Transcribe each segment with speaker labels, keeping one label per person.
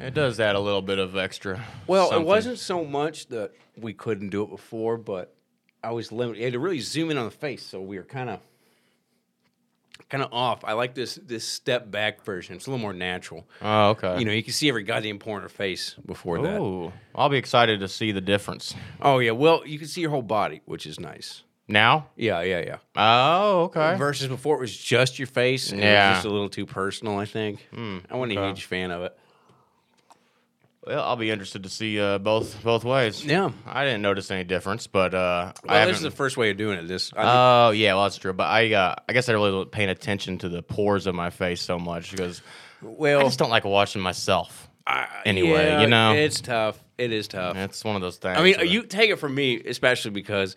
Speaker 1: It does add a little bit of extra.
Speaker 2: Well,
Speaker 1: something.
Speaker 2: it wasn't so much that we couldn't do it before, but I was limited. You had to really zoom in on the face, so we were kind of kind of off. I like this this step back version. It's a little more natural.
Speaker 1: Oh, okay.
Speaker 2: You know, you can see every goddamn pore in her face before that.
Speaker 1: Ooh, I'll be excited to see the difference.
Speaker 2: Oh yeah, well you can see your whole body, which is nice.
Speaker 1: Now?
Speaker 2: Yeah, yeah, yeah.
Speaker 1: Oh, okay.
Speaker 2: Versus before it was just your face. And It
Speaker 1: Yeah. Hmm.
Speaker 2: was just a little too personal, I think. I wasn't a huge fan of it.
Speaker 1: Well, I'll be interested to see uh, both both ways.
Speaker 2: Yeah.
Speaker 1: I didn't notice any difference, but uh, I
Speaker 2: Well,
Speaker 1: haven't.
Speaker 2: this is the first way of doing it. This I
Speaker 1: Oh yeah, well that's true. But I, uh, I guess I really wasn't paying attention to the pores of my face so much because
Speaker 2: think-
Speaker 1: I
Speaker 2: well
Speaker 1: just don't like watching myself.
Speaker 2: I-
Speaker 1: anyway, you know.
Speaker 2: it's tough. It is tough.
Speaker 1: That's one of those things.
Speaker 2: I mean,
Speaker 1: that-
Speaker 2: you take it from me, especially because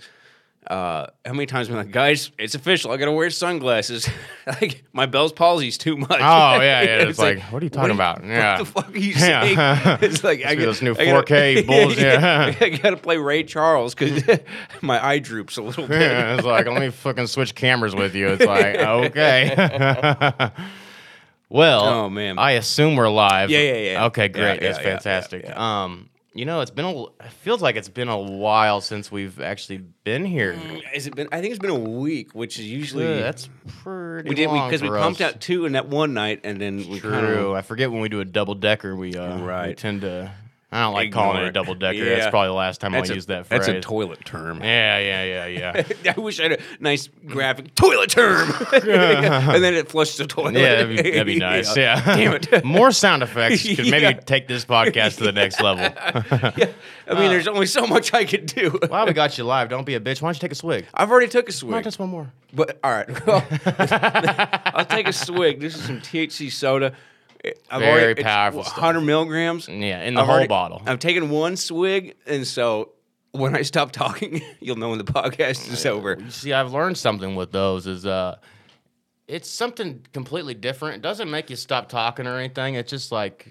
Speaker 2: uh, how many times I'm like, guys, it's official. I gotta wear sunglasses. like my Bell's palsy's too much. Oh
Speaker 1: yeah, yeah. It's like, what are you talking about? Yeah.
Speaker 2: What the fuck are you
Speaker 1: Yeah.
Speaker 2: saying? It's like I
Speaker 1: be
Speaker 2: got-
Speaker 1: those new
Speaker 2: I gotta-
Speaker 1: 4K bulls, yeah.
Speaker 2: I gotta play Ray Charles because my eye droops a little bit.
Speaker 1: Yeah, it's like let me fucking switch cameras with you. It's like okay. well,
Speaker 2: Oh, man.
Speaker 1: I assume we're live.
Speaker 2: Yeah, yeah, yeah.
Speaker 1: Okay,
Speaker 2: Yeah,
Speaker 1: great.
Speaker 2: yeah,
Speaker 1: That's
Speaker 2: yeah, yeah,
Speaker 1: fantastic. Um, you know, it's been a. l- It feels like it's been a while since we've actually been here.
Speaker 2: Has it been? I think it's been a week, which is usually
Speaker 1: Yeah, that's pretty.
Speaker 2: we did
Speaker 1: long
Speaker 2: because we,
Speaker 1: for
Speaker 2: pumped
Speaker 1: us.
Speaker 2: out two in that one night, and then we kind of
Speaker 1: True. I forget when we do a double decker. We uh, we
Speaker 2: Right.
Speaker 1: tend to. I don't like calling
Speaker 2: Ignore
Speaker 1: it a
Speaker 2: it.
Speaker 1: double decker.
Speaker 2: Yeah.
Speaker 1: That's probably the last time
Speaker 2: that's
Speaker 1: I'll
Speaker 2: a-
Speaker 1: use that phrase.
Speaker 2: That's a toilet term.
Speaker 1: yeah, yeah, yeah, yeah.
Speaker 2: I wish I had a nice graphic toilet term, and then it flushes the toilet.
Speaker 1: Yeah, that'd be, that'd be nice. Yeah.
Speaker 2: damn it.
Speaker 1: More sound effects could maybe
Speaker 2: Yeah.
Speaker 1: take this podcast to the next level.
Speaker 2: Yeah. I
Speaker 1: Uh,
Speaker 2: mean, there's only so much I could do.
Speaker 1: Wow, we got you live. Don't be a bitch. Why don't you take a swig?
Speaker 2: I've already took a
Speaker 1: Not
Speaker 2: swig,
Speaker 1: just one more.
Speaker 2: but all right, well, I'll take a swig. This is some THC soda. I've
Speaker 1: Very
Speaker 2: it's
Speaker 1: powerful stuff.
Speaker 2: 100 milligrams.
Speaker 1: Yeah, in the
Speaker 2: I've
Speaker 1: whole
Speaker 2: already-
Speaker 1: bottle.
Speaker 2: I've taken one swig, and so when I stop talking, you'll know when the podcast is over.
Speaker 1: You see, I've learned something with those is uh it's something completely different. It doesn't make you stop talking or anything. It's just like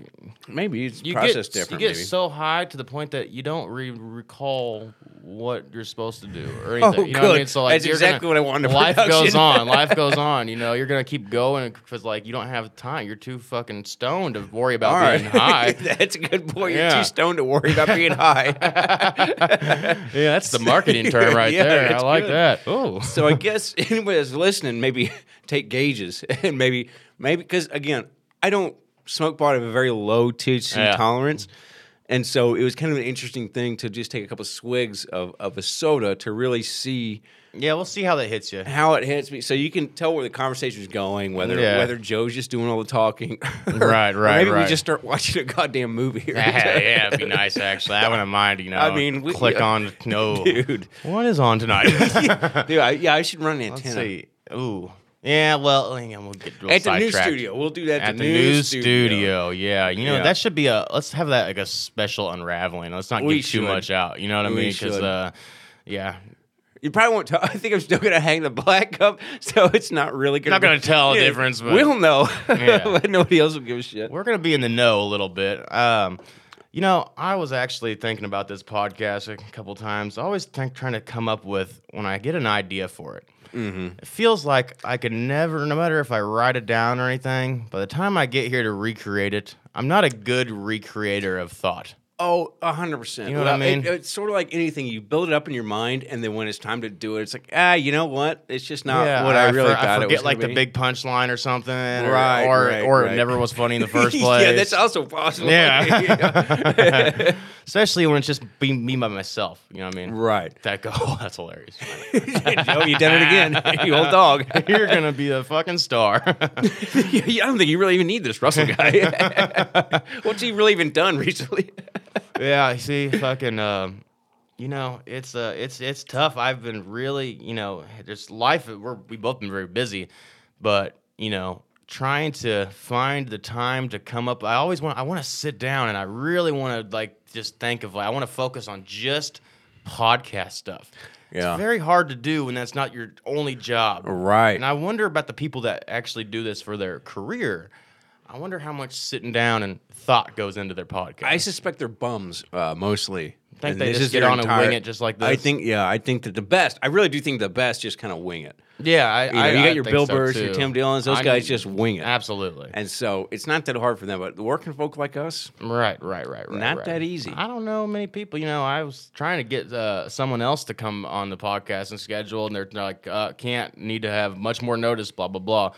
Speaker 2: Maybe it's
Speaker 1: you
Speaker 2: processed
Speaker 1: get
Speaker 2: different.
Speaker 1: you get
Speaker 2: maybe.
Speaker 1: so high to the point that you don't re- recall what you're supposed to do or
Speaker 2: Oh,
Speaker 1: anything. you know what I
Speaker 2: good.
Speaker 1: mean? So like
Speaker 2: That's
Speaker 1: you're
Speaker 2: exactly
Speaker 1: gonna,
Speaker 2: what I wanted for
Speaker 1: Life goes
Speaker 2: production.
Speaker 1: on. Life goes on. You know, you're gonna keep going because like you don't have time. You're too fucking stoned to worry about
Speaker 2: All right.
Speaker 1: being high.
Speaker 2: That's a good point. You're
Speaker 1: Yeah.
Speaker 2: too stoned to worry about being high.
Speaker 1: yeah, that's the marketing term right
Speaker 2: Yeah,
Speaker 1: there. I
Speaker 2: that's
Speaker 1: like
Speaker 2: good.
Speaker 1: that. Oh,
Speaker 2: so I guess anyone that's listening, maybe take gauges and maybe, maybe, because again, I don't smoke pot. I have a very low THC
Speaker 1: Yeah.
Speaker 2: tolerance. And so it was kind of an interesting thing to just take a couple swigs of, of a soda to really see
Speaker 1: yeah. We'll see how that hits you.
Speaker 2: how it hits me. So you can tell where the conversation is going, whether
Speaker 1: Yeah.
Speaker 2: whether Joe's just doing all the talking. or-
Speaker 1: Right,
Speaker 2: or
Speaker 1: right,
Speaker 2: Maybe we
Speaker 1: right.
Speaker 2: just start watching a goddamn movie. Or
Speaker 1: yeah, yeah, it'd be nice actually. I wouldn't mind. You know,
Speaker 2: I mean, we- uh,
Speaker 1: click on no.
Speaker 2: Dude.
Speaker 1: What is on tonight?
Speaker 2: Dude, I, yeah, I should run an
Speaker 1: Let's
Speaker 2: antenna.
Speaker 1: see. Ooh. Yeah, well, hang on, we'll get we'll
Speaker 2: at the new
Speaker 1: sidetracked.
Speaker 2: studio. We'll do that
Speaker 1: at the, new, studio. Yeah, you know
Speaker 2: Yeah.
Speaker 1: that should be a let's have that like a special unraveling. Let's not
Speaker 2: We
Speaker 1: get too
Speaker 2: should.
Speaker 1: much out. You know what I
Speaker 2: We
Speaker 1: mean? Because
Speaker 2: should.
Speaker 1: uh, yeah,
Speaker 2: You probably won't tell. I think I'm still gonna hang the black up, so it's not really gonna.
Speaker 1: Not gonna
Speaker 2: be-
Speaker 1: tell the difference, but-
Speaker 2: we'll know.
Speaker 1: Yeah.
Speaker 2: But Nobody else will give a shit.
Speaker 1: we're gonna be in the know a little bit. Um, you know, I was actually thinking about this podcast a couple times. I always think trying to come up with when I get an idea for it.
Speaker 2: Mm-hmm.
Speaker 1: It feels like I could never, no matter if I write it down or anything. By the time I get here to recreate it, I'm not a good recreator of thought.
Speaker 2: Oh, a hundred percent.
Speaker 1: You know what I mean?
Speaker 2: it's sort of like anything. You build it up in your mind, and then when it's time to do it, it's like, ah, you know what? It's just not what I, really
Speaker 1: for-
Speaker 2: thought
Speaker 1: I
Speaker 2: it
Speaker 1: forget
Speaker 2: was.
Speaker 1: like the
Speaker 2: gonna be.
Speaker 1: big punchline or something, or
Speaker 2: Right,
Speaker 1: or,
Speaker 2: right,
Speaker 1: or
Speaker 2: right.
Speaker 1: it never was funny in the first place.
Speaker 2: yeah, that's also possible.
Speaker 1: Yeah. especially when it's just be me by myself. You know what I mean?
Speaker 2: right.
Speaker 1: That go, oh, that's hilarious.
Speaker 2: Joe, you done it again. you old dog.
Speaker 1: You're gonna be a fucking star.
Speaker 2: I don't think you really even need this Russell guy. What's he really even done recently?
Speaker 1: yeah, I see, fucking, um, you know, it's uh, it's it's tough. I've been really, you know, just life. We're we both been very busy, but you know, trying to find the time to come up. I always want. I want to sit down, and I really want to like just think of. Like, I want to focus on just podcast stuff.
Speaker 2: Yeah.
Speaker 1: It's very hard to do when that's not your only job.
Speaker 2: Right.
Speaker 1: And I wonder about the people that actually do this for their career. I wonder how much sitting down and thought goes into their podcast.
Speaker 2: I suspect they're bums uh, mostly.
Speaker 1: Think
Speaker 2: And
Speaker 1: they
Speaker 2: this
Speaker 1: just
Speaker 2: is
Speaker 1: get
Speaker 2: their
Speaker 1: on and wing it just like
Speaker 2: I
Speaker 1: this?
Speaker 2: think, yeah, I think that the best. I really do think the best just kind of wing it.
Speaker 1: Yeah, I,
Speaker 2: You, know,
Speaker 1: I,
Speaker 2: you
Speaker 1: I
Speaker 2: got your
Speaker 1: think
Speaker 2: Bill
Speaker 1: so,
Speaker 2: Burrs,
Speaker 1: too.
Speaker 2: your Tim Dillons. Those
Speaker 1: I-
Speaker 2: guys just wing it.
Speaker 1: Absolutely.
Speaker 2: And so it's not that hard for them, but the working folk like us,
Speaker 1: Right, right, right, right.
Speaker 2: Not
Speaker 1: right.
Speaker 2: that easy.
Speaker 1: I don't know many people. You know, I was trying to get uh, someone else to come on the podcast and schedule, and they're like, uh, "Can't need to have much more notice." Blah blah blah.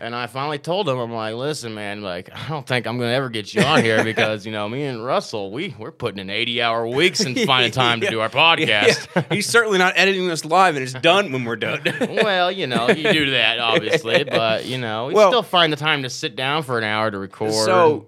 Speaker 1: And I finally told them, I'm like, "Listen, man, like, I don't think I'm gonna ever get you on here because you know, me and Russell, we we're putting in 80 hour weeks and finding time to do our podcast."
Speaker 2: Yeah. he's certainly not editing this live, and it's done when we're done.
Speaker 1: well, you know, you do that obviously, but you know, we
Speaker 2: Well-
Speaker 1: still find the time to sit down for an hour to record.
Speaker 2: so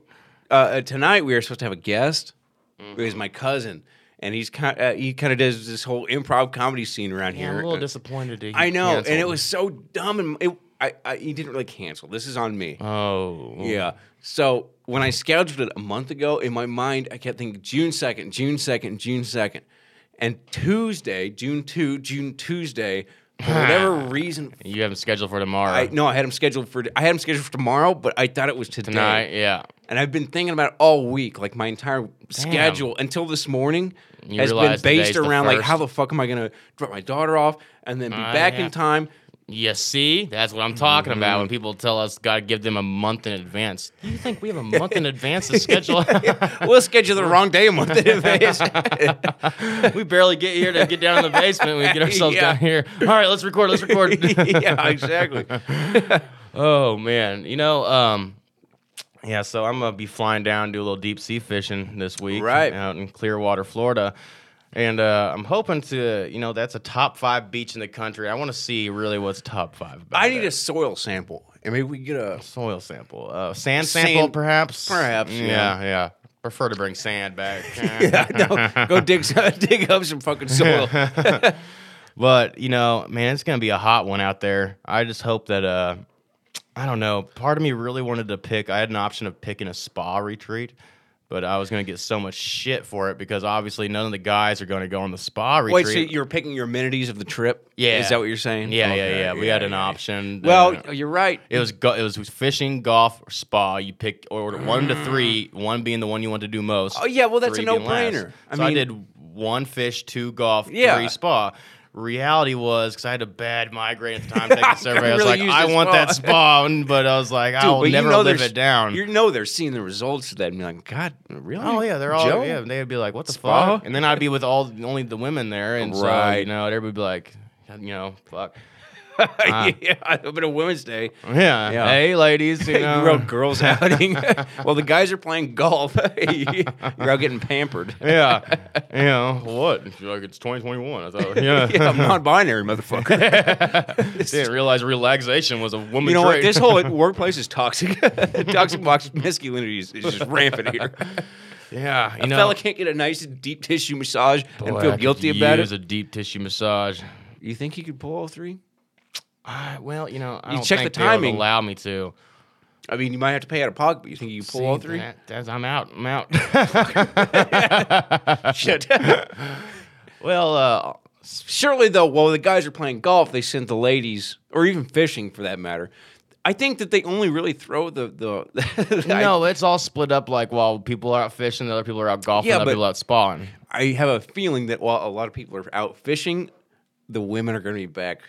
Speaker 2: uh, uh, tonight we were supposed to have a guest.
Speaker 1: Mm-hmm.
Speaker 2: It was my cousin, and he's kind uh, he kind of does this whole improv comedy scene around
Speaker 1: yeah,
Speaker 2: here.
Speaker 1: I'm a
Speaker 2: Uh,
Speaker 1: little disappointed. that he
Speaker 2: I know, and it
Speaker 1: canceled.
Speaker 2: was so dumb, and it, I, I he didn't really cancel. This is on me.
Speaker 1: Oh
Speaker 2: Yeah. So when I scheduled it a month ago, in my mind, I kept thinking June second, June second, June second, and Tuesday, June two, June Tuesday. For whatever reason,
Speaker 1: You have them scheduled for tomorrow.
Speaker 2: I no, I had him scheduled for I had him scheduled for tomorrow, but I thought it was today.
Speaker 1: Tonight, yeah.
Speaker 2: And I've been thinking about it all week, like my entire schedule until this morning
Speaker 1: You
Speaker 2: has been
Speaker 1: realize
Speaker 2: based
Speaker 1: today's the
Speaker 2: around like
Speaker 1: first.
Speaker 2: how the fuck am I gonna drop my daughter off and then be
Speaker 1: Uh,
Speaker 2: back
Speaker 1: yeah.
Speaker 2: in time?
Speaker 1: You see, that's what I'm talking about
Speaker 2: Mm-hmm.
Speaker 1: when people tell us gotta give them a month in advance. Do you think we have a month in advance to schedule?
Speaker 2: We'll schedule the wrong day a month in advance.
Speaker 1: we barely get here to get down in the basement. We get ourselves
Speaker 2: Yeah.
Speaker 1: down here. All right, let's record. Let's record.
Speaker 2: yeah, exactly.
Speaker 1: oh man, you know, um, yeah. So I'm gonna be flying down do a little deep sea fishing this week,
Speaker 2: Right.
Speaker 1: out in Clearwater, Florida. And uh, I'm hoping to, you know, that's a top five beach in the country. I want to see really what's top five. About
Speaker 2: I
Speaker 1: it.
Speaker 2: need a soil sample. And maybe we can get a
Speaker 1: soil sample, uh, sand
Speaker 2: Sand-
Speaker 1: sample, perhaps.
Speaker 2: perhaps,
Speaker 1: Yeah,
Speaker 2: yeah.
Speaker 1: yeah. Prefer to bring sand back.
Speaker 2: yeah, no, go dig some, dig up some fucking soil.
Speaker 1: But you know, man, it's gonna be a hot one out there. I just hope that uh, I don't know. Part of me really wanted to pick. I had an option of picking a spa retreat. But I was gonna get so much shit for it because obviously none of the guys are gonna go on the spa
Speaker 2: Wait,
Speaker 1: retreat.
Speaker 2: so you're picking your amenities of the trip?
Speaker 1: Yeah.
Speaker 2: Is that what you're saying?
Speaker 1: yeah, yeah,
Speaker 2: Okay,
Speaker 1: yeah. We had an
Speaker 2: yeah.
Speaker 1: option.
Speaker 2: Well,
Speaker 1: Uh,
Speaker 2: you're right.
Speaker 1: It was go- it was fishing, golf, or spa. You picked or one to three, one being the one you want to do most.
Speaker 2: Oh, yeah, well, that's
Speaker 1: three
Speaker 2: a
Speaker 1: being last.
Speaker 2: no-brainer. I
Speaker 1: so I
Speaker 2: mean-
Speaker 1: did one fish, two golf,
Speaker 2: Yeah.
Speaker 1: three spa. Reality was because I had a bad migraine at the time taking the survey. I was
Speaker 2: really
Speaker 1: like,
Speaker 2: use
Speaker 1: I
Speaker 2: this
Speaker 1: want
Speaker 2: spa.
Speaker 1: that spa, and- but I was like, I
Speaker 2: Dude,
Speaker 1: will
Speaker 2: but you
Speaker 1: never
Speaker 2: know
Speaker 1: live
Speaker 2: they're-
Speaker 1: it down.
Speaker 2: You know they're seeing the results of that and be like, God, really?
Speaker 1: Oh yeah, they're all
Speaker 2: Joe?
Speaker 1: yeah. They'd be like, "What the
Speaker 2: Spa?
Speaker 1: fuck?" And then I'd be with all only the women there, and so
Speaker 2: Right.
Speaker 1: you know, everybody would be like, you know, fuck,
Speaker 2: yeah, a bit of Women's Day.
Speaker 1: yeah,
Speaker 2: Yeah.
Speaker 1: hey ladies, you
Speaker 2: You
Speaker 1: Ah. know,
Speaker 2: are out girls outing. well, the guys are playing golf. You're out getting pampered.
Speaker 1: yeah, you know what? She's like it's 2021. I thought, yeah,
Speaker 2: yeah, I'm non-binary, motherfucker.
Speaker 1: didn't realize relaxation was a woman.
Speaker 2: You know what?
Speaker 1: trait.
Speaker 2: This whole workplace is toxic. toxic box masculinity is, is just rampant here.
Speaker 1: yeah, you know,
Speaker 2: Fella can't get a nice deep tissue massage and
Speaker 1: boy, I
Speaker 2: feel
Speaker 1: could
Speaker 2: guilty about
Speaker 1: use
Speaker 2: it.
Speaker 1: a deep tissue massage.
Speaker 2: you think he could pull all three?
Speaker 1: I, well, you know, I
Speaker 2: You
Speaker 1: don't
Speaker 2: check
Speaker 1: think
Speaker 2: the
Speaker 1: they would
Speaker 2: timing.
Speaker 1: Allow me to
Speaker 2: I mean, you might have to pay out of pocket, but you think you can pull all
Speaker 1: See,
Speaker 2: three?
Speaker 1: that- that's, I'm out. I'm out.
Speaker 2: Shit.
Speaker 1: well, uh,
Speaker 2: Surely, though, while the guys are playing golf, they send the ladies, or even fishing for that matter. I think that they only really throw the the. the
Speaker 1: no, it's all split up. Like while people are out fishing, the other people are out golfing,
Speaker 2: Yeah,
Speaker 1: other
Speaker 2: but-
Speaker 1: people out spawning.
Speaker 2: I, I have a feeling that while a lot of people are out fishing, the women are going to be back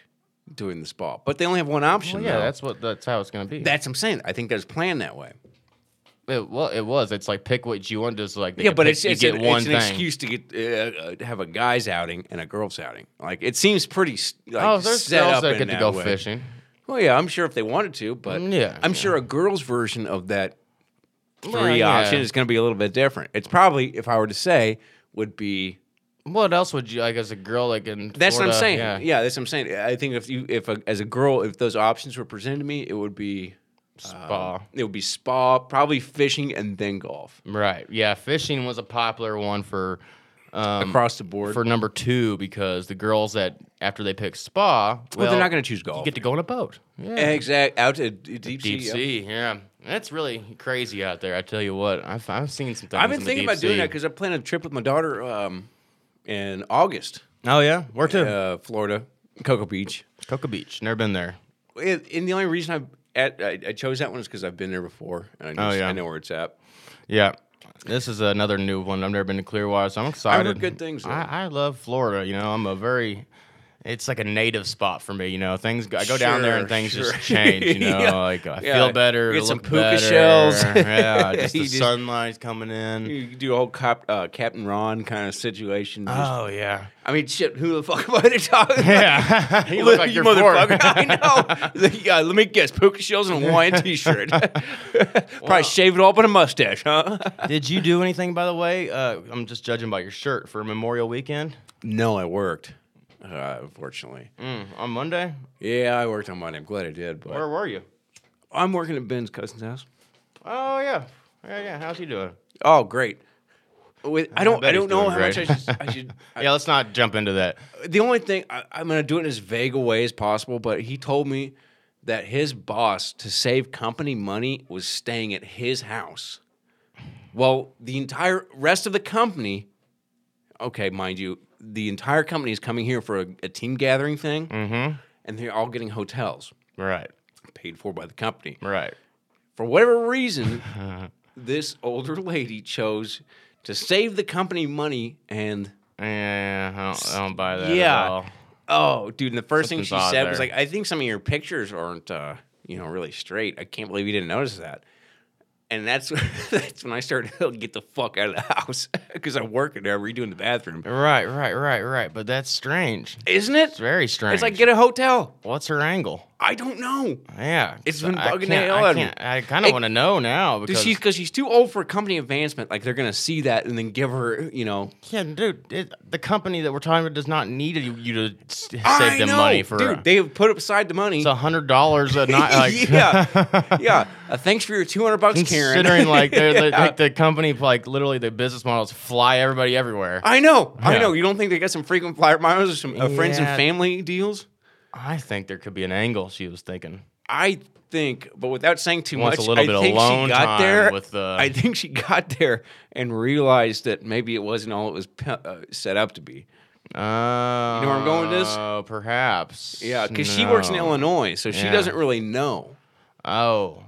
Speaker 2: doing the spa, but they only have one option.
Speaker 1: Well, yeah,
Speaker 2: though.
Speaker 1: that's what that's how it's gonna be.
Speaker 2: that's what I'm saying. I think that's planned that way.
Speaker 1: it, well, it was. It's like pick what you want. Just like they
Speaker 2: Yeah,
Speaker 1: can
Speaker 2: but
Speaker 1: pick-
Speaker 2: it's
Speaker 1: you
Speaker 2: it's,
Speaker 1: get
Speaker 2: an,
Speaker 1: one
Speaker 2: it's an
Speaker 1: thing.
Speaker 2: excuse to get uh, uh, to have a guys outing and a girls outing. Like it seems pretty. s- Like,
Speaker 1: Oh, there's
Speaker 2: set
Speaker 1: girls
Speaker 2: up
Speaker 1: that
Speaker 2: in
Speaker 1: get to
Speaker 2: that
Speaker 1: go
Speaker 2: way.
Speaker 1: fishing.
Speaker 2: Well, yeah, I'm sure if they wanted to, but
Speaker 1: Mm, yeah,
Speaker 2: I'm
Speaker 1: yeah.
Speaker 2: sure a girl's version of that three
Speaker 1: Well, yeah.
Speaker 2: option is going to be a little bit different. It's probably, if I were to say, would be
Speaker 1: What else would you like as a girl like in
Speaker 2: that's what
Speaker 1: Florida,
Speaker 2: I'm saying.
Speaker 1: Yeah.
Speaker 2: Yeah. that's what I'm saying. I think if you, if a, as a girl, if those options were presented to me, it would be
Speaker 1: Spa.
Speaker 2: it would be spa, probably fishing, and then golf
Speaker 1: right. Yeah, fishing was a popular one for um
Speaker 2: across the board.
Speaker 1: for number 2 because the girls that after they pick spa, well,
Speaker 2: well, they're not going to choose golf.
Speaker 1: you get to go on a boat. Yeah.
Speaker 2: exact out to d- deep,
Speaker 1: Deep
Speaker 2: sea. yeah.
Speaker 1: sea, yeah. That's really crazy out there. I tell you what, I've, I've seen some things.
Speaker 2: I've been
Speaker 1: in the
Speaker 2: thinking
Speaker 1: deep
Speaker 2: about doing
Speaker 1: sea.
Speaker 2: that because I plan a trip with my daughter um, in August,
Speaker 1: Oh yeah, where to?
Speaker 2: uh, Florida, Cocoa Beach.
Speaker 1: Cocoa Beach. Never been there.
Speaker 2: it, and the only reason I at I, I chose that one is because I've been there before and I, just,
Speaker 1: Oh, yeah.
Speaker 2: I know where it's at.
Speaker 1: Yeah. This is another new one. I've never been to Clearwater, so I'm excited.
Speaker 2: good things, though.
Speaker 1: I, I love Florida. You know, I'm a very it's like a native spot for me. You know, things go- I go down there and
Speaker 2: Sure,
Speaker 1: things
Speaker 2: sure.
Speaker 1: just change. You know,
Speaker 2: Yeah,
Speaker 1: like I
Speaker 2: yeah.
Speaker 1: feel better,
Speaker 2: Get
Speaker 1: look
Speaker 2: some puka
Speaker 1: better.
Speaker 2: shells.
Speaker 1: yeah, just the
Speaker 2: You just-
Speaker 1: sunlight's coming in.
Speaker 2: You do a whole cop, uh, Captain Ron kind of situation. Just-
Speaker 1: Oh yeah,
Speaker 2: I mean, shit, who the fuck am I to talk about?
Speaker 1: yeah. you look like
Speaker 2: you
Speaker 1: you're four.
Speaker 2: motherfucker. I know. yeah, let me guess. Puka shells and a Hawaiian t-shirt.
Speaker 1: Wow.
Speaker 2: Probably shave it all but a mustache, huh?
Speaker 1: Did you do anything, by the way? Uh, I'm just judging by your shirt for Memorial Weekend
Speaker 2: no, I worked. Uh, unfortunately.
Speaker 1: mm, on Monday.
Speaker 2: Yeah, I worked on Monday. I'm glad I did, but
Speaker 1: Where were you?
Speaker 2: I'm working at Ben's cousin's house.
Speaker 1: Oh yeah, yeah, yeah. How's he doing?
Speaker 2: Oh, great. With, I don't. I,
Speaker 1: bet he's
Speaker 2: don't know
Speaker 1: doing
Speaker 2: how
Speaker 1: great.
Speaker 2: much I should. I should
Speaker 1: yeah, let's not jump into that.
Speaker 2: the only thing I, I'm going to do it in as vague a way as possible, but he told me that his boss, to save company money, was staying at his house. Well, the entire rest of the company, okay, mind you, the entire company is coming here for a, a team gathering thing,
Speaker 1: Mm-hmm.
Speaker 2: and they're all getting hotels
Speaker 1: Right,
Speaker 2: paid for by the company.
Speaker 1: right.
Speaker 2: For whatever reason, this older lady chose to save the company money and
Speaker 1: Yeah, Eh, I don't, I don't buy that.
Speaker 2: Yeah.
Speaker 1: at all.
Speaker 2: Oh, dude, and the first
Speaker 1: Something's
Speaker 2: thing she
Speaker 1: odd
Speaker 2: said was
Speaker 1: there.
Speaker 2: like, I think some of your pictures aren't uh, you know, really straight. I can't believe you didn't notice that. And that's that's when I started to get the fuck out of the house because I'm working there redoing the bathroom.
Speaker 1: Right, right, right, right. But that's strange.
Speaker 2: Isn't it?
Speaker 1: It's very strange.
Speaker 2: It's like get a hotel.
Speaker 1: what's her angle?
Speaker 2: I don't know.
Speaker 1: Yeah,
Speaker 2: It's
Speaker 1: so
Speaker 2: been
Speaker 1: I
Speaker 2: bugging the
Speaker 1: can't-
Speaker 2: hell out
Speaker 1: I
Speaker 2: of me.
Speaker 1: can't- I kind of
Speaker 2: It-
Speaker 1: want to know now
Speaker 2: Dude,
Speaker 1: because
Speaker 2: she's because she's too old for company advancement. Like they're gonna see that and then give her, you know.
Speaker 1: yeah, dude, it, the company that we're talking about does not need you, you to s- save
Speaker 2: I
Speaker 1: them
Speaker 2: know,
Speaker 1: money for
Speaker 2: dude. They have put aside the money.
Speaker 1: it's a hundred dollars a night. Like,
Speaker 2: yeah, yeah. Uh, thanks for your two hundred bucks, Karen.
Speaker 1: Considering like they're the,
Speaker 2: Yeah.
Speaker 1: like the company like literally the business models fly everybody everywhere. I,
Speaker 2: I know. I
Speaker 1: Yeah.
Speaker 2: know. You don't think they got some frequent flyer miles or some uh, friends and
Speaker 1: Yeah.
Speaker 2: family deals?
Speaker 1: think there could be an angle she was thinking.
Speaker 2: I think, but without saying too
Speaker 1: Wants a
Speaker 2: much,
Speaker 1: little
Speaker 2: I
Speaker 1: bit of
Speaker 2: think
Speaker 1: alone
Speaker 2: she got
Speaker 1: time
Speaker 2: there.
Speaker 1: with the- uh,
Speaker 2: I think she got there and realized that maybe it wasn't all it was pe- uh, set up to be.
Speaker 1: Oh, you know
Speaker 2: where I'm going with this?
Speaker 1: Oh, Perhaps.
Speaker 2: Yeah, because she works in
Speaker 1: No.
Speaker 2: Illinois, so she
Speaker 1: Yeah.
Speaker 2: doesn't really know.
Speaker 1: Oh,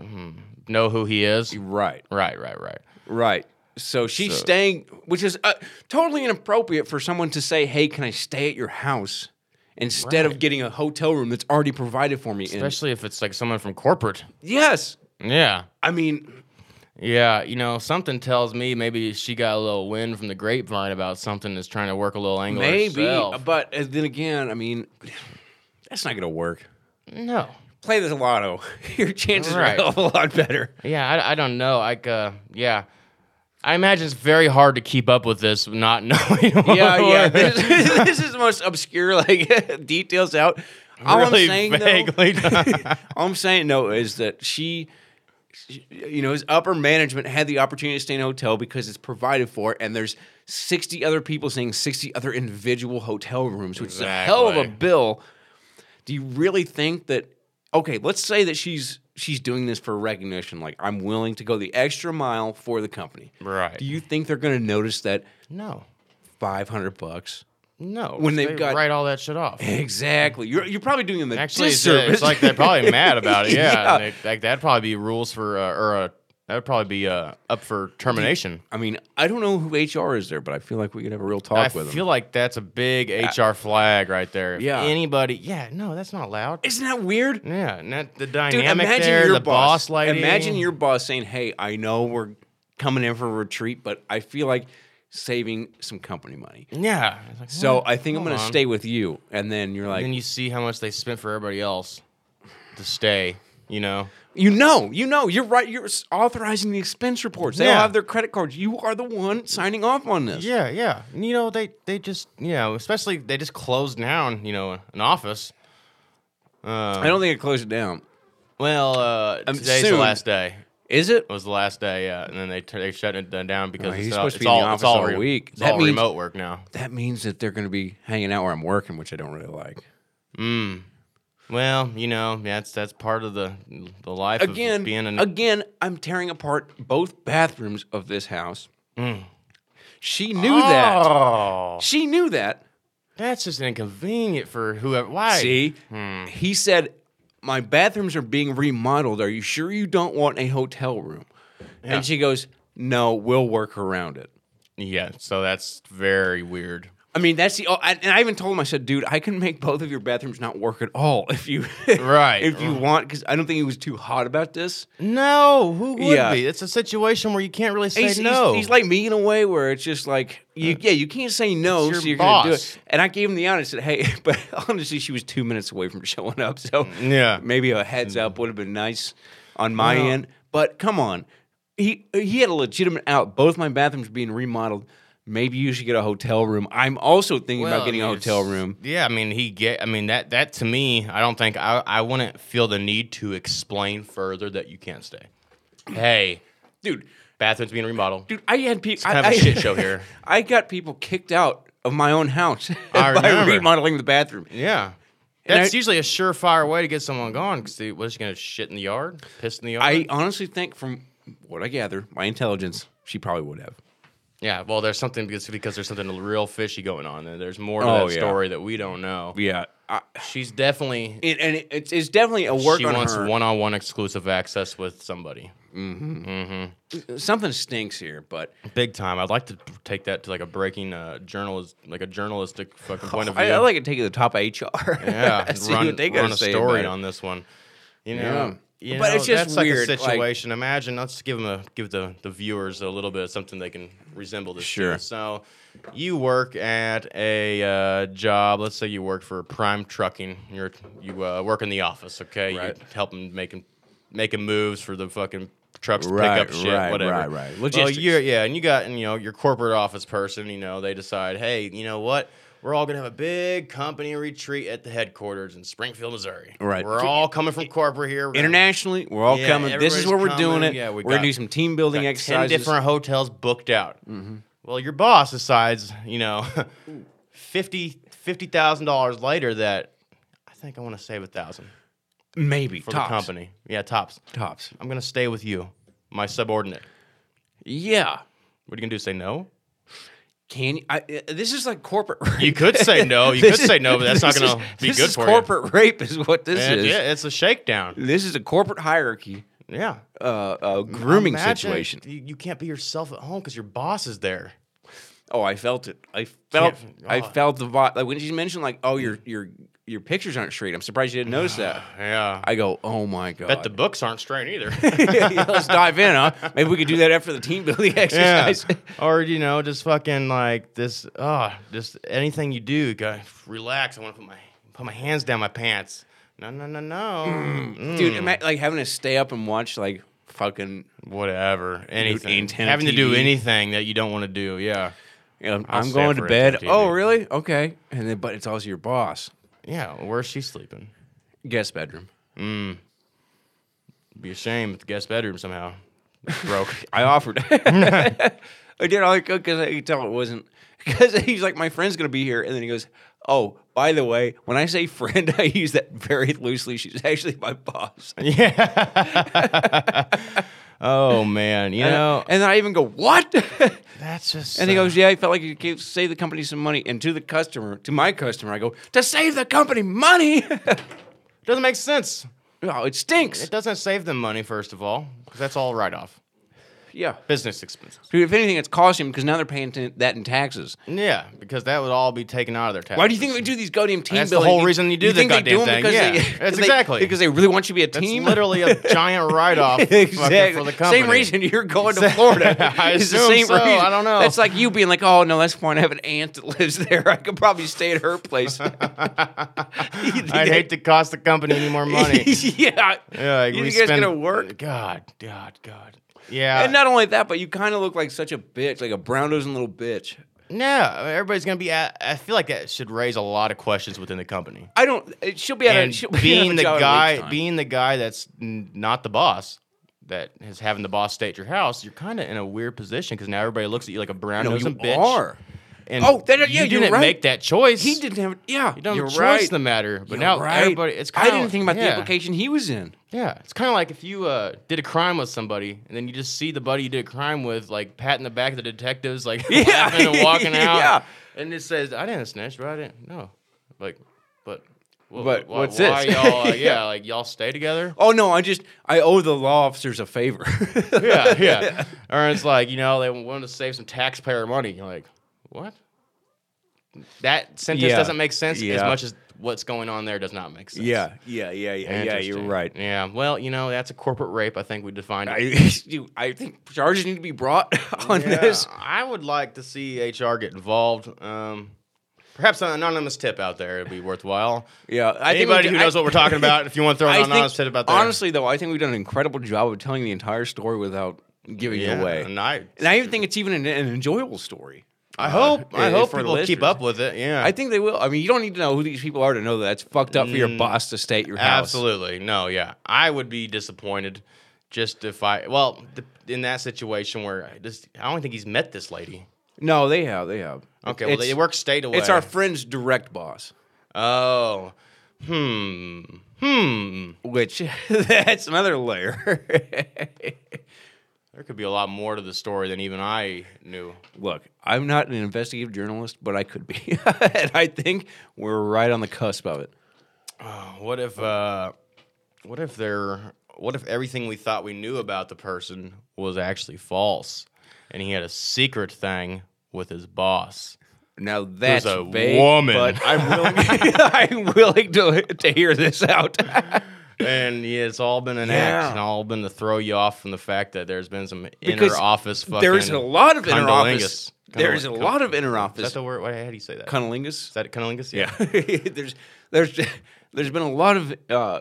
Speaker 1: Mhm. know who he is?
Speaker 2: Right,
Speaker 1: Right, right, right.
Speaker 2: right. So she's
Speaker 1: So-
Speaker 2: staying, which is uh, totally inappropriate for someone to say, "Hey, can I stay at your house?" Instead of getting a hotel room that's already provided for me. And,
Speaker 1: Especially if it's like someone from corporate.
Speaker 2: yes,
Speaker 1: Yeah.
Speaker 2: I mean,
Speaker 1: Yeah, you know, something tells me maybe she got a little wind from the grapevine about something that's trying to work a little angle
Speaker 2: Maybe,
Speaker 1: herself.
Speaker 2: but uh, then again, I mean, that's not gonna work.
Speaker 1: No.
Speaker 2: Play the lotto; your chances are
Speaker 1: Right.
Speaker 2: a hell of a lot better.
Speaker 1: Yeah, I, I don't know. Like, uh, yeah. I imagine it's very hard to keep up with this not knowing.
Speaker 2: Yeah, yeah.
Speaker 1: what-
Speaker 2: This, this is the most obscure like details out. All
Speaker 1: really
Speaker 2: I'm saying, though,
Speaker 1: vaguely.
Speaker 2: all I'm saying though is that she, she- you know, his upper management had the opportunity to stay in a hotel because it's provided for, and there's 60 other people staying in 60 other individual hotel rooms, which is a hell of a
Speaker 1: Exactly.
Speaker 2: bill. Do you really think that? Okay, let's say that she's she's doing this for recognition. Like I'm willing to go the extra mile for the company.
Speaker 1: Right.
Speaker 2: Do you think they're going to notice that
Speaker 1: no.
Speaker 2: 500 bucks?
Speaker 1: No.
Speaker 2: When they've
Speaker 1: they
Speaker 2: got-
Speaker 1: write all that shit off.
Speaker 2: Exactly. You're you're probably doing them a
Speaker 1: Actually, it's, uh,
Speaker 2: disservice.
Speaker 1: it's like they're probably mad about it. Yeah,
Speaker 2: Yeah.
Speaker 1: They, like that'd probably be rules for uh, or uh, that would probably be uh, up for termination.
Speaker 2: I mean, I don't know who HR is there, but I feel like we could have a real talk
Speaker 1: I
Speaker 2: with them.
Speaker 1: feel like that's a big HR flag right there. If
Speaker 2: Yeah.
Speaker 1: anybody. Uh, Yeah, no, that's not allowed.
Speaker 2: Isn't that weird?
Speaker 1: Yeah, and that, the
Speaker 2: Dude,
Speaker 1: dynamic
Speaker 2: imagine
Speaker 1: there,
Speaker 2: your
Speaker 1: the boss, lady.
Speaker 2: Imagine your boss saying, "Hey, I know we're coming in for a retreat, but I feel like saving some company money.
Speaker 1: Yeah. It's like,
Speaker 2: So
Speaker 1: what?
Speaker 2: I think I'm
Speaker 1: Hold
Speaker 2: going to
Speaker 1: Mm-hmm. on.
Speaker 2: stay with you." And then you're like,
Speaker 1: Then you see how much they spent for everybody else to stay. You know.
Speaker 2: "You know, you know, you're right. You're s- authorizing the expense reports. They all
Speaker 1: Yeah.
Speaker 2: have their credit cards. You are the one signing off on this."
Speaker 1: Yeah, yeah. And, You know, they they just you know, especially they just closed down. You know, an office.
Speaker 2: I don't think it closed it down.
Speaker 1: Well, uh, today's the
Speaker 2: soon.
Speaker 1: last day.
Speaker 2: Is it?
Speaker 1: Was the last day, yeah, and then they t- they shut it down because
Speaker 2: Oh,
Speaker 1: it's,
Speaker 2: he's
Speaker 1: all,
Speaker 2: supposed to
Speaker 1: it's
Speaker 2: be in the
Speaker 1: all
Speaker 2: office
Speaker 1: it's all
Speaker 2: all
Speaker 1: re-
Speaker 2: week.
Speaker 1: It's
Speaker 2: That
Speaker 1: all
Speaker 2: means-
Speaker 1: remote work now.
Speaker 2: That means that they're going to be hanging out where I'm working, which I don't really like.
Speaker 1: Well, you know that's that's part of the the life
Speaker 2: again,
Speaker 1: of being an
Speaker 2: again, I'm tearing apart both bathrooms of this house. She knew that.
Speaker 1: Mm. oh,
Speaker 2: She knew that.
Speaker 1: that's just inconvenient for whoever. Why?
Speaker 2: See,
Speaker 1: Hmm.
Speaker 2: he said, "My bathrooms are being remodeled. Are you sure you don't want a hotel room?"
Speaker 1: Yeah.
Speaker 2: And she goes, "No, we'll work around it."
Speaker 1: Yeah, so that's very weird.
Speaker 2: I mean, that's the. Oh, I, and I even told him, I said, dude, I can make both of your bathrooms not work at all if you,
Speaker 1: Right. Mm.
Speaker 2: if you want, because I don't think he was too hot about this.
Speaker 1: No, who would
Speaker 2: Yeah.
Speaker 1: be? It's a situation where you can't really say
Speaker 2: he's, he's-
Speaker 1: no. Uh,
Speaker 2: he's like me in a way where it's just like you, yeah, you can't say no, so
Speaker 1: your
Speaker 2: you're gonna do
Speaker 1: boss.
Speaker 2: it. And I gave him the out. I said, hey, but honestly, she was two minutes away from showing up, so
Speaker 1: Yeah.
Speaker 2: maybe a heads up would have been nice on my
Speaker 1: Mm. Well-
Speaker 2: end. But come on, he he had a legitimate out. Both my bathrooms being remodeled. Maybe you should get a hotel room. I'm also thinking about
Speaker 1: Well,
Speaker 2: getting a
Speaker 1: I mean,
Speaker 2: hotel
Speaker 1: it's-
Speaker 2: room.
Speaker 1: Yeah, I mean he get. I mean that that to me, I don't think I I wouldn't feel the need to explain further that you can't stay. Hey,
Speaker 2: Dude,
Speaker 1: bathroom's being remodeled.
Speaker 2: dude, I had people.
Speaker 1: kind of a shit show here.
Speaker 2: I got people kicked out of my own house
Speaker 1: I
Speaker 2: by
Speaker 1: remember.
Speaker 2: remodeling the bathroom.
Speaker 1: Yeah.
Speaker 2: And
Speaker 1: That's
Speaker 2: I-
Speaker 1: usually a surefire way to get someone gone. Cause they, was she gonna shit in the yard, piss in the yard?
Speaker 2: I honestly think, from what I gather, my intelligence, she probably would have.
Speaker 1: yeah. Well, there's something because, because there's something real fishy going on there. There's more to
Speaker 2: Oh,
Speaker 1: that
Speaker 2: yeah.
Speaker 1: story that we don't know.
Speaker 2: Yeah, I,
Speaker 1: She's definitely
Speaker 2: and, and it- it's, it's definitely a work
Speaker 1: she
Speaker 2: on
Speaker 1: wants
Speaker 2: her.
Speaker 1: one-on-one exclusive access with somebody.
Speaker 2: Something stinks here, but
Speaker 1: Big time. I'd like to take that to like a breaking uh, journalist, like a journalistic fucking point of view.
Speaker 2: I, I like to take it to the top of HR.
Speaker 1: yeah,
Speaker 2: see
Speaker 1: run,
Speaker 2: what they
Speaker 1: run
Speaker 2: got
Speaker 1: a
Speaker 2: to say about
Speaker 1: story
Speaker 2: it.
Speaker 1: on this one. You know,
Speaker 2: Yeah.
Speaker 1: you
Speaker 2: But
Speaker 1: know,
Speaker 2: it's just
Speaker 1: that's
Speaker 2: weird,
Speaker 1: like
Speaker 2: like-
Speaker 1: a situation. Imagine let's give them a give the the viewers a little bit of something they can resemble this. to.
Speaker 2: Sure.
Speaker 1: So, you work at a uh, job. Let's say you work for Prime Trucking. You're you uh, work in the office. Okay,
Speaker 2: Right.
Speaker 1: you help them making making moves for the fucking trucks to
Speaker 2: Right,
Speaker 1: pick up shit,
Speaker 2: right,
Speaker 1: whatever.
Speaker 2: right, right.
Speaker 1: Well,
Speaker 2: Logistics.
Speaker 1: you're, yeah, and you got and you know your corporate office person. You know they decide, hey, you know what? We're all gonna have a big company retreat at the headquarters in Springfield, Missouri.
Speaker 2: Right.
Speaker 1: We're all coming from corporate here. We're gonna-
Speaker 2: Internationally, we're all
Speaker 1: Yeah,
Speaker 2: coming. This is
Speaker 1: everybody's
Speaker 2: where we're doing
Speaker 1: coming.
Speaker 2: it.
Speaker 1: Yeah, we
Speaker 2: we are
Speaker 1: got-
Speaker 2: gonna do some team building
Speaker 1: got ten
Speaker 2: exercises. Mm-hmm.
Speaker 1: different hotels booked out. Well, your boss decides, you know, fifty fifty thousand dollars later that I think I want to save a thousand
Speaker 2: maybe
Speaker 1: for
Speaker 2: tops.
Speaker 1: the company. Yeah, tops.
Speaker 2: Tops.
Speaker 1: I'm gonna stay with you, my subordinate.
Speaker 2: Yeah.
Speaker 1: What are you gonna do? Say no?
Speaker 2: Can you, I, uh, this is like corporate. Rape.
Speaker 1: You could say no. You
Speaker 2: This
Speaker 1: could
Speaker 2: is-
Speaker 1: say no, but that's not
Speaker 2: this is-
Speaker 1: gonna be
Speaker 2: this
Speaker 1: good
Speaker 2: is
Speaker 1: for
Speaker 2: corporate rape is what this
Speaker 1: you. And
Speaker 2: is.
Speaker 1: yeah, it's a shakedown.
Speaker 2: This is a corporate hierarchy,
Speaker 1: Yeah.
Speaker 2: uh, uh, grooming
Speaker 1: Imagine
Speaker 2: situation.
Speaker 1: You, you can't be yourself at home because your boss is there.
Speaker 2: Oh, I felt it. I felt.
Speaker 1: Can't-
Speaker 2: I
Speaker 1: oh.
Speaker 2: felt the vibe. Like when she mentioned, like, oh, your your your pictures aren't straight. I'm surprised you didn't notice that.
Speaker 1: Yeah. I
Speaker 2: I go, oh my god.
Speaker 1: Ah. bet the books aren't straight either.
Speaker 2: Yeah, Let's dive in, huh? Maybe we could do that after the team building exercise.
Speaker 1: or you know, just fucking like this. Oh, just anything you do, you gotta relax. I want to put my put my hands down my pants. No, no, no, no. Mm.
Speaker 2: Dude, ima- like having to stay up and watch like fucking.
Speaker 1: Whatever. Anything.
Speaker 2: antenna
Speaker 1: Having to do
Speaker 2: TV.
Speaker 1: anything that you don't want to do. Yeah.
Speaker 2: you know,
Speaker 1: I'll
Speaker 2: I'm
Speaker 1: stay
Speaker 2: going
Speaker 1: up
Speaker 2: to
Speaker 1: for
Speaker 2: bed.
Speaker 1: antenna
Speaker 2: Oh,
Speaker 1: TV.
Speaker 2: really? Okay. And then, but it's also your boss.
Speaker 1: Yeah. Where's she sleeping?
Speaker 2: Guest bedroom.
Speaker 1: Be a shame if the guest bedroom somehow broke.
Speaker 2: I offered. I did all I could because I could tell it wasn't. Because he's like, my friend's gonna be here, and then he goes, "Oh, by the way, when I say friend, I use that very loosely. She's actually my boss."
Speaker 1: yeah. oh man, you know
Speaker 2: and uh, then I even go, "What?" and
Speaker 1: that's just.
Speaker 2: he
Speaker 1: uh,
Speaker 2: goes, "Yeah, I felt like you could save the company some money." And to the customer, to my customer, I go, "To save the company money?
Speaker 1: doesn't make sense.
Speaker 2: oh, it stinks."
Speaker 1: It doesn't save them money, first of all, 'cause that's all write off.
Speaker 2: yeah,
Speaker 1: Business expenses.
Speaker 2: dude. If anything, it's costing because now they're paying t- that in taxes.
Speaker 1: Yeah, because that would all be taken out of their taxes.
Speaker 2: Why do you think we do these goddamn team
Speaker 1: That's the
Speaker 2: building?
Speaker 1: whole reason you do the
Speaker 2: think they
Speaker 1: goddamn
Speaker 2: 'em
Speaker 1: thing,
Speaker 2: Because
Speaker 1: yeah.
Speaker 2: they,
Speaker 1: That's
Speaker 2: because they-
Speaker 1: exactly.
Speaker 2: because they really want you to be a
Speaker 1: It's
Speaker 2: team.
Speaker 1: literally a giant write off
Speaker 2: exactly
Speaker 1: for the company?
Speaker 2: same reason you're going to Florida.
Speaker 1: I
Speaker 2: It's the
Speaker 1: assume
Speaker 2: same
Speaker 1: so.
Speaker 2: reason.
Speaker 1: I don't know.
Speaker 2: That's like you being like, oh no, that's fine. I have an aunt that lives there. I could probably stay at her place.
Speaker 1: I'd hate to cost the company any more money.
Speaker 2: yeah.
Speaker 1: Yeah, like
Speaker 2: you
Speaker 1: we
Speaker 2: think it's
Speaker 1: spend-
Speaker 2: gonna work?
Speaker 1: God, God, God. Yeah.
Speaker 2: And not only that, but you kind of look like such a bitch, like a brown nosed little bitch.
Speaker 1: no, everybody's gonna be. At, I feel like that should raise a lot of questions within the company.
Speaker 2: I don't. it- She'll be at
Speaker 1: and
Speaker 2: a, she'll be out of
Speaker 1: being
Speaker 2: a
Speaker 1: the
Speaker 2: job in a week's
Speaker 1: guy
Speaker 2: time.
Speaker 1: being the guy that's n- not the boss that is having the boss stay at your house you're kind of in a weird position because now everybody looks at you like a brown
Speaker 2: no,
Speaker 1: nosed
Speaker 2: you
Speaker 1: bitch
Speaker 2: are.
Speaker 1: and
Speaker 2: Oh, that- yeah,
Speaker 1: you
Speaker 2: you're
Speaker 1: didn't
Speaker 2: right.
Speaker 1: make that choice
Speaker 2: He didn't have. Yeah,
Speaker 1: you don't
Speaker 2: you're
Speaker 1: have a choice
Speaker 2: right.
Speaker 1: in the matter but
Speaker 2: You're
Speaker 1: now
Speaker 2: right.
Speaker 1: everybody it's
Speaker 2: I
Speaker 1: kind
Speaker 2: didn't think about
Speaker 1: yeah,
Speaker 2: the implication he was in.
Speaker 1: yeah it's kind of like if you uh, did a crime with somebody and then you just see the buddy you did a crime with like patting the back of the detectives like
Speaker 2: Yeah.
Speaker 1: laughing and walking out
Speaker 2: Yeah.
Speaker 1: and it says I didn't snitch but I didn't no like but wh-
Speaker 2: But
Speaker 1: wh-
Speaker 2: what's
Speaker 1: why
Speaker 2: this?
Speaker 1: y'all uh, yeah.
Speaker 2: Yeah.
Speaker 1: like y'all stay together
Speaker 2: Oh no, I just I owe the law officers a favor.
Speaker 1: yeah, yeah. Or it's like, you know, they wanted to save some taxpayer money. You're like, what? that sentence
Speaker 2: Yeah.
Speaker 1: doesn't make sense as
Speaker 2: Yeah.
Speaker 1: much as what's going on there does not make sense.
Speaker 2: Yeah, yeah, yeah, yeah, yeah. You're
Speaker 1: Interesting.
Speaker 2: right.
Speaker 1: Yeah. Well, you know, that's a corporate rape. I think we defined it.
Speaker 2: I, you- I think charges need to be brought on
Speaker 1: Yeah,
Speaker 2: this.
Speaker 1: I would like to see HR get involved. Um, perhaps an anonymous tip out there would be worthwhile.
Speaker 2: Yeah, I think
Speaker 1: Anybody
Speaker 2: we-
Speaker 1: who knows
Speaker 2: I-
Speaker 1: what we're talking about, if you want to throw
Speaker 2: I
Speaker 1: an
Speaker 2: think-
Speaker 1: anonymous tip about there,
Speaker 2: Honestly, though, I think we've done an incredible job of telling the entire story without giving
Speaker 1: yeah,
Speaker 2: it away.
Speaker 1: And I,
Speaker 2: And I even think it's even an, an enjoyable story.
Speaker 1: I hope,
Speaker 2: uh,
Speaker 1: I hope
Speaker 2: for the
Speaker 1: people keep
Speaker 2: listeners.
Speaker 1: up with it. Yeah,
Speaker 2: I think they will. I mean, you don't need to know who these people are to know that that's fucked up for
Speaker 1: Mm,
Speaker 2: your boss to stay at your house.
Speaker 1: Absolutely. No, yeah. I would be disappointed just if I, well, the, in that situation where I just, I don't think he's met this lady.
Speaker 2: No, they have. They have.
Speaker 1: Okay, well,
Speaker 2: It's-
Speaker 1: they work state away.
Speaker 2: It's our friend's direct boss,
Speaker 1: Oh. Hmm. Hmm.
Speaker 2: which that's another layer.
Speaker 1: There could be a lot more to the story than even I knew.
Speaker 2: Look, I'm not an investigative journalist, but I could be. and I think we're right on the cusp of it.
Speaker 1: What if uh what if there what if everything we thought we knew about the person was actually false and he had a secret thing with his boss?
Speaker 2: Now that's
Speaker 1: a
Speaker 2: vague,
Speaker 1: woman.
Speaker 2: but I'm willing, I'm willing to, to hear this out.
Speaker 1: And yeah, it's all been an act
Speaker 2: Yeah.
Speaker 1: and all been to throw you off from the fact that there's been some
Speaker 2: Because
Speaker 1: inner office fucking
Speaker 2: There's a lot of inner
Speaker 1: Condolingus.
Speaker 2: office. There's a
Speaker 1: Condol-
Speaker 2: lot of inner
Speaker 1: Is that
Speaker 2: office.
Speaker 1: the word? Why how do you say that?
Speaker 2: Cunnilingus.
Speaker 1: Is that cunnilingus?
Speaker 2: there's there's there's been a lot of uh, uh,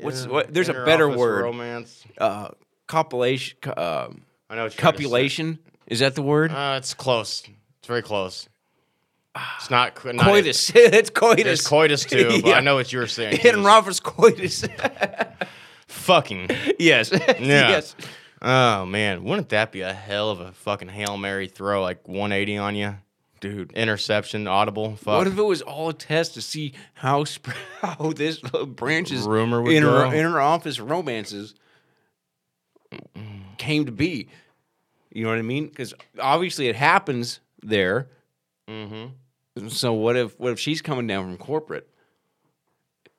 Speaker 2: what's what, there's a better
Speaker 1: Interoffice
Speaker 2: word
Speaker 1: Romance.
Speaker 2: uh, copulation cu- um
Speaker 1: I know. What you're trying to say.
Speaker 2: copulation is that the word
Speaker 1: Uh, it's close. It's very close. It's not co- not-
Speaker 2: coitus it's
Speaker 1: It's
Speaker 2: coitus
Speaker 1: coitus too, but
Speaker 2: Yeah.
Speaker 1: I know what you were saying.
Speaker 2: in Robert's coitus
Speaker 1: fucking.
Speaker 2: yes yes
Speaker 1: Oh man, wouldn't that be a hell of a fucking hail mary throw, like 180 on you,
Speaker 2: dude
Speaker 1: interception, audible, fuck.
Speaker 2: what if it was all a test to see how sp- how this uh, branches
Speaker 1: Rumor would
Speaker 2: inter
Speaker 1: go.
Speaker 2: inter office romances came to be. You know what I mean? Because obviously it happens there.
Speaker 1: Mhm.
Speaker 2: So what if what if she's coming down from corporate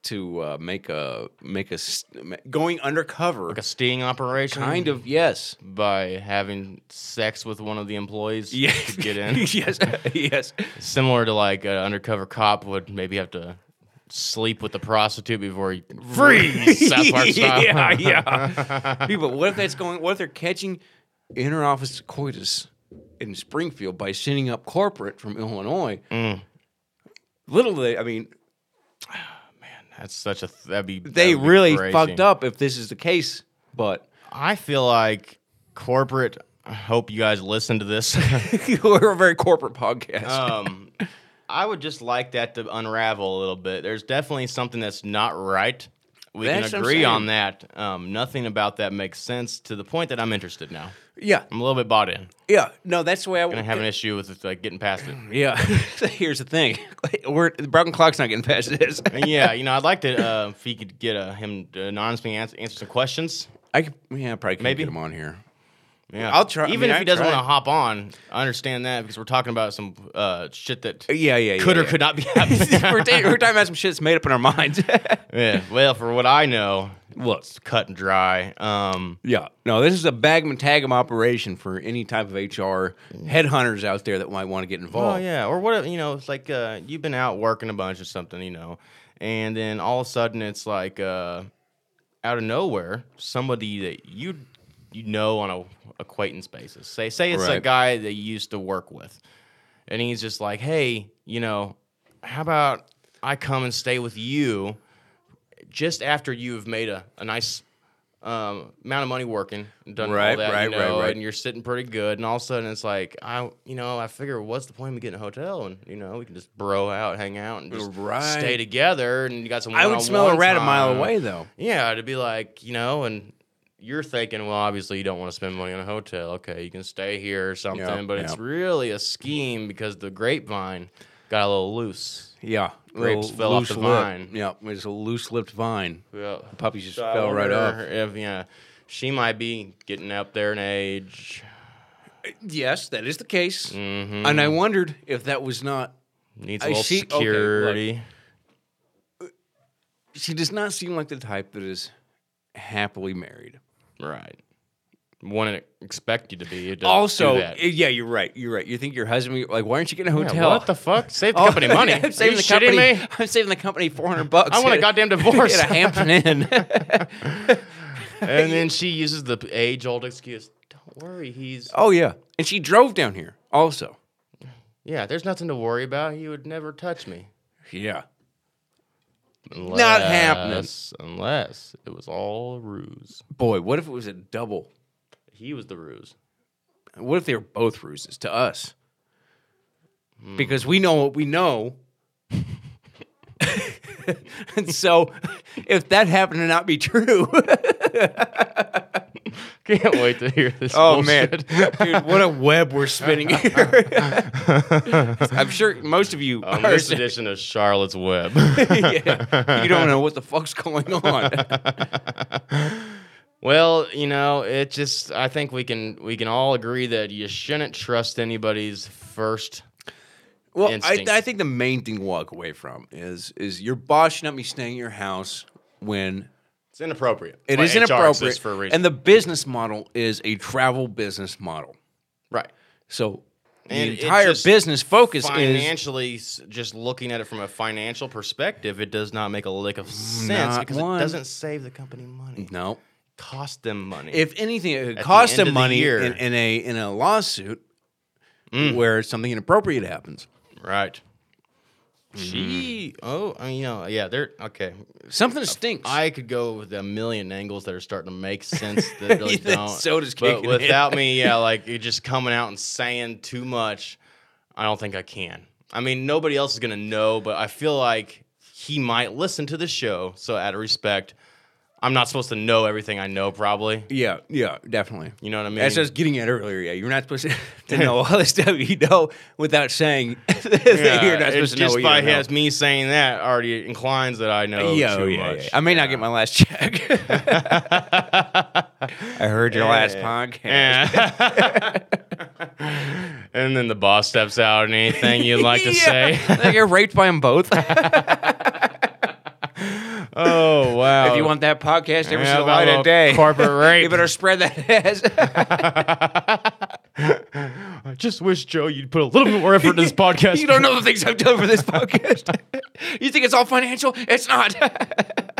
Speaker 2: to uh, make a make a s- ma- going undercover
Speaker 1: like a sting operation,
Speaker 2: kind of yes
Speaker 1: by having sex with one of the employees
Speaker 2: yes
Speaker 1: to get in.
Speaker 2: yes yes
Speaker 1: Similar to like an undercover cop would maybe have to sleep with the prostitute before he South Park style.
Speaker 2: yeah, yeah. Dude, but what if that's going? What if they're catching interoffice coitus in Springfield by sending up corporate from Illinois?
Speaker 1: Mm.
Speaker 2: Little they, I mean,
Speaker 1: That's such a th- that'd be that'd
Speaker 2: they
Speaker 1: be
Speaker 2: really
Speaker 1: crazy.
Speaker 2: fucked up if this is the case. But
Speaker 1: I feel like corporate. I hope you guys listen to this.
Speaker 2: we're a very corporate podcast.
Speaker 1: um, I would just like that to unravel a little bit. There's definitely something that's not right. We
Speaker 2: That's what
Speaker 1: can
Speaker 2: I'm
Speaker 1: agree on
Speaker 2: saying.
Speaker 1: that. Um, nothing about that makes sense to the point that I'm interested now.
Speaker 2: yeah,
Speaker 1: I'm a little bit bought in.
Speaker 2: yeah. No, that's the way I
Speaker 1: I
Speaker 2: would.
Speaker 1: have an issue with like getting past it.
Speaker 2: yeah. Here's the thing: we're the broken clock's not getting past this.
Speaker 1: And yeah, you know, I'd like to uh, if he could get uh, him to anonymously answer, answer some questions.
Speaker 2: I could, yeah, probably could
Speaker 1: Maybe.
Speaker 2: get him on here.
Speaker 1: Yeah,
Speaker 2: I'll try- I
Speaker 1: Even
Speaker 2: mean,
Speaker 1: if
Speaker 2: I'd
Speaker 1: he doesn't
Speaker 2: try.
Speaker 1: want to hop on, I understand that because we're talking about some uh, shit that
Speaker 2: Yeah, yeah, yeah.
Speaker 1: could or
Speaker 2: yeah.
Speaker 1: could not be
Speaker 2: we're,
Speaker 1: happening.
Speaker 2: ta- we're talking about some shit that's made up in our minds.
Speaker 1: yeah. Well, for what I know,
Speaker 2: Look,
Speaker 1: it's cut and dry. Um,
Speaker 2: yeah, no, this is a bag 'em and tag 'em operation for any type of HR headhunters out there that might want to get
Speaker 1: oh
Speaker 2: involved.
Speaker 1: yeah, or what? You know, it's like uh, you've been out working a bunch or something, you know, and then all of a sudden it's like uh, out of nowhere, somebody that you you know on a acquaintance basis. Say say it's a
Speaker 2: Right.
Speaker 1: guy that you used to work with, and he's just like, hey, you know, how about I come and stay with you just after you've made a, a nice um, amount of money working and done all
Speaker 2: Right,
Speaker 1: that,
Speaker 2: right,
Speaker 1: you
Speaker 2: right,
Speaker 1: know,
Speaker 2: right.
Speaker 1: and you're sitting pretty good, and all of a sudden it's like, I, you know, I figure, what's the point of me getting a hotel, and you know, we can just bro out, hang out, and just
Speaker 2: Right.
Speaker 1: stay together, and you got some.
Speaker 2: I would smell a
Speaker 1: one-on-one
Speaker 2: rat a mile
Speaker 1: time.
Speaker 2: away, though.
Speaker 1: Yeah, to be like, you know, and you're thinking, well, obviously you don't want to spend money on a hotel. Okay, you can stay here or something,
Speaker 2: Yep,
Speaker 1: but it's
Speaker 2: yep.
Speaker 1: really a scheme because the grapevine got a little loose.
Speaker 2: Yeah,
Speaker 1: Grapes
Speaker 2: Little
Speaker 1: fell off the
Speaker 2: loose
Speaker 1: vine.
Speaker 2: Lip. Yeah, it's a loose-lipped vine.
Speaker 1: Yeah.
Speaker 2: The puppies just
Speaker 1: So I
Speaker 2: fell right
Speaker 1: wonder
Speaker 2: off.
Speaker 1: If yeah, she might be getting up there in age.
Speaker 2: Yes, that is the case.
Speaker 1: hmm
Speaker 2: And I wondered if that was not.
Speaker 1: Needs a
Speaker 2: I
Speaker 1: little
Speaker 2: see- okay, look.
Speaker 1: security.
Speaker 2: She does not seem like the type that is happily married.
Speaker 1: Right. wouldn't expect you to be. It doesn't do
Speaker 2: Also,
Speaker 1: that.
Speaker 2: eh, yeah, you're right. You're right. You think your husband like, why aren't you getting a
Speaker 1: Yeah,
Speaker 2: hotel?
Speaker 1: what the fuck? Oh, Save the company money.
Speaker 2: I'm
Speaker 1: Are
Speaker 2: saving
Speaker 1: you
Speaker 2: the
Speaker 1: shitting
Speaker 2: company.
Speaker 1: me?
Speaker 2: I'm saving the company 400 bucks.
Speaker 1: I want a goddamn divorce.
Speaker 2: At a Hampton Inn.
Speaker 1: And then she uses the age old excuse. Don't worry, he's
Speaker 2: oh yeah, and she drove down here also.
Speaker 1: yeah. There's nothing to worry about. He would never touch me.
Speaker 2: Yeah.
Speaker 1: Unless,
Speaker 2: happening.
Speaker 1: Unless it was all a ruse.
Speaker 2: Boy, what if it was a double?
Speaker 1: He was the ruse.
Speaker 2: What if they were both ruses to us? Because we know what we know. and so, if that happened to not be true,
Speaker 1: Can't wait to hear this.
Speaker 2: oh man,
Speaker 1: bullshit.
Speaker 2: dude, what a web we're spinning here. I'm sure most of you
Speaker 1: On
Speaker 2: are
Speaker 1: Um, this edition of Charlotte's Web.
Speaker 2: yeah, you don't know what the fuck's going on.
Speaker 1: well, you know, it just I think we can we can all agree that you shouldn't trust anybody's first.
Speaker 2: Well, I,
Speaker 1: Instinct.
Speaker 2: I think the main thing to walk away from is is your boss should not be staying at your house when
Speaker 1: It's inappropriate.
Speaker 2: it
Speaker 1: Why
Speaker 2: is
Speaker 1: HR exists
Speaker 2: inappropriate.
Speaker 1: for a reason.
Speaker 2: and the business model is a travel business model.
Speaker 1: right.
Speaker 2: So the
Speaker 1: And it
Speaker 2: entire
Speaker 1: just
Speaker 2: business focus is
Speaker 1: Financially, s- just looking at it from a financial perspective, it does not make a lick of sense
Speaker 2: Not
Speaker 1: because
Speaker 2: one.
Speaker 1: it doesn't save the company money.
Speaker 2: no.
Speaker 1: Cost them money.
Speaker 2: If anything, it could
Speaker 1: the
Speaker 2: cost
Speaker 1: end of
Speaker 2: them
Speaker 1: the
Speaker 2: money
Speaker 1: year. Mm.
Speaker 2: in, in a in a lawsuit where something inappropriate happens.
Speaker 1: right.
Speaker 2: Mm-hmm.
Speaker 1: She. Oh, I mean, you know, yeah. They're okay.
Speaker 2: Something stinks.
Speaker 1: Uh, I could go with a million angles that are starting to make sense that really
Speaker 2: Yeah,
Speaker 1: don't.
Speaker 2: soda's
Speaker 1: but
Speaker 2: kicking in.
Speaker 1: without me, yeah, like you're just coming out and saying too much. I don't think I can. I mean, nobody else is gonna know, but I feel like he might listen to the show. So out of respect, I'm not supposed to know everything I know. Probably,
Speaker 2: yeah, yeah, definitely.
Speaker 1: you know what I mean?
Speaker 2: That's what I was getting at earlier. Yeah, you're not supposed to, to know all this stuff you know without saying that
Speaker 1: Yeah,
Speaker 2: you're not
Speaker 1: it's
Speaker 2: supposed to know.
Speaker 1: just
Speaker 2: what you
Speaker 1: by
Speaker 2: don't know.
Speaker 1: his, me saying that already inclines that I know
Speaker 2: yeah, oh,
Speaker 1: too
Speaker 2: yeah,
Speaker 1: much.
Speaker 2: yeah. I may not get my last check. I heard your last
Speaker 1: Yeah.
Speaker 2: podcast.
Speaker 1: and then the boss steps out and anything you'd like to say.
Speaker 2: like you're raped by them both. if
Speaker 1: Oh wow!
Speaker 2: you want that podcast every
Speaker 1: Yeah,
Speaker 2: single light
Speaker 1: about a
Speaker 2: of day,
Speaker 1: corporate rape.
Speaker 2: you better spread that ass.
Speaker 1: I just wish Joe you'd put a little bit more effort into this podcast.
Speaker 2: you don't know the things I've done for this podcast. you think it's all financial? It's not.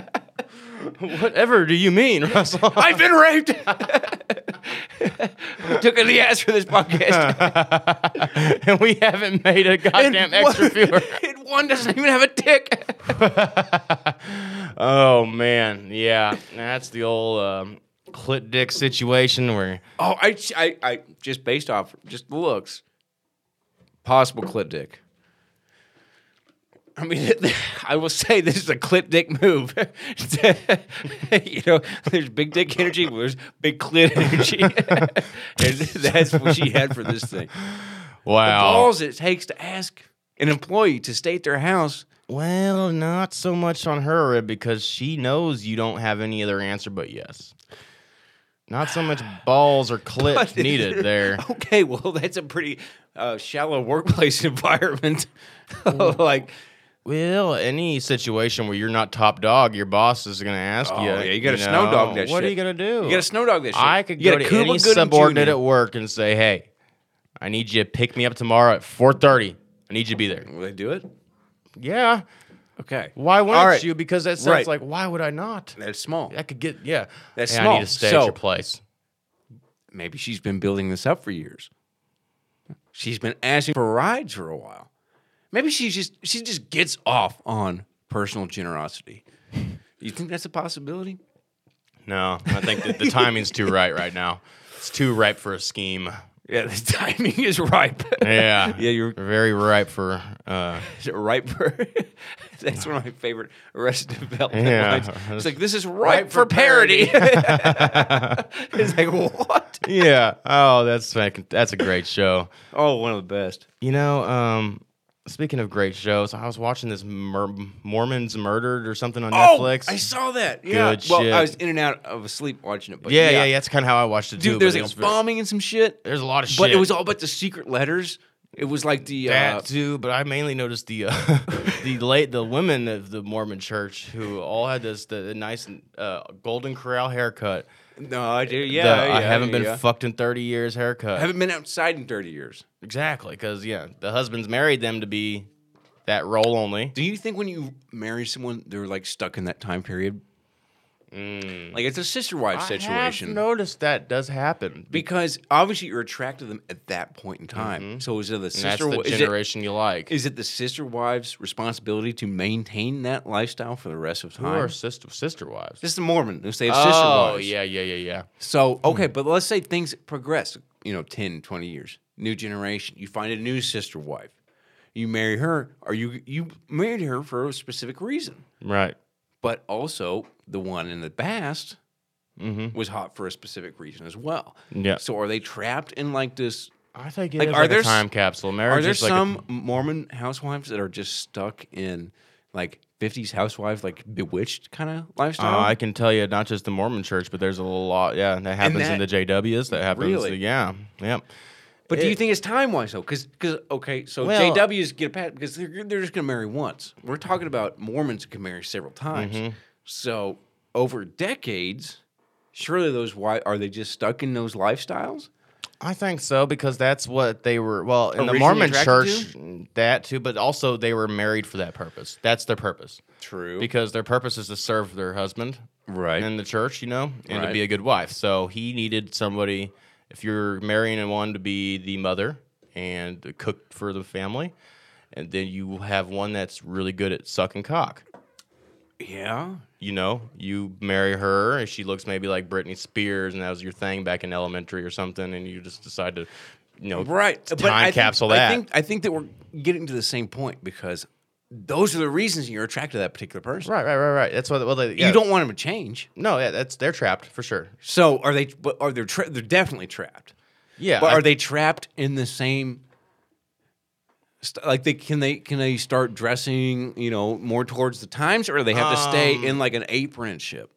Speaker 1: whatever do you mean, Russell?
Speaker 2: I've been raped. Took it in the ass for this podcast.
Speaker 1: and we haven't made a goddamn extra viewer.
Speaker 2: and one doesn't even have a dick.
Speaker 1: Oh man, yeah, that's the old um, clit dick situation where
Speaker 2: Oh, I, I, I just based off just the looks, possible clit dick. I mean, I will say this is a clit dick move. you know, there's big dick energy, well, there's big clit energy, and that's what she had for this thing. Oh.
Speaker 1: wow.
Speaker 2: Balls it takes to ask an employee to stay at their house.
Speaker 1: Well, not so much on her uh, because she knows you don't have any other answer but yes. Not so much balls or clit needed there.
Speaker 2: Okay, well, that's a pretty uh, shallow workplace environment. like.
Speaker 1: Well, any situation where you're not top dog, your boss is going to ask
Speaker 2: Oh,
Speaker 1: you.
Speaker 2: yeah, you gotta snow dog that
Speaker 1: What are
Speaker 2: shit.
Speaker 1: you going to do?
Speaker 2: You got a snow dog this year.
Speaker 1: I could
Speaker 2: you
Speaker 1: go
Speaker 2: got
Speaker 1: to
Speaker 2: a Cuba
Speaker 1: any
Speaker 2: Gooding
Speaker 1: subordinate
Speaker 2: Jr..
Speaker 1: at work and say, "Hey, I need you to pick me up tomorrow at 4:30. I need you to be there."
Speaker 2: Will they do it?
Speaker 1: Yeah.
Speaker 2: Okay.
Speaker 1: Why wouldn't
Speaker 2: All right.
Speaker 1: you? Because that sounds
Speaker 2: Right.
Speaker 1: like why would I not?
Speaker 2: That's small.
Speaker 1: I could get yeah.
Speaker 2: That's
Speaker 1: hey, I
Speaker 2: small.
Speaker 1: need to stay at
Speaker 2: So-
Speaker 1: your place.
Speaker 2: Maybe she's been building this up for years. She's been asking for rides for a while. Maybe she just she just gets off on personal generosity. You think that's a possibility?
Speaker 1: No, I think that the timing's too right right now. It's too ripe for a scheme.
Speaker 2: Yeah, the timing is ripe.
Speaker 1: Yeah.
Speaker 2: yeah, you're
Speaker 1: Very ripe for uh
Speaker 2: is it ripe for. that's one of my favorite Arrested Development
Speaker 1: Yeah.
Speaker 2: lines. It's like this is ripe, for, parody. it's like what?
Speaker 1: Yeah. Oh, that's fucking- that's a great show.
Speaker 2: Oh, one of the best.
Speaker 1: You know, um, speaking of great shows, I was watching this Mor- Mormons Murdered or something on Netflix.
Speaker 2: Oh, I saw that. Yeah.
Speaker 1: Good
Speaker 2: well,
Speaker 1: shit.
Speaker 2: I was in and out of sleep watching it, but
Speaker 1: yeah, yeah, yeah, That's kind of how I watched it too.
Speaker 2: Dude,
Speaker 1: but
Speaker 2: there's
Speaker 1: it
Speaker 2: like
Speaker 1: was
Speaker 2: a
Speaker 1: very-
Speaker 2: bombing and some shit,
Speaker 1: There's a lot of shit.
Speaker 2: but it was all about the secret letters It was like the uh,
Speaker 1: that too, but I mainly noticed the uh, the late the women of the Mormon Church who all had this the, the nice uh, golden corral haircut.
Speaker 2: no, I do.
Speaker 1: the
Speaker 2: Yeah,
Speaker 1: I
Speaker 2: yeah,
Speaker 1: haven't been
Speaker 2: yeah.
Speaker 1: fucked in thirty years haircut.
Speaker 2: I haven't been outside in thirty years.
Speaker 1: Exactly, because yeah, the husband's married them to be that role only.
Speaker 2: Do you think when you marry someone, they're like stuck in that time period? Like it's a sister wife situation.
Speaker 1: Mm. I have noticed that does happen.
Speaker 2: because obviously you're attracted to them at that point in time. So is it the
Speaker 1: Mm-hmm. And that's
Speaker 2: sister?
Speaker 1: the
Speaker 2: is it-
Speaker 1: generation you like.
Speaker 2: Is it the sister wives' responsibility to maintain that lifestyle for the rest of
Speaker 1: Who
Speaker 2: time?
Speaker 1: are sister sister wives?
Speaker 2: This is a Mormon who say it's sister
Speaker 1: Oh
Speaker 2: wives.
Speaker 1: yeah, Mm-hmm. yeah, yeah, yeah.
Speaker 2: So, okay, but let's say things progress, you know, 10, 20 years, new generation. You find a new sister wife. You marry her. Are you you married her for a specific reason?
Speaker 1: Right.
Speaker 2: But also the one in the past
Speaker 1: Mm-hmm.
Speaker 2: was hot for a specific reason as well.
Speaker 1: Yeah.
Speaker 2: So are they trapped in like this
Speaker 1: I think it's
Speaker 2: Like,
Speaker 1: like,
Speaker 2: are
Speaker 1: a
Speaker 2: there s-
Speaker 1: time capsule. Marriage
Speaker 2: are there
Speaker 1: is like a-
Speaker 2: some Mormon housewives that are just stuck in like 50s housewife, like bewitched kind of lifestyle?
Speaker 1: Uh, I can tell you, not just the Mormon Church, but there's a lot. Yeah, that happens in
Speaker 2: that-
Speaker 1: the JWs. That happens.
Speaker 2: Really?
Speaker 1: Yeah. Yep.
Speaker 2: but do you
Speaker 1: it-
Speaker 2: think it's time wise though? Because okay, so
Speaker 1: Well-
Speaker 2: JWs get a pat because they're, they're just gonna marry once. We're talking about Mormons who can marry several times.
Speaker 1: Mm-hmm.
Speaker 2: So over decades, surely those why are they just stuck in those lifestyles?
Speaker 1: I think so because that's what they were. Well, in the
Speaker 2: Originally
Speaker 1: Mormon
Speaker 2: attracted
Speaker 1: Church, that too, but also they were married for that purpose. That's their purpose
Speaker 2: True.
Speaker 1: because their purpose is to serve their husband
Speaker 2: right.
Speaker 1: in the church, you know, and
Speaker 2: Right.
Speaker 1: to be a good wife. So he needed somebody. If you're marrying one, to be the mother and to cook for the family, and then you have one that's really good at sucking cock.
Speaker 2: yeah.
Speaker 1: you know, you marry her and she looks maybe like Britney Spears and that was your thing back in elementary or something and you just decide to you know
Speaker 2: right
Speaker 1: time
Speaker 2: I think-
Speaker 1: capsule
Speaker 2: I
Speaker 1: that.
Speaker 2: think, I think that we're getting to the same point because those are the reasons you're attracted to that particular person.
Speaker 1: right, right, right, right. That's what well they, yeah.
Speaker 2: You don't want them to change.
Speaker 1: No, yeah, that's they're trapped for sure.
Speaker 2: So are they? But are they? Tra- they're definitely trapped.
Speaker 1: Yeah.
Speaker 2: But
Speaker 1: I-
Speaker 2: are they trapped in the same? St- like they can they can they start dressing you know more towards the times or do they have to stay
Speaker 1: Um,
Speaker 2: in like an apprenticeship?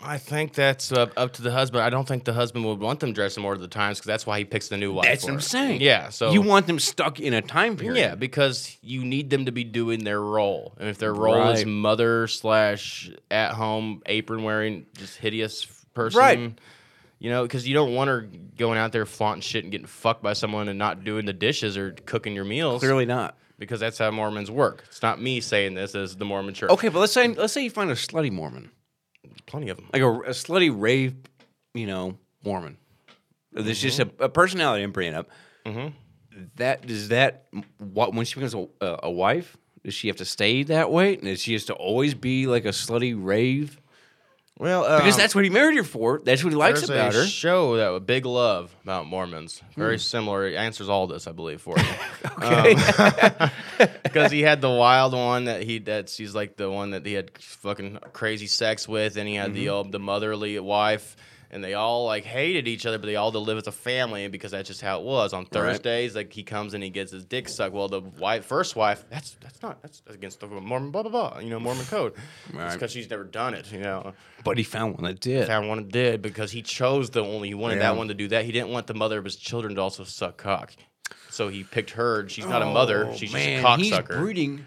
Speaker 1: I think that's uh, up to the husband. I don't think the husband would want them dressed more of the times cuz that's why he picks the new wife.
Speaker 2: That's what
Speaker 1: for
Speaker 2: I'm
Speaker 1: her.
Speaker 2: saying.
Speaker 1: Yeah, so
Speaker 2: you want them stuck in a time period.
Speaker 1: yeah, because you need them to be doing their role, and if their role is
Speaker 2: Right.
Speaker 1: mother slash at home apron wearing just hideous person,
Speaker 2: Right.
Speaker 1: You know, because you don't want her going out there flaunting shit and getting fucked by someone and not doing the dishes or cooking your meals,
Speaker 2: clearly not.
Speaker 1: because that's how Mormons work. It's not me saying this; this is the Mormon Church.
Speaker 2: Okay, but let's say let's say you find a slutty Mormon.
Speaker 1: plenty of them.
Speaker 2: like a, a slutty rave, you know, Mormon. There's just a, a personality I'm bringing up.
Speaker 1: Mm-hmm.
Speaker 2: That does that what when she becomes a, a, a wife, does she have to stay that way, and is she has to always be like a slutty rave?
Speaker 1: Well,
Speaker 2: Because that's what he married her for. That's what he likes
Speaker 1: Um, There's
Speaker 2: about
Speaker 1: a
Speaker 2: her. Hmm.
Speaker 1: show that was Big Love about Mormons. Very similar. It answers all this, I believe, for you. um, Because he had the wild one that he that she's like the one that he had fucking crazy sex with, and he had the
Speaker 2: Mm-hmm.
Speaker 1: old the motherly wife, and they all like hated each other, but they all to live as a family because that's just how it was. On Thursdays, like he comes and he gets his dick sucked. Well, the wife, first wife, that's that's not that's against the Mormon blah blah blah. You know Mormon code. It's
Speaker 2: Right.
Speaker 1: because she's never done it. You know
Speaker 2: But he found one that did.
Speaker 1: found one that did because he chose the only he wanted
Speaker 2: Yeah.
Speaker 1: that one to do that. He didn't want the mother of his children to also suck cock. So he picked her, and she's not a mother;
Speaker 2: Oh,
Speaker 1: she's
Speaker 2: man,
Speaker 1: just
Speaker 2: he's
Speaker 1: a cocksucker.
Speaker 2: breeding.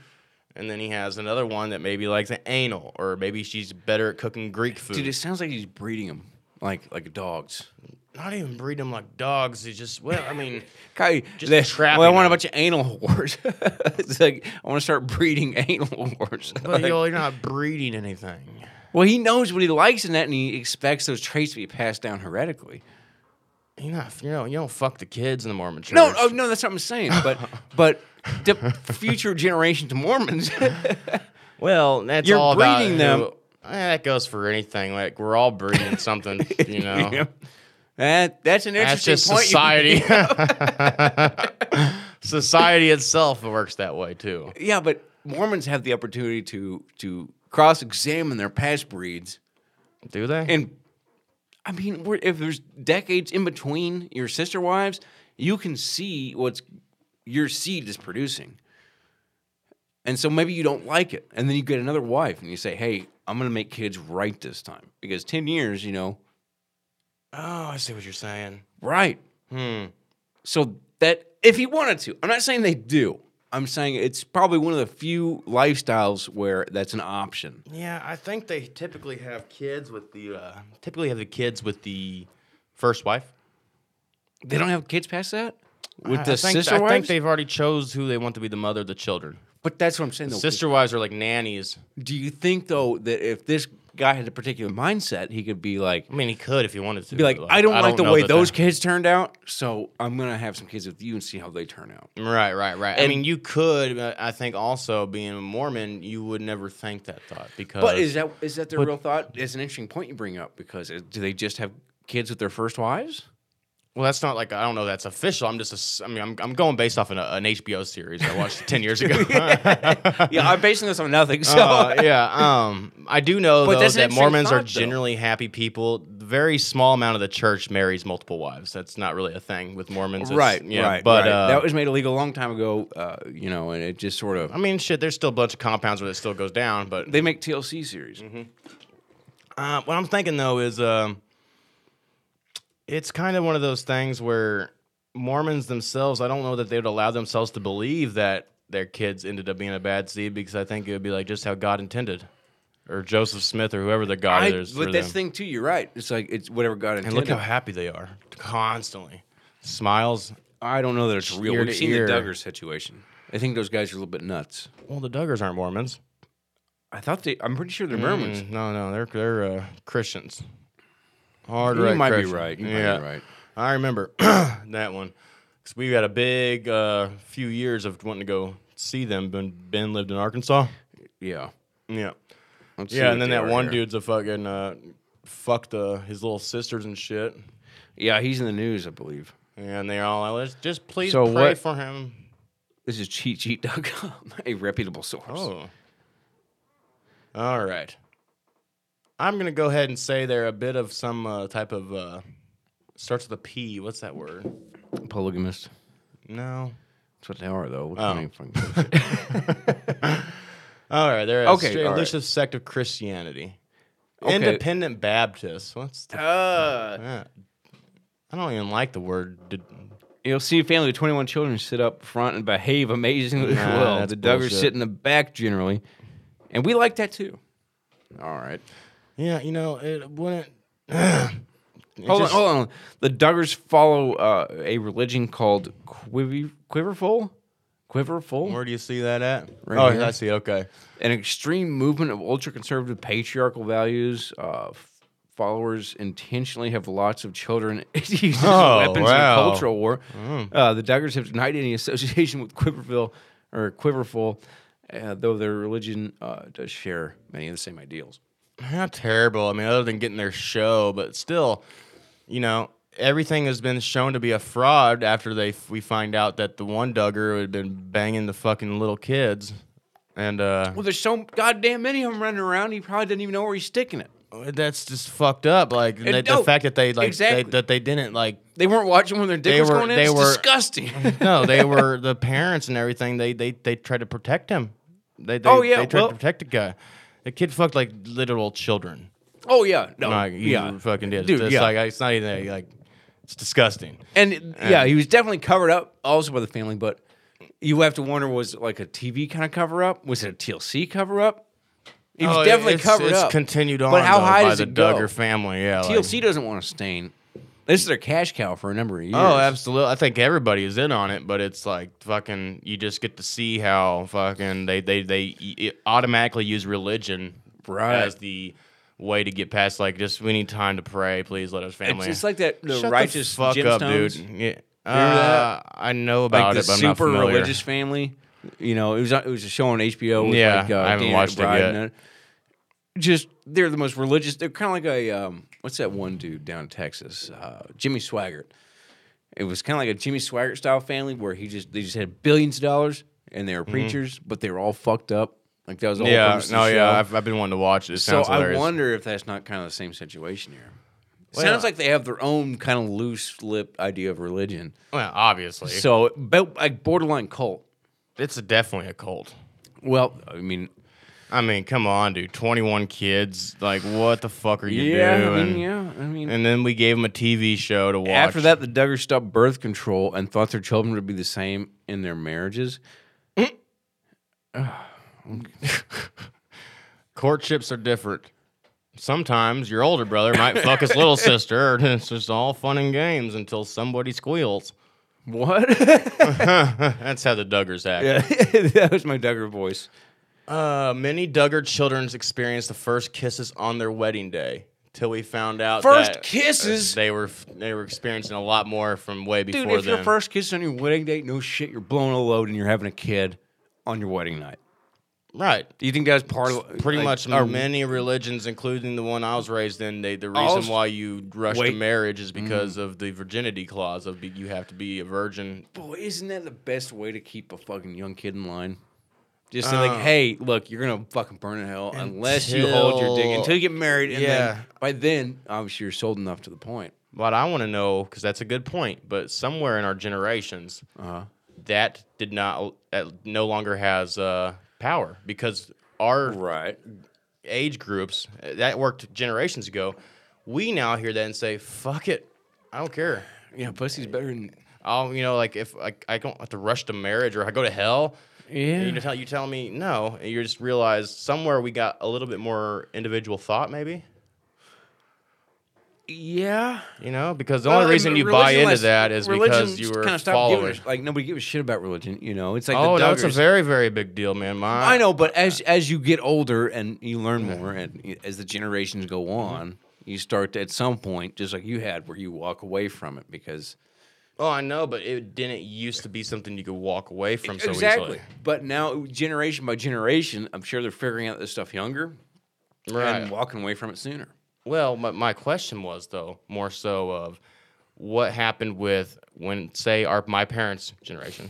Speaker 1: and then he has another one that maybe likes an anal, or maybe she's better at cooking Greek food.
Speaker 2: Dude, it sounds like he's breeding them like like dogs.
Speaker 1: not even breed them like dogs. It's just well, I mean,
Speaker 2: Guy,
Speaker 1: Just
Speaker 2: they-
Speaker 1: trapping
Speaker 2: well, I want a
Speaker 1: them.
Speaker 2: bunch of anal whores. it's like I want to start breeding anal whores.
Speaker 1: but you know, you're not breeding anything.
Speaker 2: Well, he knows what he likes in that, and he expects those traits to be passed down heretically.
Speaker 1: You're not, you know, you don't fuck the kids in the Mormon church.
Speaker 2: No, oh, no, that's not what I'm saying. But, but the future generations of Mormons,
Speaker 1: Well, that's
Speaker 2: You're
Speaker 1: all about
Speaker 2: breeding them.
Speaker 1: who- Eh, that goes for anything. Like we're all breeding something, you know.
Speaker 2: Yeah. that that's an
Speaker 1: That's
Speaker 2: interesting
Speaker 1: just
Speaker 2: point. you-
Speaker 1: society. society itself works that way too.
Speaker 2: yeah, but Mormons have the opportunity to to cross-examine their past breeds,
Speaker 1: Do they?
Speaker 2: and I mean, we're, if there's decades in between your sister wives, you can see what's your seed is producing. And so maybe you don't like it. And then you get another wife and you say, hey, I'm going to make kids right this time. Because 10 years, you know,
Speaker 1: oh, I see what you're saying.
Speaker 2: right.
Speaker 1: Hmm.
Speaker 2: So that if you wanted to, I'm not saying they do. I'm saying it's probably one of the few lifestyles where that's an option.
Speaker 1: Yeah, I think they typically have kids with the uh, typically have the kids with the first wife.
Speaker 2: They don't have kids past that with
Speaker 1: I-
Speaker 2: the
Speaker 1: I think,
Speaker 2: sister
Speaker 1: I
Speaker 2: wives.
Speaker 1: think they've already chose who they want to be the mother of the children.
Speaker 2: but that's what I'm saying. Though.
Speaker 1: Sister wives are like nannies.
Speaker 2: Do you think though that if this guy had a particular mindset, he could be like,
Speaker 1: I mean, he could if he wanted to.
Speaker 2: be like,
Speaker 1: but,
Speaker 2: I don't like the
Speaker 1: know
Speaker 2: way
Speaker 1: that
Speaker 2: those
Speaker 1: they're-
Speaker 2: kids turned out, so I'm gonna have some kids with you and see how they turn out.
Speaker 1: Right, right, right. I
Speaker 2: And-
Speaker 1: mean, you could. but I think also being a Mormon, you would never think that thought because.
Speaker 2: But is that is that their real thought? It's an interesting point you bring up because it- do they just have kids with their first wives?
Speaker 1: well, that's not like I don't know. That's official. I'm just. ass- I mean, I'm, I'm going based off an, an HBO series I watched ten years ago.
Speaker 2: yeah, I'm basing this on nothing. So
Speaker 1: Uh, yeah, um, I do know
Speaker 2: But
Speaker 1: though
Speaker 2: that's an
Speaker 1: that
Speaker 2: interesting
Speaker 1: Mormons are
Speaker 2: thought, though.
Speaker 1: generally happy people. Very small amount of the church marries multiple wives. That's not really a thing with Mormons, It's-
Speaker 2: right,
Speaker 1: yeah,
Speaker 2: right,
Speaker 1: But
Speaker 2: right.
Speaker 1: Uh,
Speaker 2: that was made illegal a long time ago. Uh, you know, and it just sort of
Speaker 1: I mean, shit. There's still a bunch of compounds where it still goes down. But
Speaker 2: they make TLC series.
Speaker 1: Mm-hmm. uh, what I'm thinking though is, um, it's kind of one of those things where Mormons themselves, I don't know that they would allow themselves to believe that their kids ended up being a bad seed because I think it would be like just how God intended, or Joseph Smith or whoever the God
Speaker 2: I,
Speaker 1: is. for
Speaker 2: but that's
Speaker 1: them.
Speaker 2: the thing too. You're right. It's like it's whatever God
Speaker 1: And
Speaker 2: intended.
Speaker 1: look how happy they are constantly. Smiles.
Speaker 2: I don't know that it's real.
Speaker 1: Ear
Speaker 2: We've
Speaker 1: to
Speaker 2: seen
Speaker 1: ear.
Speaker 2: the Duggar situation. I think those guys are a little bit nuts.
Speaker 1: Well, the Duggars aren't Mormons.
Speaker 2: I thought they. I'm pretty sure they're Mormons.
Speaker 1: Mm, no, no, they're they're uh, Christians. Hard
Speaker 2: You
Speaker 1: right.
Speaker 2: might
Speaker 1: Christian.
Speaker 2: be right. You
Speaker 1: yeah,
Speaker 2: might be right.
Speaker 1: I remember that one because we had a big uh, few years of wanting to go see them. Ben, ben lived in Arkansas.
Speaker 2: Yeah.
Speaker 1: Yeah,
Speaker 2: Let's see
Speaker 1: yeah, and
Speaker 2: what
Speaker 1: then
Speaker 2: they
Speaker 1: that
Speaker 2: are
Speaker 1: one
Speaker 2: here.
Speaker 1: dude's a fucking uh, fucked uh, his little sisters and shit.
Speaker 2: Yeah, he's in the news, I believe.
Speaker 1: And they all let's just please
Speaker 2: So
Speaker 1: pray
Speaker 2: what-
Speaker 1: for him.
Speaker 2: This is cheatsheet.com, a reputable source.
Speaker 1: Oh. All right. I'm going to go ahead and say they're a bit of some uh, type of. Uh, starts with a P. What's that word?
Speaker 2: Polygamist.
Speaker 1: No.
Speaker 2: That's what they are, though. What
Speaker 1: Oh.
Speaker 2: kind of fucking-
Speaker 1: All right. They're a
Speaker 2: Okay,
Speaker 1: straight
Speaker 2: all right.
Speaker 1: elusive sect of Christianity.
Speaker 2: Okay.
Speaker 1: Independent Baptists. What's the. Uh, I don't even like the word. Did,
Speaker 2: You'll see a family of 21 children sit up front and behave amazingly
Speaker 1: Nah,
Speaker 2: well.
Speaker 1: that's
Speaker 2: The Duggars
Speaker 1: bullshit.
Speaker 2: sit in the back generally. And we like that, too. All right.
Speaker 1: yeah, you know, it wouldn't. It
Speaker 2: Hold
Speaker 1: just-
Speaker 2: on, hold on. The Duggars follow uh, a religion called quiver- Quiverful? Quiverful?
Speaker 1: Where do you see that at?
Speaker 2: Right
Speaker 1: oh,
Speaker 2: here.
Speaker 1: I see. Okay.
Speaker 2: an extreme movement of ultra conservative patriarchal values. Uh, f- followers intentionally have lots of children It uses
Speaker 1: Oh,
Speaker 2: weapons
Speaker 1: wow.
Speaker 2: in
Speaker 1: Mm.
Speaker 2: a cultural war. Uh, the Duggars have denied any association with Quiverville or Quiverful, uh, though their religion uh, does share many of the same ideals.
Speaker 1: How terrible. I mean, other than getting their show, but still, you know, everything has been shown to be a fraud after they we find out that the one Duggar had been banging the fucking little kids. And uh,
Speaker 2: Well, there's so goddamn many of them running around. He probably didn't even know where he's sticking it.
Speaker 1: that's just fucked up. Like the, the
Speaker 2: no,
Speaker 1: fact that they like
Speaker 2: exactly.
Speaker 1: they, that they didn't like
Speaker 2: They weren't watching when their dick
Speaker 1: They
Speaker 2: was
Speaker 1: were-
Speaker 2: going in.
Speaker 1: they
Speaker 2: It's
Speaker 1: were-
Speaker 2: disgusting.
Speaker 1: no, they were the parents and everything. They they they tried to protect him. They, they
Speaker 2: Oh, yeah,
Speaker 1: they tried
Speaker 2: well-
Speaker 1: to protect the guy. The kid fucked like literal children.
Speaker 2: oh yeah, no,
Speaker 1: Like, he
Speaker 2: yeah,
Speaker 1: fucking did.
Speaker 2: Dude,
Speaker 1: it's
Speaker 2: yeah.
Speaker 1: like it's not even like it's disgusting.
Speaker 2: And it- yeah, he was definitely covered up also by the family, but you have to wonder was it like a TV kind of cover up? Was it a TLC cover up? He was
Speaker 1: Oh,
Speaker 2: definitely
Speaker 1: it's,
Speaker 2: covered
Speaker 1: it's
Speaker 2: up.
Speaker 1: continued on.
Speaker 2: But how
Speaker 1: though,
Speaker 2: high
Speaker 1: by
Speaker 2: does
Speaker 1: the
Speaker 2: it go?
Speaker 1: Duggar family? Yeah, like-
Speaker 2: TLC doesn't want to stain. This is their cash cow for a number of years.
Speaker 1: oh, absolutely. I think everybody is in on it, but it's like fucking. You just get to see how fucking they they they y- automatically use religion
Speaker 2: Right.
Speaker 1: as the way to get past. Like, just we need time to pray. Please let us
Speaker 2: It's,
Speaker 1: family.
Speaker 2: it's like that the
Speaker 1: Shut the
Speaker 2: righteous
Speaker 1: fuck up, dude.
Speaker 2: gemstones,
Speaker 1: Yeah. Uh,
Speaker 2: that?
Speaker 1: I know
Speaker 2: Like
Speaker 1: about
Speaker 2: the
Speaker 1: it, but I'm not
Speaker 2: super
Speaker 1: familiar.
Speaker 2: religious family. You know, it was it was a show on HBO. With
Speaker 1: Yeah,
Speaker 2: like, uh,
Speaker 1: I haven't
Speaker 2: Danny
Speaker 1: watched it
Speaker 2: McBride
Speaker 1: yet.
Speaker 2: and that. Just they're the most religious. They're kind of like a um, what's that one dude down in Texas, uh, Jimmy Swaggart. It was kind of like a Jimmy Swaggart style family where he just they just had billions of dollars and they were preachers, but they were all fucked up. Like that was the whole
Speaker 1: Mm-hmm. Yeah,
Speaker 2: premise of the
Speaker 1: no, yeah.
Speaker 2: show.
Speaker 1: I've, I've been wanting to watch this.
Speaker 2: So
Speaker 1: Sounds
Speaker 2: I
Speaker 1: hilarious.
Speaker 2: wonder if that's not kind of the same situation here.
Speaker 1: Well-
Speaker 2: Sounds like they have their own kind of loose-lipped idea of religion.
Speaker 1: Well, obviously,
Speaker 2: So, but like borderline cult.
Speaker 1: it's definitely a cult.
Speaker 2: Well, I mean,
Speaker 1: I mean, come on, dude. 21 kids. Like, what the fuck are you
Speaker 2: yeah, I
Speaker 1: doing?
Speaker 2: mean, yeah, I mean, mean?
Speaker 1: and then we gave them a TV show to watch.
Speaker 2: After that, the Duggars stopped birth control and thought their children would be the same in their marriages.
Speaker 1: courtships are different. Sometimes your older brother might fuck his little sister, and it's just all fun and games until somebody squeals.
Speaker 2: What?
Speaker 1: That's how the Duggars act.
Speaker 2: yeah, that was my Duggar voice.
Speaker 1: Uh, many Duggar children's experienced the first kisses on their wedding day. Till we found out
Speaker 2: First
Speaker 1: that, uh,
Speaker 2: kisses?
Speaker 1: they were f- they were experiencing a lot more from way before
Speaker 2: Dude, if
Speaker 1: then.
Speaker 2: your first kiss is on your wedding date, no shit, you're blowing a load and you're having a kid on your wedding night.
Speaker 1: right,
Speaker 2: Do you think that's part of
Speaker 1: pretty
Speaker 2: like,
Speaker 1: much
Speaker 2: our-
Speaker 1: many religions, including the one I was raised in, they, the
Speaker 2: All
Speaker 1: reason
Speaker 2: s-
Speaker 1: why you rush
Speaker 2: Wait. Mm-hmm.
Speaker 1: to marriage is because of the virginity clause of be, you have to be a virgin.
Speaker 2: Boy, isn't that the best way to keep a fucking young kid in line? Just to like,
Speaker 1: Uh,
Speaker 2: hey, look, you're gonna fucking burn in hell unless you hold your dick
Speaker 1: until-
Speaker 2: until you get married. And
Speaker 1: Yeah.
Speaker 2: then by then, obviously, you're sold enough to the point.
Speaker 1: What I want to know, because that's a good point, but somewhere in our generations,
Speaker 2: Uh-huh.
Speaker 1: that did not that no longer has uh, power because our
Speaker 2: Right.
Speaker 1: age groups uh, that worked generations ago. We now hear that and say, "Fuck it, I don't care."
Speaker 2: Yeah, pussy's better than.
Speaker 1: I'll, you know, like if like, I don't have to rush to marriage or I go to hell.
Speaker 2: Yeah.
Speaker 1: You tell you tell me no, and you just realize somewhere we got a little bit more individual thought, maybe.
Speaker 2: Yeah.
Speaker 1: You know, because the
Speaker 2: Well,
Speaker 1: only
Speaker 2: and
Speaker 1: reason you
Speaker 2: religion
Speaker 1: buy into
Speaker 2: less-
Speaker 1: that is
Speaker 2: religion
Speaker 1: because you
Speaker 2: just
Speaker 1: were
Speaker 2: kinda stopped giving
Speaker 1: followers.
Speaker 2: a- like nobody gives a shit about religion, you know. It's like
Speaker 1: Oh,
Speaker 2: the
Speaker 1: that's a
Speaker 2: Duggars.
Speaker 1: very, very big deal, man. My,
Speaker 2: I know, but as as you get older and you learn more, and y- as the generations
Speaker 1: Mm-hmm.
Speaker 2: go on, you start to, at some point, just like you had, where you walk away from it because
Speaker 1: Oh, I know, but it didn't used to be something you could walk away from so easily.
Speaker 2: But now, generation by generation, I'm sure they're figuring out this stuff younger
Speaker 1: Right.
Speaker 2: and walking away from it sooner.
Speaker 1: Well, my, my question was though more so of what happened with when say our my parents' generation.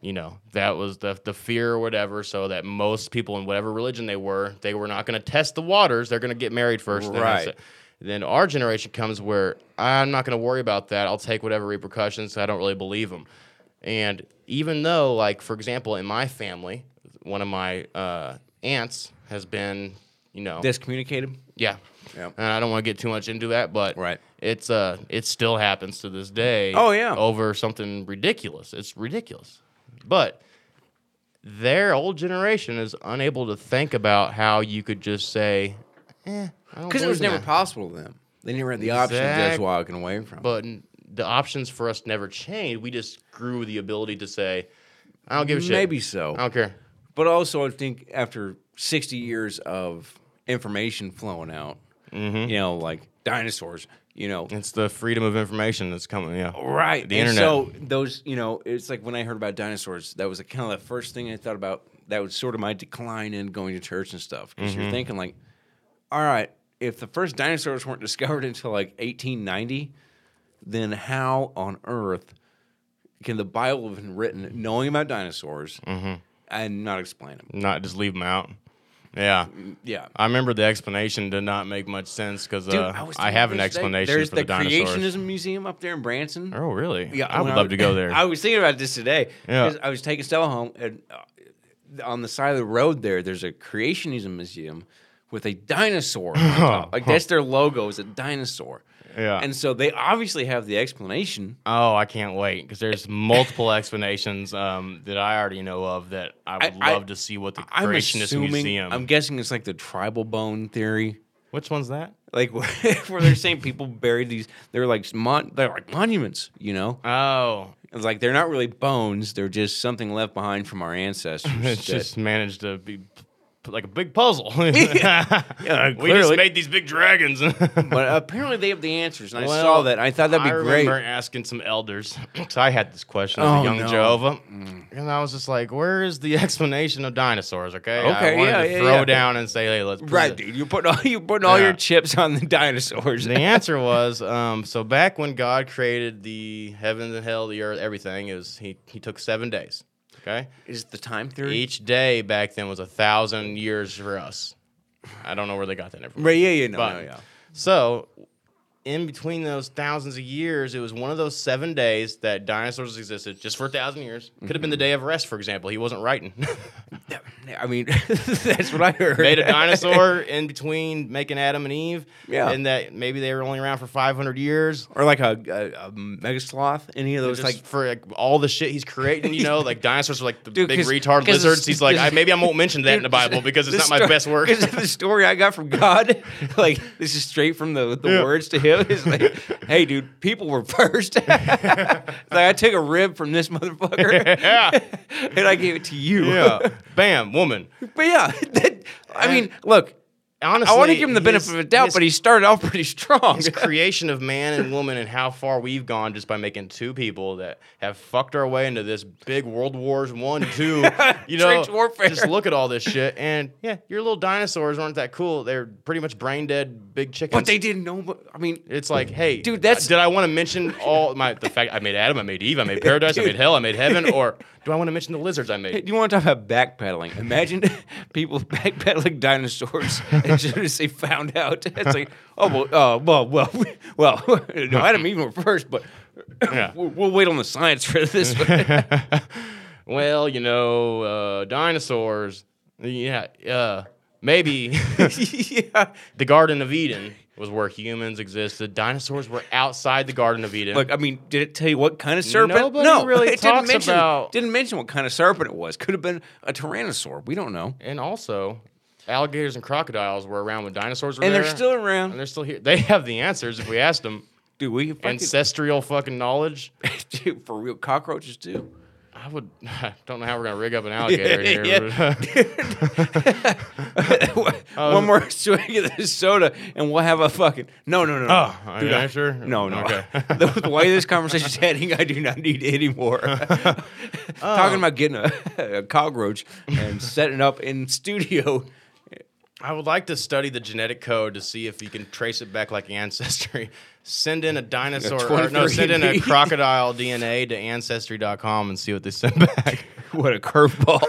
Speaker 1: You know that was the the fear or whatever, so that most people in whatever religion they were, they were not going to test the waters. They're going to get married first. then have
Speaker 2: Right.
Speaker 1: se- Then our generation comes where I'm not going to worry about that. I'll take whatever repercussions. I don't really believe them. And even though, like for example, in my family, one of my uh, aunts has been, you know,
Speaker 2: Discommunicated.
Speaker 1: yeah.
Speaker 2: Yep.
Speaker 1: And I don't want to get too much into that, but
Speaker 2: Right.
Speaker 1: it's uh it still happens to this day.
Speaker 2: Oh, yeah.
Speaker 1: Over something ridiculous. It's ridiculous. But their old generation is unable to think about how you could just say, eh,
Speaker 2: Because it was never possible to them. They never had the options. That's
Speaker 1: Exact-
Speaker 2: walking away from. it.
Speaker 1: But the options for us never changed. We just grew the ability to say, I don't give a shit.
Speaker 2: maybe so.
Speaker 1: I don't care.
Speaker 2: But also, I think after 60 years of information flowing out,
Speaker 1: Mm-hmm.
Speaker 2: you know, like dinosaurs, you know,
Speaker 1: It's the freedom of information that's coming. Yeah.
Speaker 2: right?
Speaker 1: The
Speaker 2: and
Speaker 1: internet.
Speaker 2: So those, you know, it's like when I heard about dinosaurs, that was like kind of the first thing I thought about. That was sort of my decline in going to church and stuff because
Speaker 1: Mm-hmm.
Speaker 2: you're thinking like, all right, if the first dinosaurs weren't discovered until like 1890, then how on earth can the Bible have been written knowing about dinosaurs
Speaker 1: Mm-hmm.
Speaker 2: and not explain them?
Speaker 1: Not just leave them out. Yeah.
Speaker 2: Yeah.
Speaker 1: I remember the explanation did not make much sense because uh,
Speaker 2: was
Speaker 1: I,
Speaker 2: thinking
Speaker 1: have an
Speaker 2: there's-
Speaker 1: explanation
Speaker 2: there's
Speaker 1: for the, dinosaurs.
Speaker 2: Creationism Museum up there in Branson.
Speaker 1: oh, really? I
Speaker 2: when
Speaker 1: would love to go there.
Speaker 2: I was thinking about this today.
Speaker 1: Yeah.
Speaker 2: 'cause I was taking Stella home, and uh, on the side of the road there, there's a Creationism Museum with a dinosaur. on top. Like that's their logo is a dinosaur.
Speaker 1: Yeah.
Speaker 2: And so they obviously have the explanation.
Speaker 1: oh, I can't wait because there's multiple explanations um, that I already know of that I would
Speaker 2: I- I-
Speaker 1: love to see what the
Speaker 2: I'm
Speaker 1: Creationist
Speaker 2: assuming.
Speaker 1: Museum.
Speaker 2: I'm guessing it's like the tribal bone theory.
Speaker 1: Which one's that?
Speaker 2: Like where, where they're saying people buried these, they're like mon, they're like monuments, you know.
Speaker 1: Oh,
Speaker 2: It's like they're not really bones; they're just something left behind from our ancestors.
Speaker 1: it's
Speaker 2: that-
Speaker 1: just managed to be p- like a big puzzle. we just
Speaker 2: clearly.
Speaker 1: made these big dragons.
Speaker 2: but apparently they have the answers, and I
Speaker 1: Well,
Speaker 2: saw that. and I thought that'd be
Speaker 1: I
Speaker 2: great.
Speaker 1: remember asking some elders because I had this question as a
Speaker 2: Oh,
Speaker 1: young
Speaker 2: no. Mm.
Speaker 1: Jehovah, and I was just like, "Where is the explanation of dinosaurs?" Okay, I
Speaker 2: Okay,
Speaker 1: wanted
Speaker 2: yeah,
Speaker 1: to
Speaker 2: yeah,
Speaker 1: throw
Speaker 2: yeah.
Speaker 1: down and say, "Hey, let's prove
Speaker 2: Right,
Speaker 1: it."
Speaker 2: dude, you're putting all you're putting all
Speaker 1: Yeah.
Speaker 2: your chips on the dinosaurs.
Speaker 1: The answer was um, so back when God created the heavens and hell, the earth, everything is he he took seven days. Okay,
Speaker 2: Is the time theory?
Speaker 1: each day back then was a thousand years for us. I don't know where they got that information.
Speaker 2: Right, yeah, yeah, no,
Speaker 1: But-
Speaker 2: no, yeah.
Speaker 1: So, in between those thousands of years, it was one of those seven
Speaker 2: Mm-hmm.
Speaker 1: days that dinosaurs existed just for a thousand years. Could have been the day of rest, for example. He wasn't writing.
Speaker 2: I mean, that's what I heard.
Speaker 1: made a dinosaur in between making Adam and Eve.
Speaker 2: Yeah.
Speaker 1: And that maybe they were only around for 500 years.
Speaker 2: or like a, a, a mega sloth. Any of those,
Speaker 1: Just
Speaker 2: like
Speaker 1: like for like all the shit he's creating, you know, like dinosaurs are like the
Speaker 2: Dude,
Speaker 1: big
Speaker 2: 'cause-
Speaker 1: retard
Speaker 2: 'cause
Speaker 1: lizards.
Speaker 2: it's-
Speaker 1: He's like, I,
Speaker 2: 'cause-
Speaker 1: maybe I won't mention that in the
Speaker 2: Dude,
Speaker 1: Bible because it's
Speaker 2: this
Speaker 1: not my
Speaker 2: sto-
Speaker 1: best work.
Speaker 2: 'cause the story I got from God, like this is straight from the, the
Speaker 1: Yeah.
Speaker 2: words to him. Is like, hey, dude, people were first. like I took a rib from this motherfucker,
Speaker 1: Yeah.
Speaker 2: and I gave it to you.
Speaker 1: yeah, bam, woman.
Speaker 2: but yeah, that, I mean, look,
Speaker 1: Honestly,
Speaker 2: I want to give him the benefit
Speaker 1: his-
Speaker 2: of the doubt,
Speaker 1: his
Speaker 2: but he started off pretty strong.
Speaker 1: his creation of man and woman and how far we've gone just by making two people that have fucked our way into this big World Wars One, Two, you know,
Speaker 2: Trench warfare.
Speaker 1: just look at all this shit. And yeah, your little dinosaurs aren't that cool. They're pretty much brain dead big chickens.
Speaker 2: But they didn't know. But, I mean,
Speaker 1: It's like, hey,
Speaker 2: Dude, that's-
Speaker 1: did I want to mention all my the fact I made Adam, I made Eve, I made paradise, I made hell, I made heaven, or do I want to mention the lizards I made?
Speaker 2: you want to talk about backpedaling? Imagine people backpedaling dinosaurs as soon as they found out. It's like, oh well, uh, well, well, well. No, Adam even were first, but
Speaker 1: Yeah.
Speaker 2: we'll, we'll wait on the science for this. one.
Speaker 1: Well, you know, uh, dinosaurs. Yeah, uh, maybe
Speaker 2: yeah.
Speaker 1: the Garden of Eden was where humans existed. Dinosaurs were outside the Garden of Eden.
Speaker 2: Look, I mean, did it tell you what kind of serpent?
Speaker 1: Nobody
Speaker 2: no,
Speaker 1: really
Speaker 2: it
Speaker 1: talks
Speaker 2: didn't mention,
Speaker 1: about-
Speaker 2: Didn't mention what kind of serpent it was. Could have been a tyrannosaur. We don't know.
Speaker 1: and also, alligators and crocodiles were around when dinosaurs were
Speaker 2: And
Speaker 1: there.
Speaker 2: they're still
Speaker 1: and
Speaker 2: around.
Speaker 1: they're still here. They have the answers if we asked them.
Speaker 2: Dude, we fucking,
Speaker 1: Ancestral fucking knowledge.
Speaker 2: dude, for real cockroaches too.
Speaker 1: I would. I don't know how we're gonna rig up an alligator here.
Speaker 2: Yeah.
Speaker 1: Oh.
Speaker 2: One more swig of this soda, and we'll have a fucking no, no, no, no.
Speaker 1: Oh, are
Speaker 2: Dude,
Speaker 1: you
Speaker 2: I-
Speaker 1: sure?
Speaker 2: No, no.
Speaker 1: Okay.
Speaker 2: the, the way this conversation's heading, I do not need any more. Talking about getting a, a cockroach and setting up in studio.
Speaker 1: I would like to study the genetic code to see if you can trace it back like ancestry. Send in a dinosaur, or no, send in a
Speaker 2: 23andMe.
Speaker 1: crocodile DNA to ancestry.com and see what they send back.
Speaker 2: What a curveball!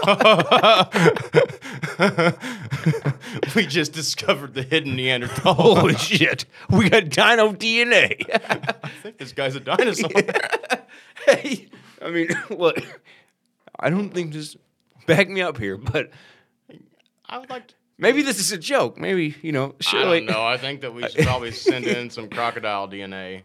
Speaker 1: we just discovered the hidden Neanderthal.
Speaker 2: Holy shit! We got dino DNA.
Speaker 1: I think this guy's a dinosaur.
Speaker 2: Hey, I mean, look, I don't think this. Back me up here, but
Speaker 1: I would like to.
Speaker 2: maybe this is a joke. Maybe you know.
Speaker 1: I
Speaker 2: Surely,
Speaker 1: don't know. I think that we should probably send in some crocodile DNA.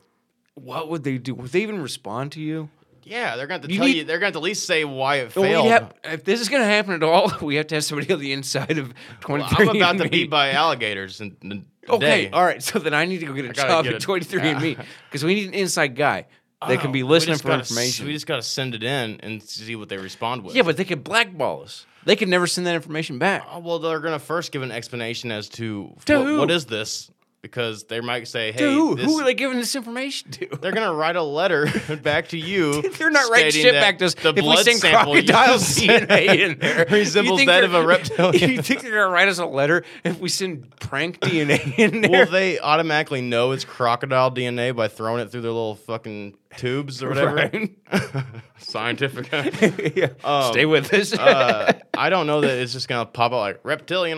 Speaker 2: what would they do? Would they even respond to you?
Speaker 1: Yeah, they're going to
Speaker 2: You
Speaker 1: tell
Speaker 2: need-
Speaker 1: you. They're going to at least say why it
Speaker 2: Well, we'd
Speaker 1: failed.
Speaker 2: have- if this is going to happen at all, we have to have somebody on the inside of
Speaker 1: Well,
Speaker 2: 23
Speaker 1: I'm about to be by alligators and and
Speaker 2: Okay,
Speaker 1: today.
Speaker 2: all right. So then I need to go get a
Speaker 1: gotta
Speaker 2: job
Speaker 1: get
Speaker 2: at
Speaker 1: a-
Speaker 2: 23 and me because we need an inside guy that can be
Speaker 1: Oh, we
Speaker 2: listening
Speaker 1: just
Speaker 2: for
Speaker 1: gotta s-
Speaker 2: information.
Speaker 1: we just got to send it in and see what they respond with.
Speaker 2: yeah, but they could blackball us. They could never send that information back.
Speaker 1: Oh, well, they're gonna first give an explanation as to,
Speaker 2: To
Speaker 1: what,
Speaker 2: who?
Speaker 1: what is this because they might say, "Hey,
Speaker 2: Dude, who,
Speaker 1: this,
Speaker 2: who are they giving this information to?
Speaker 1: they're gonna write a letter back to you.
Speaker 2: They're not writing
Speaker 1: stating
Speaker 2: shit
Speaker 1: that
Speaker 2: back to us.
Speaker 1: The
Speaker 2: if we
Speaker 1: blood
Speaker 2: send
Speaker 1: sample you
Speaker 2: crocodile
Speaker 1: sent
Speaker 2: DNA in there, you
Speaker 1: resembles
Speaker 2: think
Speaker 1: that of
Speaker 2: they're-
Speaker 1: a reptilian.
Speaker 2: You think they're gonna write us a letter if we send prank DNA in there?
Speaker 1: Will they automatically know it's crocodile DNA by throwing it through their little fucking tubes or whatever?
Speaker 2: Right.
Speaker 1: Scientific.
Speaker 2: yeah.
Speaker 1: Um,
Speaker 2: Stay with us.
Speaker 1: uh, I don't know that it's just gonna pop out like reptilian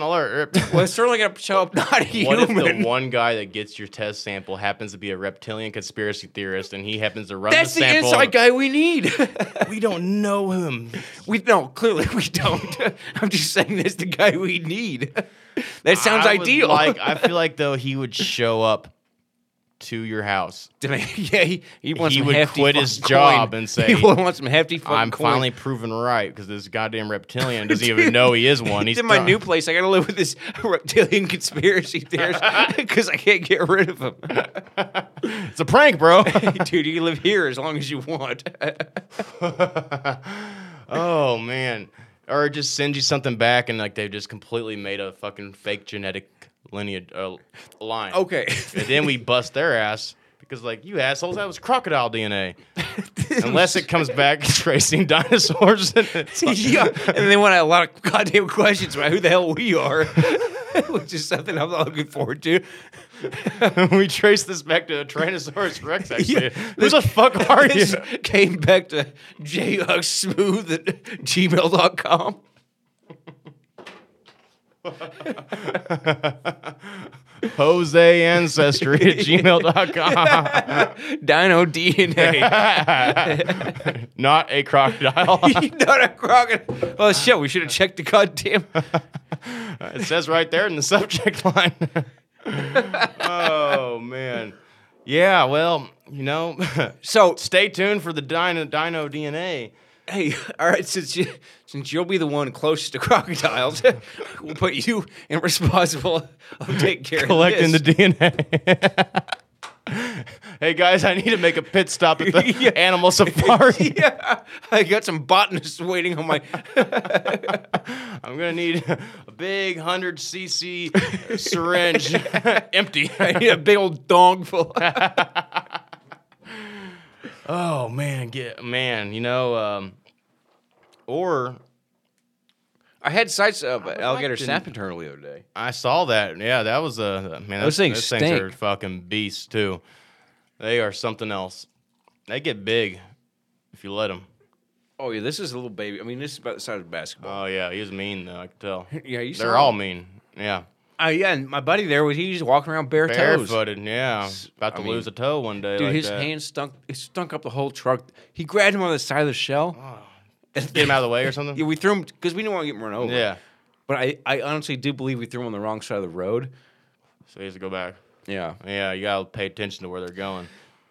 Speaker 1: alert. Rept-
Speaker 2: well, it's certainly gonna show up not
Speaker 1: What if
Speaker 2: human.
Speaker 1: the one guy that gets your test sample happens to be a reptilian conspiracy theorist and he happens to run
Speaker 2: That's
Speaker 1: the
Speaker 2: the
Speaker 1: sample?
Speaker 2: inside guy we need.
Speaker 1: We don't know him.
Speaker 2: we no, clearly we don't. I'm just saying that's the guy we need. That sounds
Speaker 1: I would
Speaker 2: ideal.
Speaker 1: Like I feel like though he would show up to your house.
Speaker 2: yeah, he, he wants
Speaker 1: He
Speaker 2: some
Speaker 1: would
Speaker 2: hefty
Speaker 1: quit his
Speaker 2: fucking
Speaker 1: job
Speaker 2: coin.
Speaker 1: and say,
Speaker 2: he wants some hefty fucking
Speaker 1: I'm
Speaker 2: coin.
Speaker 1: finally proven right because this goddamn reptilian doesn't even know he is one. He's
Speaker 2: He's in my
Speaker 1: done-
Speaker 2: new place. I gotta live with this reptilian conspiracy theorist because I can't get rid of him.
Speaker 1: It's a prank, bro.
Speaker 2: Dude, you can live here as long as you want.
Speaker 1: oh man. Or just send you something back and like they've just completely made a fucking fake genetic lineage uh, line.
Speaker 2: okay.
Speaker 1: And then we bust their ass because, like, you assholes, that was crocodile DNA. Unless it comes back tracing dinosaurs. And it's like,
Speaker 2: yeah, and they want a lot of goddamn questions about who the hell we are, which is something I'm not looking forward to.
Speaker 1: we trace this back to a Tyrannosaurus Rex, actually.
Speaker 2: Yeah,
Speaker 1: Who the fuck are you?
Speaker 2: This came back to jhugsmooth at gmail.com.
Speaker 1: Jose ancestry at gmail.com.
Speaker 2: Dino DNA.
Speaker 1: Not a crocodile.
Speaker 2: Not a crocodile. Oh shit! We should have checked the goddamn.
Speaker 1: it says right there in the subject line. oh man. Yeah, well, you know,
Speaker 2: So
Speaker 1: stay tuned for the dino dino DNA.
Speaker 2: hey, all right. Since you since you'll be the one closest to crocodiles, we'll put you in responsible of taking care
Speaker 1: Collecting
Speaker 2: of
Speaker 1: the
Speaker 2: this.
Speaker 1: DNA. hey guys, I need to make a pit stop at the
Speaker 2: Yeah.
Speaker 1: animal safari.
Speaker 2: yeah, I got some botanists waiting on my.
Speaker 1: I'm gonna need a big hundred cc syringe empty.
Speaker 2: I need a big old dong full.
Speaker 1: Oh man, get man, you know, um, or
Speaker 2: I had sights of an alligator
Speaker 1: like to-
Speaker 2: snapping turtle the other day.
Speaker 1: I saw that. Yeah, that was a man.
Speaker 2: Those
Speaker 1: Those,
Speaker 2: things
Speaker 1: things, things
Speaker 2: stink.
Speaker 1: are fucking beasts too. They are something else. They get big if you let them.
Speaker 2: Oh yeah, this is a little baby. I mean, this is about the size of a basketball.
Speaker 1: Oh yeah, he was mean though. I could tell.
Speaker 2: yeah, you saw
Speaker 1: They're all mean. Yeah,
Speaker 2: Oh yeah, and my buddy there was he was walking around bare toes.
Speaker 1: barefooted. Yeah, about
Speaker 2: I
Speaker 1: to
Speaker 2: mean,
Speaker 1: lose a toe one day.
Speaker 2: Dude,
Speaker 1: like
Speaker 2: his
Speaker 1: that.
Speaker 2: hand stunk. It stunk up the whole truck. He grabbed him on the side of the shell.
Speaker 1: Get him out of the way or something.
Speaker 2: Yeah, we threw him because we didn't want to get run over.
Speaker 1: yeah,
Speaker 2: but I, I honestly do believe we threw him on the wrong side of the road.
Speaker 1: so he has to go back.
Speaker 2: Yeah.
Speaker 1: Yeah, you gotta pay attention to where they're going.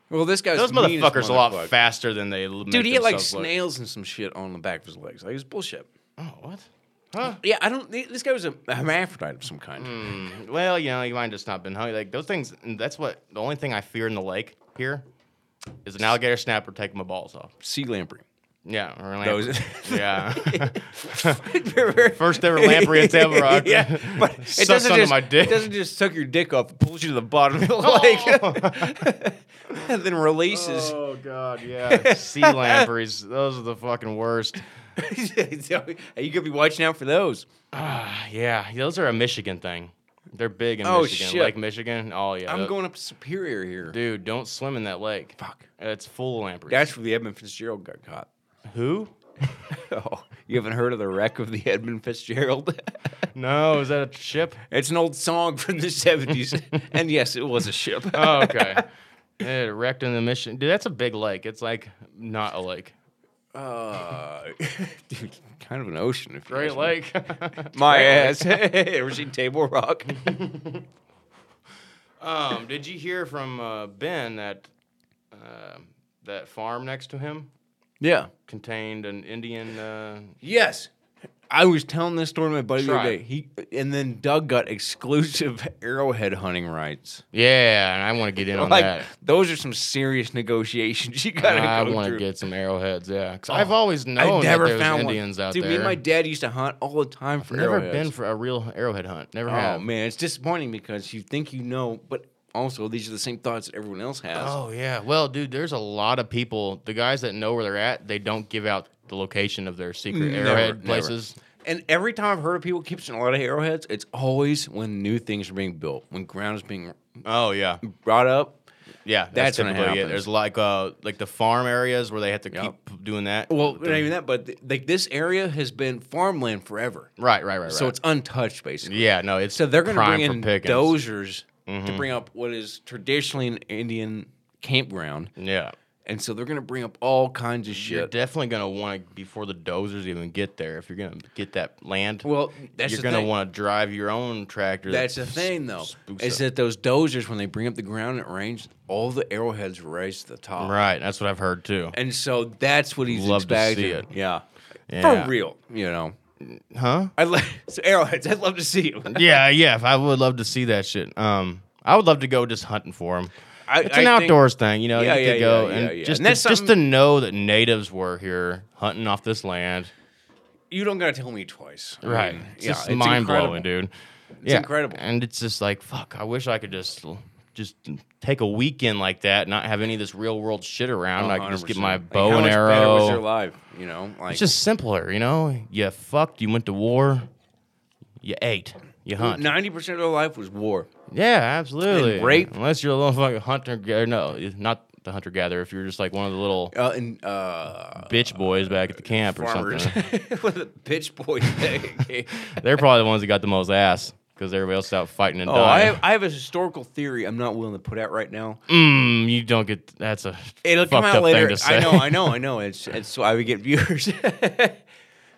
Speaker 2: Well, this guy's
Speaker 1: Those
Speaker 2: mean as
Speaker 1: motherfuckers a lot
Speaker 2: motherfucker.
Speaker 1: faster than they.
Speaker 2: Dude, he had like snails and some shit on the back of his legs. Like it was bullshit.
Speaker 1: Oh what? Huh?
Speaker 2: Yeah, I don't. This guy was a hermaphrodite of some kind.
Speaker 1: Mm, well, you know, you might have just not been hungry. Like those things. That's what the only thing I fear in the lake here is an alligator snapper taking my balls off.
Speaker 2: Sea lamprey.
Speaker 1: Yeah, or a lamprey.
Speaker 2: Those.
Speaker 1: yeah. First ever lamprey at Table Rock.
Speaker 2: Yeah, but it
Speaker 1: Sucks
Speaker 2: doesn't,
Speaker 1: onto
Speaker 2: just,
Speaker 1: my dick.
Speaker 2: it doesn't just suck your dick off, it pulls you to the bottom of the lake, and then releases.
Speaker 1: Oh God, yeah. sea lampreys. Those are the fucking worst.
Speaker 2: So, you could be watching out for those.
Speaker 1: Ah, yeah, those are a Michigan thing. They're big in
Speaker 2: Oh,
Speaker 1: Michigan,
Speaker 2: shit.
Speaker 1: Lake Michigan. Oh yeah.
Speaker 2: I'm
Speaker 1: tho-
Speaker 2: going up to Superior here.
Speaker 1: Dude, don't swim in that lake.
Speaker 2: Fuck.
Speaker 1: It's full of lampreys.
Speaker 2: That's where the Edmund Fitzgerald got caught.
Speaker 1: Who?
Speaker 2: Oh, you haven't heard of the wreck of the Edmund Fitzgerald?
Speaker 1: No, is that a ship?
Speaker 2: it's an old song from the 70s. and yes, it was a ship.
Speaker 1: Oh, okay. it wrecked in the mission. Dude, that's a big lake. It's like not a lake.
Speaker 2: Uh, dude, kind of an ocean. If you
Speaker 1: Great
Speaker 2: ask me.
Speaker 1: lake.
Speaker 2: My ass. Ever seen Table Rock?
Speaker 1: um, did you hear from uh, Ben that uh, that farm next to him
Speaker 2: yeah.
Speaker 1: contained an Indian? Uh,
Speaker 2: Yes. I was telling this story to my buddy the
Speaker 1: Try
Speaker 2: other
Speaker 1: it.
Speaker 2: day. He and then Doug got exclusive arrowhead hunting rights.
Speaker 1: yeah, and I want to get in on
Speaker 2: like
Speaker 1: that.
Speaker 2: those are some serious negotiations you gotta
Speaker 1: I
Speaker 2: go
Speaker 1: want
Speaker 2: through.
Speaker 1: to get some arrowheads. Yeah, 'cause I've always known
Speaker 2: I never
Speaker 1: that there's
Speaker 2: found
Speaker 1: Indians
Speaker 2: one.
Speaker 1: out
Speaker 2: Dude,
Speaker 1: there.
Speaker 2: me and my dad used to hunt all the time for
Speaker 1: Never
Speaker 2: arrowheads.
Speaker 1: been for a real arrowhead hunt. Never
Speaker 2: oh
Speaker 1: have.
Speaker 2: man, it's disappointing because you think you know, but also these are the same thoughts that everyone else has.
Speaker 1: Oh yeah. Well, dude, there's a lot of people. The guys that know where they're at, they don't give out the location of their secret
Speaker 2: Never, never.
Speaker 1: arrowhead places.
Speaker 2: And every time I've heard of people keeping a lot of arrowheads, it's always when new things are being built, when ground is being
Speaker 1: Oh yeah,
Speaker 2: brought up.
Speaker 1: yeah.
Speaker 2: That's when it happens.
Speaker 1: There's like uh like the farm areas where they have to
Speaker 2: Yep.
Speaker 1: keep doing that.
Speaker 2: Well, not even that, but th- like this area has been farmland forever,
Speaker 1: right, right, right, right.
Speaker 2: so it's untouched basically.
Speaker 1: yeah, no, it's
Speaker 2: So they're going to
Speaker 1: prime
Speaker 2: bring
Speaker 1: for
Speaker 2: in
Speaker 1: pickings. Mm-hmm.
Speaker 2: dozers to bring up what is traditionally an Indian campground,
Speaker 1: Yeah,
Speaker 2: and so they're going to bring up all kinds of
Speaker 1: you're
Speaker 2: shit.
Speaker 1: definitely gonna want to before the dozers even get there. If you're gonna get that land,
Speaker 2: Well, that's
Speaker 1: you're
Speaker 2: the
Speaker 1: gonna
Speaker 2: thing.
Speaker 1: want to drive your own tractor.
Speaker 2: That's the
Speaker 1: that
Speaker 2: thing, though,
Speaker 1: spooks
Speaker 2: is
Speaker 1: up.
Speaker 2: that those dozers when they bring up the ground at range, all the arrowheads raise to the top.
Speaker 1: right. That's what I've heard too.
Speaker 2: And so that's what he's
Speaker 1: Love to see
Speaker 2: expecting.
Speaker 1: it.
Speaker 2: Yeah.
Speaker 1: Yeah.
Speaker 2: For real, you know.
Speaker 1: Huh?
Speaker 2: I love so arrowheads. I'd love to see them.
Speaker 1: yeah, yeah. if I would love to see that shit. Um, I would love to go just hunting for them.
Speaker 2: I-
Speaker 1: It's
Speaker 2: I
Speaker 1: an
Speaker 2: think-
Speaker 1: outdoors thing, you know.
Speaker 2: Yeah,
Speaker 1: you
Speaker 2: yeah,
Speaker 1: could go
Speaker 2: yeah,
Speaker 1: and
Speaker 2: yeah, yeah.
Speaker 1: just
Speaker 2: And that's
Speaker 1: to, just to
Speaker 2: something-
Speaker 1: know that natives were here hunting off this land.
Speaker 2: You don't gotta tell me twice. I
Speaker 1: Right.
Speaker 2: mean,
Speaker 1: It's just mind blowing, dude. It's
Speaker 2: incredible.
Speaker 1: And it's just like fuck. I wish I could just just take a weekend like that, not have any of this real world shit around. I could just get
Speaker 2: 100%.
Speaker 1: my
Speaker 2: Like,
Speaker 1: bow
Speaker 2: how
Speaker 1: and
Speaker 2: much Better was their
Speaker 1: arrow.
Speaker 2: life, you know, like
Speaker 1: It's just simpler, you know. You fucked. You went to war. You ate. You hunt.
Speaker 2: ninety percent of their life was war.
Speaker 1: Yeah, absolutely.
Speaker 2: And rape.
Speaker 1: Unless you're a little fucking hunter gatherer. No, it's not the hunter gatherer. If you're just like one of the little
Speaker 2: Uh, and uh,
Speaker 1: bitch boys back at the camp or
Speaker 2: farmers
Speaker 1: something,
Speaker 2: with a pitch boy thing.
Speaker 1: they're probably the ones that got the most ass. because everybody else is out fighting and
Speaker 2: Oh, I
Speaker 1: dying.
Speaker 2: have, I have a historical theory I'm not willing to put out right now.
Speaker 1: mm, you don't get. That's a
Speaker 2: It'll come
Speaker 1: fucked
Speaker 2: out
Speaker 1: up
Speaker 2: later.
Speaker 1: thing to say.
Speaker 2: I know, I know, I know. It's it's why we get viewers.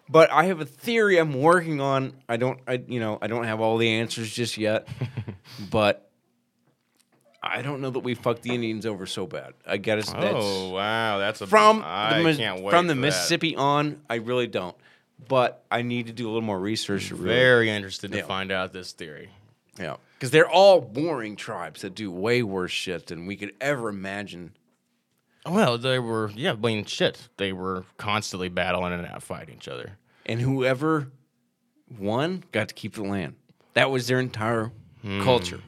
Speaker 2: but I have a theory I'm working on. I don't, I you know, I don't have all the answers just yet. but I don't know that we fucked the Indians over so bad. I got to.
Speaker 1: Oh wow, that's a
Speaker 2: from
Speaker 1: I
Speaker 2: the, Mis-
Speaker 1: can't wait
Speaker 2: from the
Speaker 1: for that.
Speaker 2: Mississippi on. I really don't, but I need to do a little more research. to Really,
Speaker 1: Very interested to
Speaker 2: Yeah.
Speaker 1: find out this theory.
Speaker 2: yeah, because they're all boring tribes that do way worse shit than we could ever imagine.
Speaker 1: Well, they were yeah, I mean shit. They were constantly battling and out fighting each other.
Speaker 2: And whoever won got to keep the land. That was their entire culture.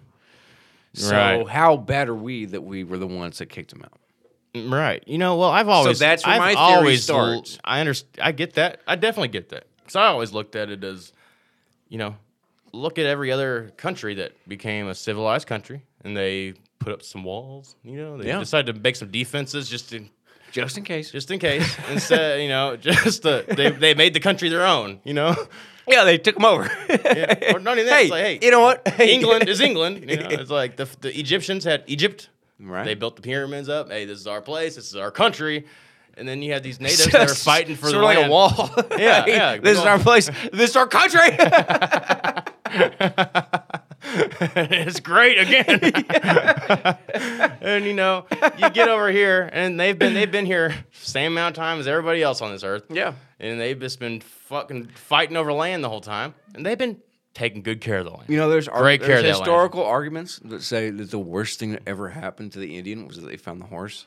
Speaker 2: So
Speaker 1: Right.
Speaker 2: how bad are we that we were the ones that kicked them out?
Speaker 1: Right. You know, well, I've always
Speaker 2: that's where
Speaker 1: I've
Speaker 2: my theory
Speaker 1: always
Speaker 2: starts.
Speaker 1: I understand. I get that. I definitely get that because I always looked at it as, you know, look at every other country that became a civilized country and they put up some walls. You know, they
Speaker 2: Yeah.
Speaker 1: decided to make some defenses just to
Speaker 2: Just in case.
Speaker 1: just in case. Instead, you know, just to, they they made the country their own. You know,
Speaker 2: yeah, they took them over.
Speaker 1: Yeah. or not only that,
Speaker 2: hey,
Speaker 1: it's like hey,
Speaker 2: you know what?
Speaker 1: England is England. You know, it's like the the Egyptians had Egypt.
Speaker 2: Right.
Speaker 1: They built the pyramids up. Hey, this is our place. This is our country. And then you have these natives that are fighting for
Speaker 2: sort
Speaker 1: the
Speaker 2: of like
Speaker 1: land.
Speaker 2: a wall.
Speaker 1: Yeah, yeah,
Speaker 2: this is
Speaker 1: big
Speaker 2: our
Speaker 1: ol-
Speaker 2: place. This is our country.
Speaker 1: it's great again. and you know, you get over here, and they've been they've been here same amount of time as everybody else on this earth.
Speaker 2: Yeah.
Speaker 1: And they've just been fucking fighting over land the whole time, and they've been taking good care of the land.
Speaker 2: You know, there's, ar-
Speaker 1: Great care
Speaker 2: there's
Speaker 1: of that land.
Speaker 2: historical arguments that say that the worst thing that ever happened to the Indian was that they found the horse.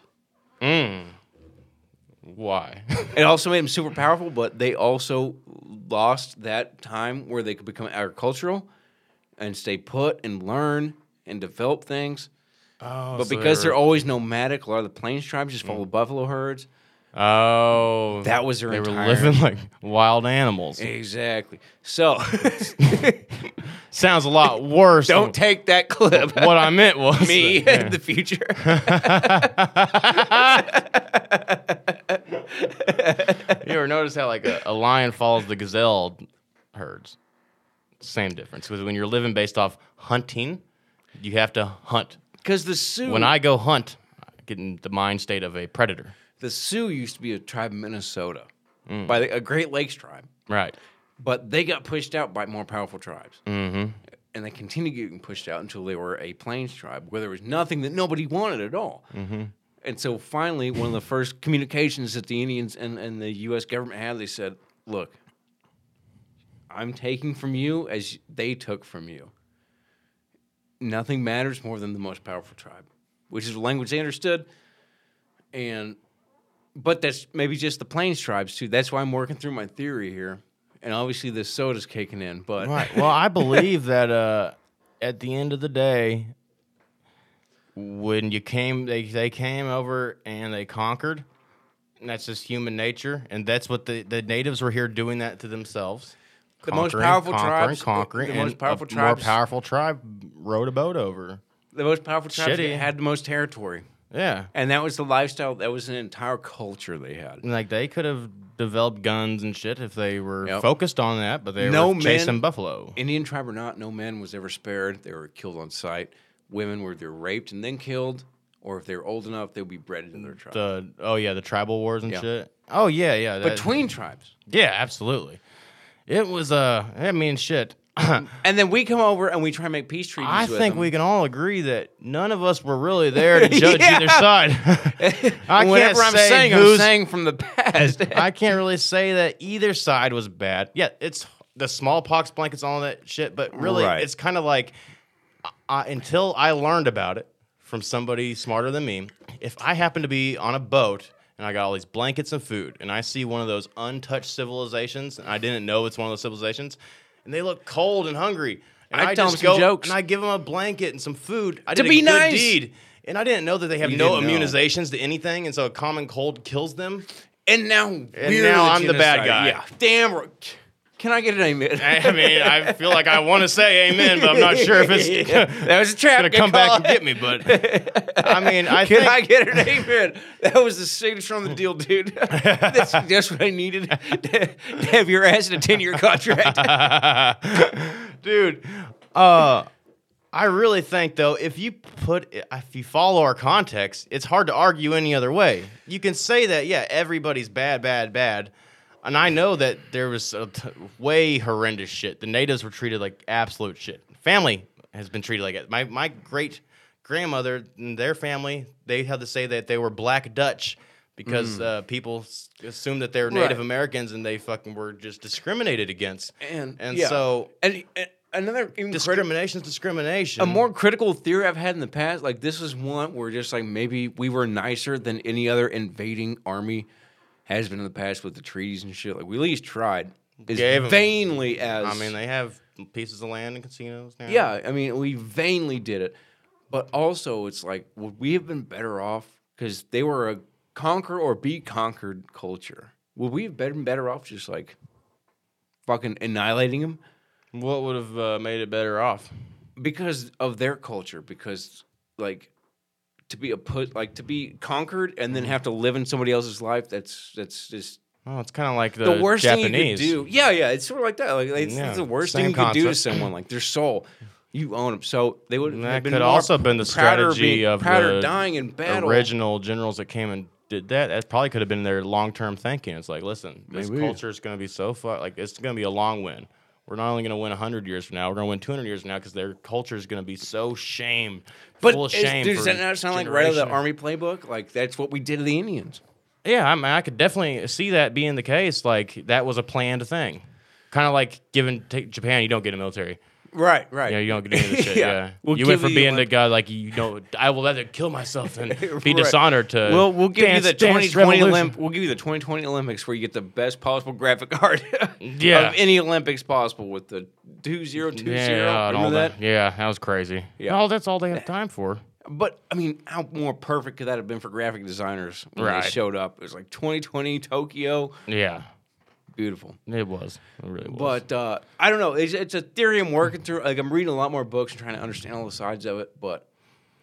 Speaker 1: Why?
Speaker 2: It also made them super powerful, but they also lost that time where they could become agricultural and stay put and learn and develop things.
Speaker 1: Oh,
Speaker 2: But because they're always nomadic, a lot of the plains tribes just
Speaker 1: Mm.
Speaker 2: follow buffalo herds.
Speaker 1: oh,
Speaker 2: That was their
Speaker 1: they were
Speaker 2: entire
Speaker 1: living like wild animals.
Speaker 2: exactly. So
Speaker 1: Sounds a lot worse. than
Speaker 2: don't take that clip.
Speaker 1: what I meant was
Speaker 2: me
Speaker 1: that-
Speaker 2: in the future.
Speaker 1: You ever notice how like a, a lion follows the gazelle herds? Same difference because when you're living based off hunting, you have to hunt.
Speaker 2: Because the Sioux,
Speaker 1: When I go hunt, I get in the mind state of a predator.
Speaker 2: the Sioux used to be a tribe in Minnesota
Speaker 1: Mm.
Speaker 2: by the, a Great Lakes tribe,
Speaker 1: Right.
Speaker 2: but they got pushed out by more powerful tribes, mm-hmm. and they continued getting pushed out until they were a plains tribe, where there was nothing that nobody wanted at all. Mm-hmm. And so finally, one of the first communications that the Indians and, and the U.S. government had, they said, "Look, I'm taking from you as they took from you. Nothing matters more than the most powerful tribe, which is a language they understood. And, but that's maybe just the plains tribes too. That's why I'm working through my theory here. And obviously, the soda's kicking in, but
Speaker 1: Right. Well, I believe that uh, at the end of the day, when you came, they they came over and they conquered. And that's just human nature, and that's what the, the natives were here doing that to themselves.
Speaker 2: The most
Speaker 1: Conquering,
Speaker 2: powerful
Speaker 1: conquering,
Speaker 2: tribes- the-
Speaker 1: conquering,
Speaker 2: the
Speaker 1: and
Speaker 2: most powerful
Speaker 1: a
Speaker 2: tribes-
Speaker 1: more powerful tribe rowed a boat over.
Speaker 2: the most powerful tribes
Speaker 1: Shitty.
Speaker 2: had the most territory.
Speaker 1: Yeah,
Speaker 2: And that was the lifestyle, that was an entire culture they had.
Speaker 1: And, like they could have developed guns and shit if they were
Speaker 2: Yep.
Speaker 1: focused on that, but they
Speaker 2: No
Speaker 1: were chasing
Speaker 2: man-
Speaker 1: buffalo.
Speaker 2: Indian tribe or not, no man was ever spared. They were killed on sight. Women were either raped and then killed, or if they were old enough, they would be bred into their tribe.
Speaker 1: The oh yeah, the tribal wars and
Speaker 2: Yeah.
Speaker 1: shit. Oh yeah, yeah. that-
Speaker 2: Between tribes.
Speaker 1: Yeah, absolutely. It was uh I mean shit.
Speaker 2: And then we come over and we try and make peace treaties.
Speaker 1: I
Speaker 2: with
Speaker 1: think
Speaker 2: them.
Speaker 1: we can all agree that none of us were really there to judge
Speaker 2: Yeah.
Speaker 1: either side. I
Speaker 2: And
Speaker 1: can't
Speaker 2: Whenever I'm
Speaker 1: say
Speaker 2: saying, I'm
Speaker 1: who's-
Speaker 2: saying from the past.
Speaker 1: I can't really say that either side was bad. Yeah, it's the smallpox blankets, all that shit. But really,
Speaker 2: Right.
Speaker 1: it's kind of like I, until I learned about it from somebody smarter than me. If I happen to be on a boat and I got all these blankets and food, and I see one of those untouched civilizations, and I didn't know it's one of those civilizations, and they look cold and hungry. And
Speaker 2: I'd tell 'em
Speaker 1: just
Speaker 2: some
Speaker 1: go
Speaker 2: jokes.
Speaker 1: and I give them a blanket and some food. I
Speaker 2: To
Speaker 1: did a
Speaker 2: be
Speaker 1: good
Speaker 2: nice.
Speaker 1: deed. And I didn't know that they have
Speaker 2: You
Speaker 1: no
Speaker 2: didn't know.
Speaker 1: immunizations to anything, and so a common cold kills them.
Speaker 2: and now, we're
Speaker 1: now I'm the bad
Speaker 2: genocide.
Speaker 1: guy.
Speaker 2: Yeah. Damn. r- Can I get an amen?
Speaker 1: I mean, I feel like I want to say amen, but I'm not sure if it's
Speaker 2: that was a trap.
Speaker 1: gonna
Speaker 2: Good
Speaker 1: come back
Speaker 2: call.
Speaker 1: and get me. But I mean, I
Speaker 2: Can
Speaker 1: think
Speaker 2: I get an amen? That was the signature on the deal, dude. That's just what I needed to, to have your ass in a 10 year contract.
Speaker 1: dude, Uh, I really think though, if you put, if you follow our context, it's hard to argue any other way. You can say that, yeah, everybody's bad, bad, bad, and I know that there was a t- way horrendous shit. The natives were treated like absolute shit. Family has been treated like it. My my great grandmother and their family, they had to say that they were black Dutch. Because uh, people s- assumed that they were Native
Speaker 2: Mm. Right.
Speaker 1: Americans and they fucking were just discriminated against.
Speaker 2: And,
Speaker 1: and
Speaker 2: yeah.
Speaker 1: so
Speaker 2: and, and another even criti-
Speaker 1: discrimination's discrimination.
Speaker 2: a more critical theory I've had in the past, like this is one where just like maybe we were nicer than any other invading army has been in the past with the treaties and shit. Like we at least tried as
Speaker 1: Gave 'em-
Speaker 2: vainly as
Speaker 1: I mean, they have pieces of land and casinos now.
Speaker 2: yeah, I mean, we vainly did it. But also, it's like, would we have been better off? Because they were a conquer or be conquered culture. Would we have been better off just like fucking annihilating them
Speaker 1: What would have uh, made it better off?
Speaker 2: because of their culture? Because, like, to be a put, like, to be conquered and then have to live in somebody else's life, that's, that's just.
Speaker 1: Oh, it's kind of like
Speaker 2: The
Speaker 1: the,
Speaker 2: worst
Speaker 1: Japanese.
Speaker 2: thing you could do, yeah, yeah, it's sort of like that. Like, it's,
Speaker 1: Yeah,
Speaker 2: it's the worst
Speaker 1: same
Speaker 2: thing you could do to
Speaker 1: concept.
Speaker 2: someone, like their soul. You own them, so they would
Speaker 1: And
Speaker 2: have
Speaker 1: that
Speaker 2: been
Speaker 1: could
Speaker 2: more
Speaker 1: also have been the
Speaker 2: prouder
Speaker 1: strategy
Speaker 2: being-
Speaker 1: of
Speaker 2: prouder
Speaker 1: the
Speaker 2: dying in battle.
Speaker 1: original generals that came and did that. That probably could have been their long term thinking. It's like, listen, this
Speaker 2: Maybe.
Speaker 1: culture is going to be so far. Like, it's going to be a long win. We're not only going to win 100 years from now, we're going to win 200 years from now because their culture is going to be so shame.
Speaker 2: but
Speaker 1: full of
Speaker 2: is-
Speaker 1: shame.
Speaker 2: does
Speaker 1: for
Speaker 2: that not sound like right out of the
Speaker 1: generation-
Speaker 2: army playbook? Like that's what we did to the Indians.
Speaker 1: Yeah, I mean, I could definitely see that being the case. Like that was a planned thing, kind of like giving take Japan, you don't get a military.
Speaker 2: Right, right.
Speaker 1: Yeah, you don't get any of this shit.
Speaker 2: Yeah.
Speaker 1: yeah,
Speaker 2: We'll
Speaker 1: you went
Speaker 2: give
Speaker 1: from
Speaker 2: you
Speaker 1: being the
Speaker 2: like-
Speaker 1: guy like you know, I will rather kill myself than be
Speaker 2: Right.
Speaker 1: dishonored to.
Speaker 2: We'll, we'll give
Speaker 1: dance,
Speaker 2: you the
Speaker 1: dance
Speaker 2: 2020
Speaker 1: revolution.
Speaker 2: Olymp- We'll give you the 2020 Olympics where you get the best possible graphic art
Speaker 1: Yeah.
Speaker 2: of any Olympics possible with the 2020.
Speaker 1: Yeah, and all
Speaker 2: Remember that?
Speaker 1: that. Yeah, that was crazy.
Speaker 2: Yeah.
Speaker 1: Yeah, no, that's all they have time for.
Speaker 2: But I mean, how more perfect could that have been for graphic designers when
Speaker 1: Right.
Speaker 2: they showed up? It was like 2020 Tokyo,
Speaker 1: Yeah,
Speaker 2: beautiful.
Speaker 1: it was. It really was.
Speaker 2: But uh, I don't know. It's, it's a theory I'm working through. Like I'm reading a lot more books and trying to understand all the sides of it. But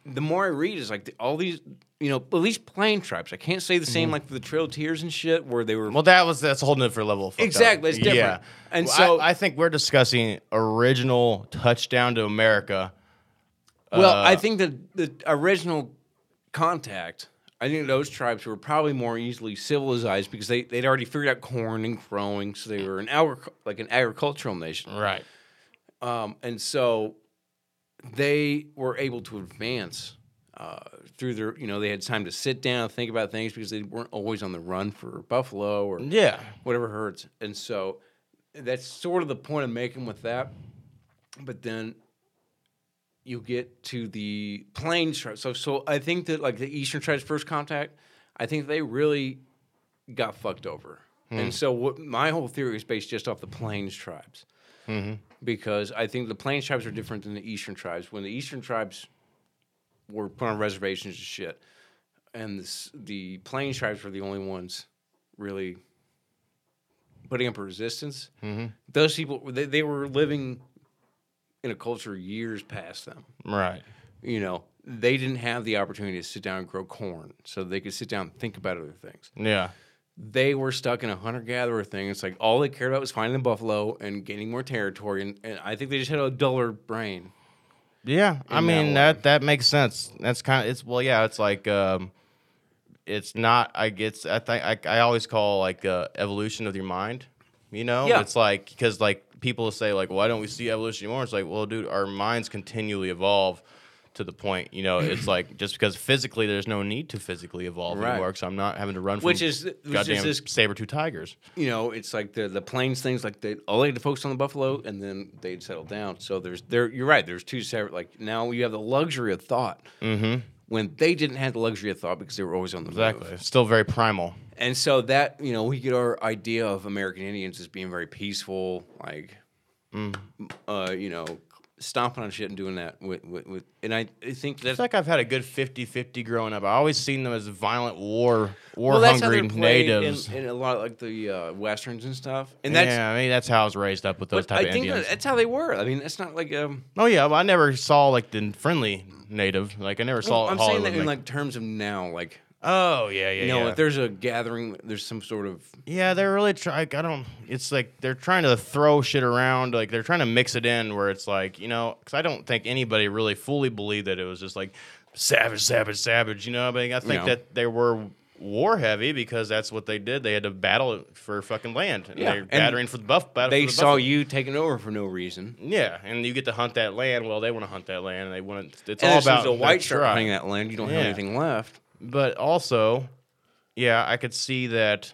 Speaker 2: the more I read, is like the, all these, you know, at least plain tribes. I can't say the same like for the Trail of Tears and shit, where they were.
Speaker 1: Well, that was that's a whole different level. Of fucked up.
Speaker 2: Exactly, it's different.
Speaker 1: Yeah,
Speaker 2: And
Speaker 1: Well,
Speaker 2: so-
Speaker 1: I, I think we're discussing original touchdown to America.
Speaker 2: well,
Speaker 1: uh,
Speaker 2: I think that the original contact. I think those tribes were probably more easily civilized because they, they'd already figured out corn and growing, so they were an agric- like an agricultural nation.
Speaker 1: Right.
Speaker 2: Um, and so they were able to advance uh, through their, you know, they had time to sit down, think about things because they weren't always on the run for buffalo or
Speaker 1: Yeah.
Speaker 2: whatever herds. And so that's sort of the point I'm making with that. But then you get to the plains tribes. So, so I think that like the eastern tribes first contact, I think they really got fucked over. And so what my whole theory is based just off the plains tribes. Because I think the plains tribes are different than the eastern tribes. When the eastern tribes were put on reservations and shit, and this, the plains tribes were the only ones really putting up a resistance. Those people, they, they were living in a culture years past them.
Speaker 1: Right.
Speaker 2: You know, they didn't have the opportunity to sit down and grow corn, so they could sit down and think about other things.
Speaker 1: Yeah.
Speaker 2: They were stuck in a hunter gatherer thing. It's like all they cared about was finding the buffalo and gaining more territory. And, and I think they just had a duller brain.
Speaker 1: Yeah. I
Speaker 2: in that
Speaker 1: mean that, that makes sense. That's kind of it's well yeah it's like um, it's not I guess I think I, I always call like uh, evolution of your mind. You know,
Speaker 2: Yeah.
Speaker 1: it's like because like people say like why don't we see evolution anymore? It's like well dude our minds continually evolve. To the point, you know, it's like just because physically there's no need to physically evolve
Speaker 2: Right.
Speaker 1: anymore, because I'm not having to run from
Speaker 2: Which is- which is
Speaker 1: goddamn
Speaker 2: this-
Speaker 1: saber-tooth tigers.
Speaker 2: You know, it's like the the plains things. Like they all they had to focus on the buffalo, and then they'd settle down. So there's there. You're right. There's two separate. Like now you have the luxury of thought. Mm-hmm. When they didn't have the luxury of thought because they were always on the move.
Speaker 1: Exactly, still very primal.
Speaker 2: And so that, you know, we get our idea of American Indians as being very peaceful, like,
Speaker 1: Mm.
Speaker 2: uh, you know, stomping on shit and doing that with, with, with and I, I think that's
Speaker 1: It's like I've had a good 50-50 growing up. I always seen them as violent war
Speaker 2: well,
Speaker 1: war
Speaker 2: that's how
Speaker 1: hungry
Speaker 2: they're played
Speaker 1: natives.
Speaker 2: in, in a lot of, like the uh, westerns and stuff. And that's,
Speaker 1: yeah, I mean that's how I was raised up with those
Speaker 2: but
Speaker 1: type
Speaker 2: I
Speaker 1: of
Speaker 2: think
Speaker 1: Indians.
Speaker 2: that, that's how they were. I mean, that's not like um.
Speaker 1: oh yeah, well, I never saw like the friendly native. Like I never saw
Speaker 2: I'm
Speaker 1: Hollywood.
Speaker 2: saying that in
Speaker 1: like-
Speaker 2: like terms of now, like
Speaker 1: Oh yeah, yeah,
Speaker 2: You know,
Speaker 1: yeah.
Speaker 2: if there's a gathering, there's some sort of
Speaker 1: yeah, they're really trying. I don't. It's like they're trying to throw shit around. Like they're trying to mix it in where it's like you know, because I don't think anybody really fully believed that it was just like savage, savage, savage. You know, but I think
Speaker 2: No.
Speaker 1: that they were war heavy because that's what they did. They had to battle for fucking land. And
Speaker 2: Yeah,
Speaker 1: they're
Speaker 2: and
Speaker 1: battering for the buff. Battle
Speaker 2: they
Speaker 1: for the
Speaker 2: saw
Speaker 1: buffalo.
Speaker 2: you taking over for no reason.
Speaker 1: Yeah, and you get to hunt that land. Well, they want to hunt that land, and they want to. It's
Speaker 2: and
Speaker 1: all
Speaker 2: as soon as
Speaker 1: about
Speaker 2: a white
Speaker 1: that
Speaker 2: shark
Speaker 1: tribe.
Speaker 2: hunting that land, you don't
Speaker 1: Yeah.
Speaker 2: have anything left.
Speaker 1: But also, yeah, I could see that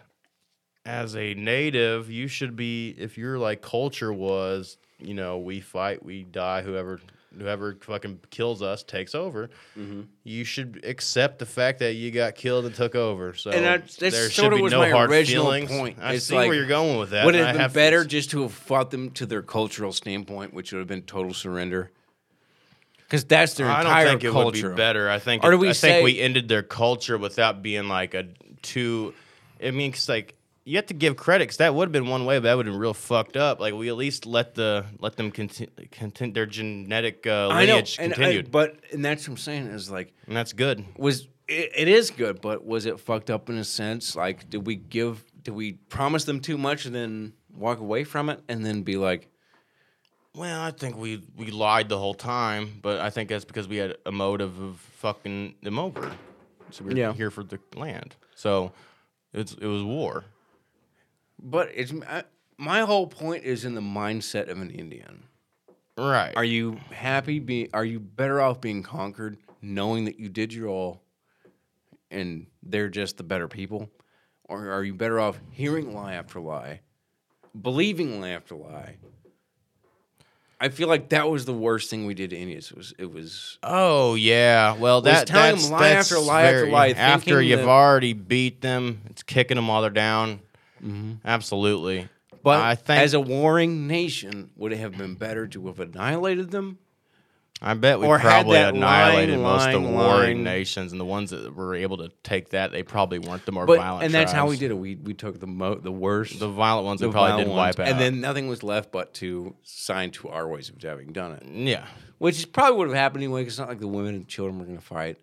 Speaker 1: as a native, you should be if your like culture was, you know, we fight, we die, whoever whoever fucking kills us takes over.
Speaker 2: Mm-hmm.
Speaker 1: You should accept the fact that you got killed and took over. So
Speaker 2: And that's- that's
Speaker 1: there should
Speaker 2: sorta
Speaker 1: be
Speaker 2: was
Speaker 1: no
Speaker 2: my
Speaker 1: hard
Speaker 2: original
Speaker 1: feelings.
Speaker 2: point.
Speaker 1: I
Speaker 2: It's
Speaker 1: see
Speaker 2: like,
Speaker 1: where you're going with that.
Speaker 2: Would it
Speaker 1: and I
Speaker 2: have been
Speaker 1: have-
Speaker 2: better just to have fought them to their cultural standpoint, which would have been total surrender? Because that's their
Speaker 1: I
Speaker 2: entire
Speaker 1: don't think it
Speaker 2: culture.
Speaker 1: would be better. I think
Speaker 2: Or do
Speaker 1: it-
Speaker 2: we
Speaker 1: I
Speaker 2: say-
Speaker 1: think we ended their culture without being like a too. I mean, 'cause, like you have to give credit 'cause that would have been one way, but that would have been real fucked up. Like we at least let the let them conti- contin- their genetic uh,
Speaker 2: I know,
Speaker 1: lineage
Speaker 2: and I-
Speaker 1: continued,
Speaker 2: but and that's what I'm saying is like
Speaker 1: and that's good.
Speaker 2: was it, it is good, but was it fucked up in a sense? Like, did we give? Did we promise them too much and then walk away from it and then be like,
Speaker 1: Well, I think we we lied the whole time, but I think that's because we had a motive of fucking them over. So we were
Speaker 2: Yeah.
Speaker 1: here for the land. So it's it was war.
Speaker 2: but it's I, my whole point is in the mindset of an Indian.
Speaker 1: Right.
Speaker 2: Are you happy? Be are you better off being conquered, knowing that you did your all, and they're just the better people, or are you better off hearing lie after lie, believing lie after lie? I feel like that was the worst thing we did to Indians. It was it was
Speaker 1: Oh yeah, well
Speaker 2: Well,
Speaker 1: that
Speaker 2: it's telling 'em
Speaker 1: that's,
Speaker 2: lie
Speaker 1: that's
Speaker 2: after lie after
Speaker 1: very-
Speaker 2: lie,
Speaker 1: After
Speaker 2: thinking
Speaker 1: you've
Speaker 2: that-
Speaker 1: already beat them, it's kicking them while they're down. Absolutely,
Speaker 2: Mm-hmm. but
Speaker 1: I think
Speaker 2: uh, as a warring nation, would it have been better to have annihilated them?
Speaker 1: I bet we
Speaker 2: or had
Speaker 1: probably
Speaker 2: that
Speaker 1: annihilated
Speaker 2: line,
Speaker 1: most of the
Speaker 2: line,
Speaker 1: warring
Speaker 2: line.
Speaker 1: nations, and the ones that were able to take that, they probably weren't the more
Speaker 2: But
Speaker 1: violent.
Speaker 2: and that's how we
Speaker 1: tribes.
Speaker 2: did it. We we took the mo- the worst
Speaker 1: The violent ones,
Speaker 2: the
Speaker 1: we probably
Speaker 2: violent
Speaker 1: did
Speaker 2: ones,
Speaker 1: wipe out.
Speaker 2: and then nothing was left but to sign to our ways of having done it.
Speaker 1: yeah,
Speaker 2: which is probably would have happened anyway. 'cause it's not like the women and children were going to fight,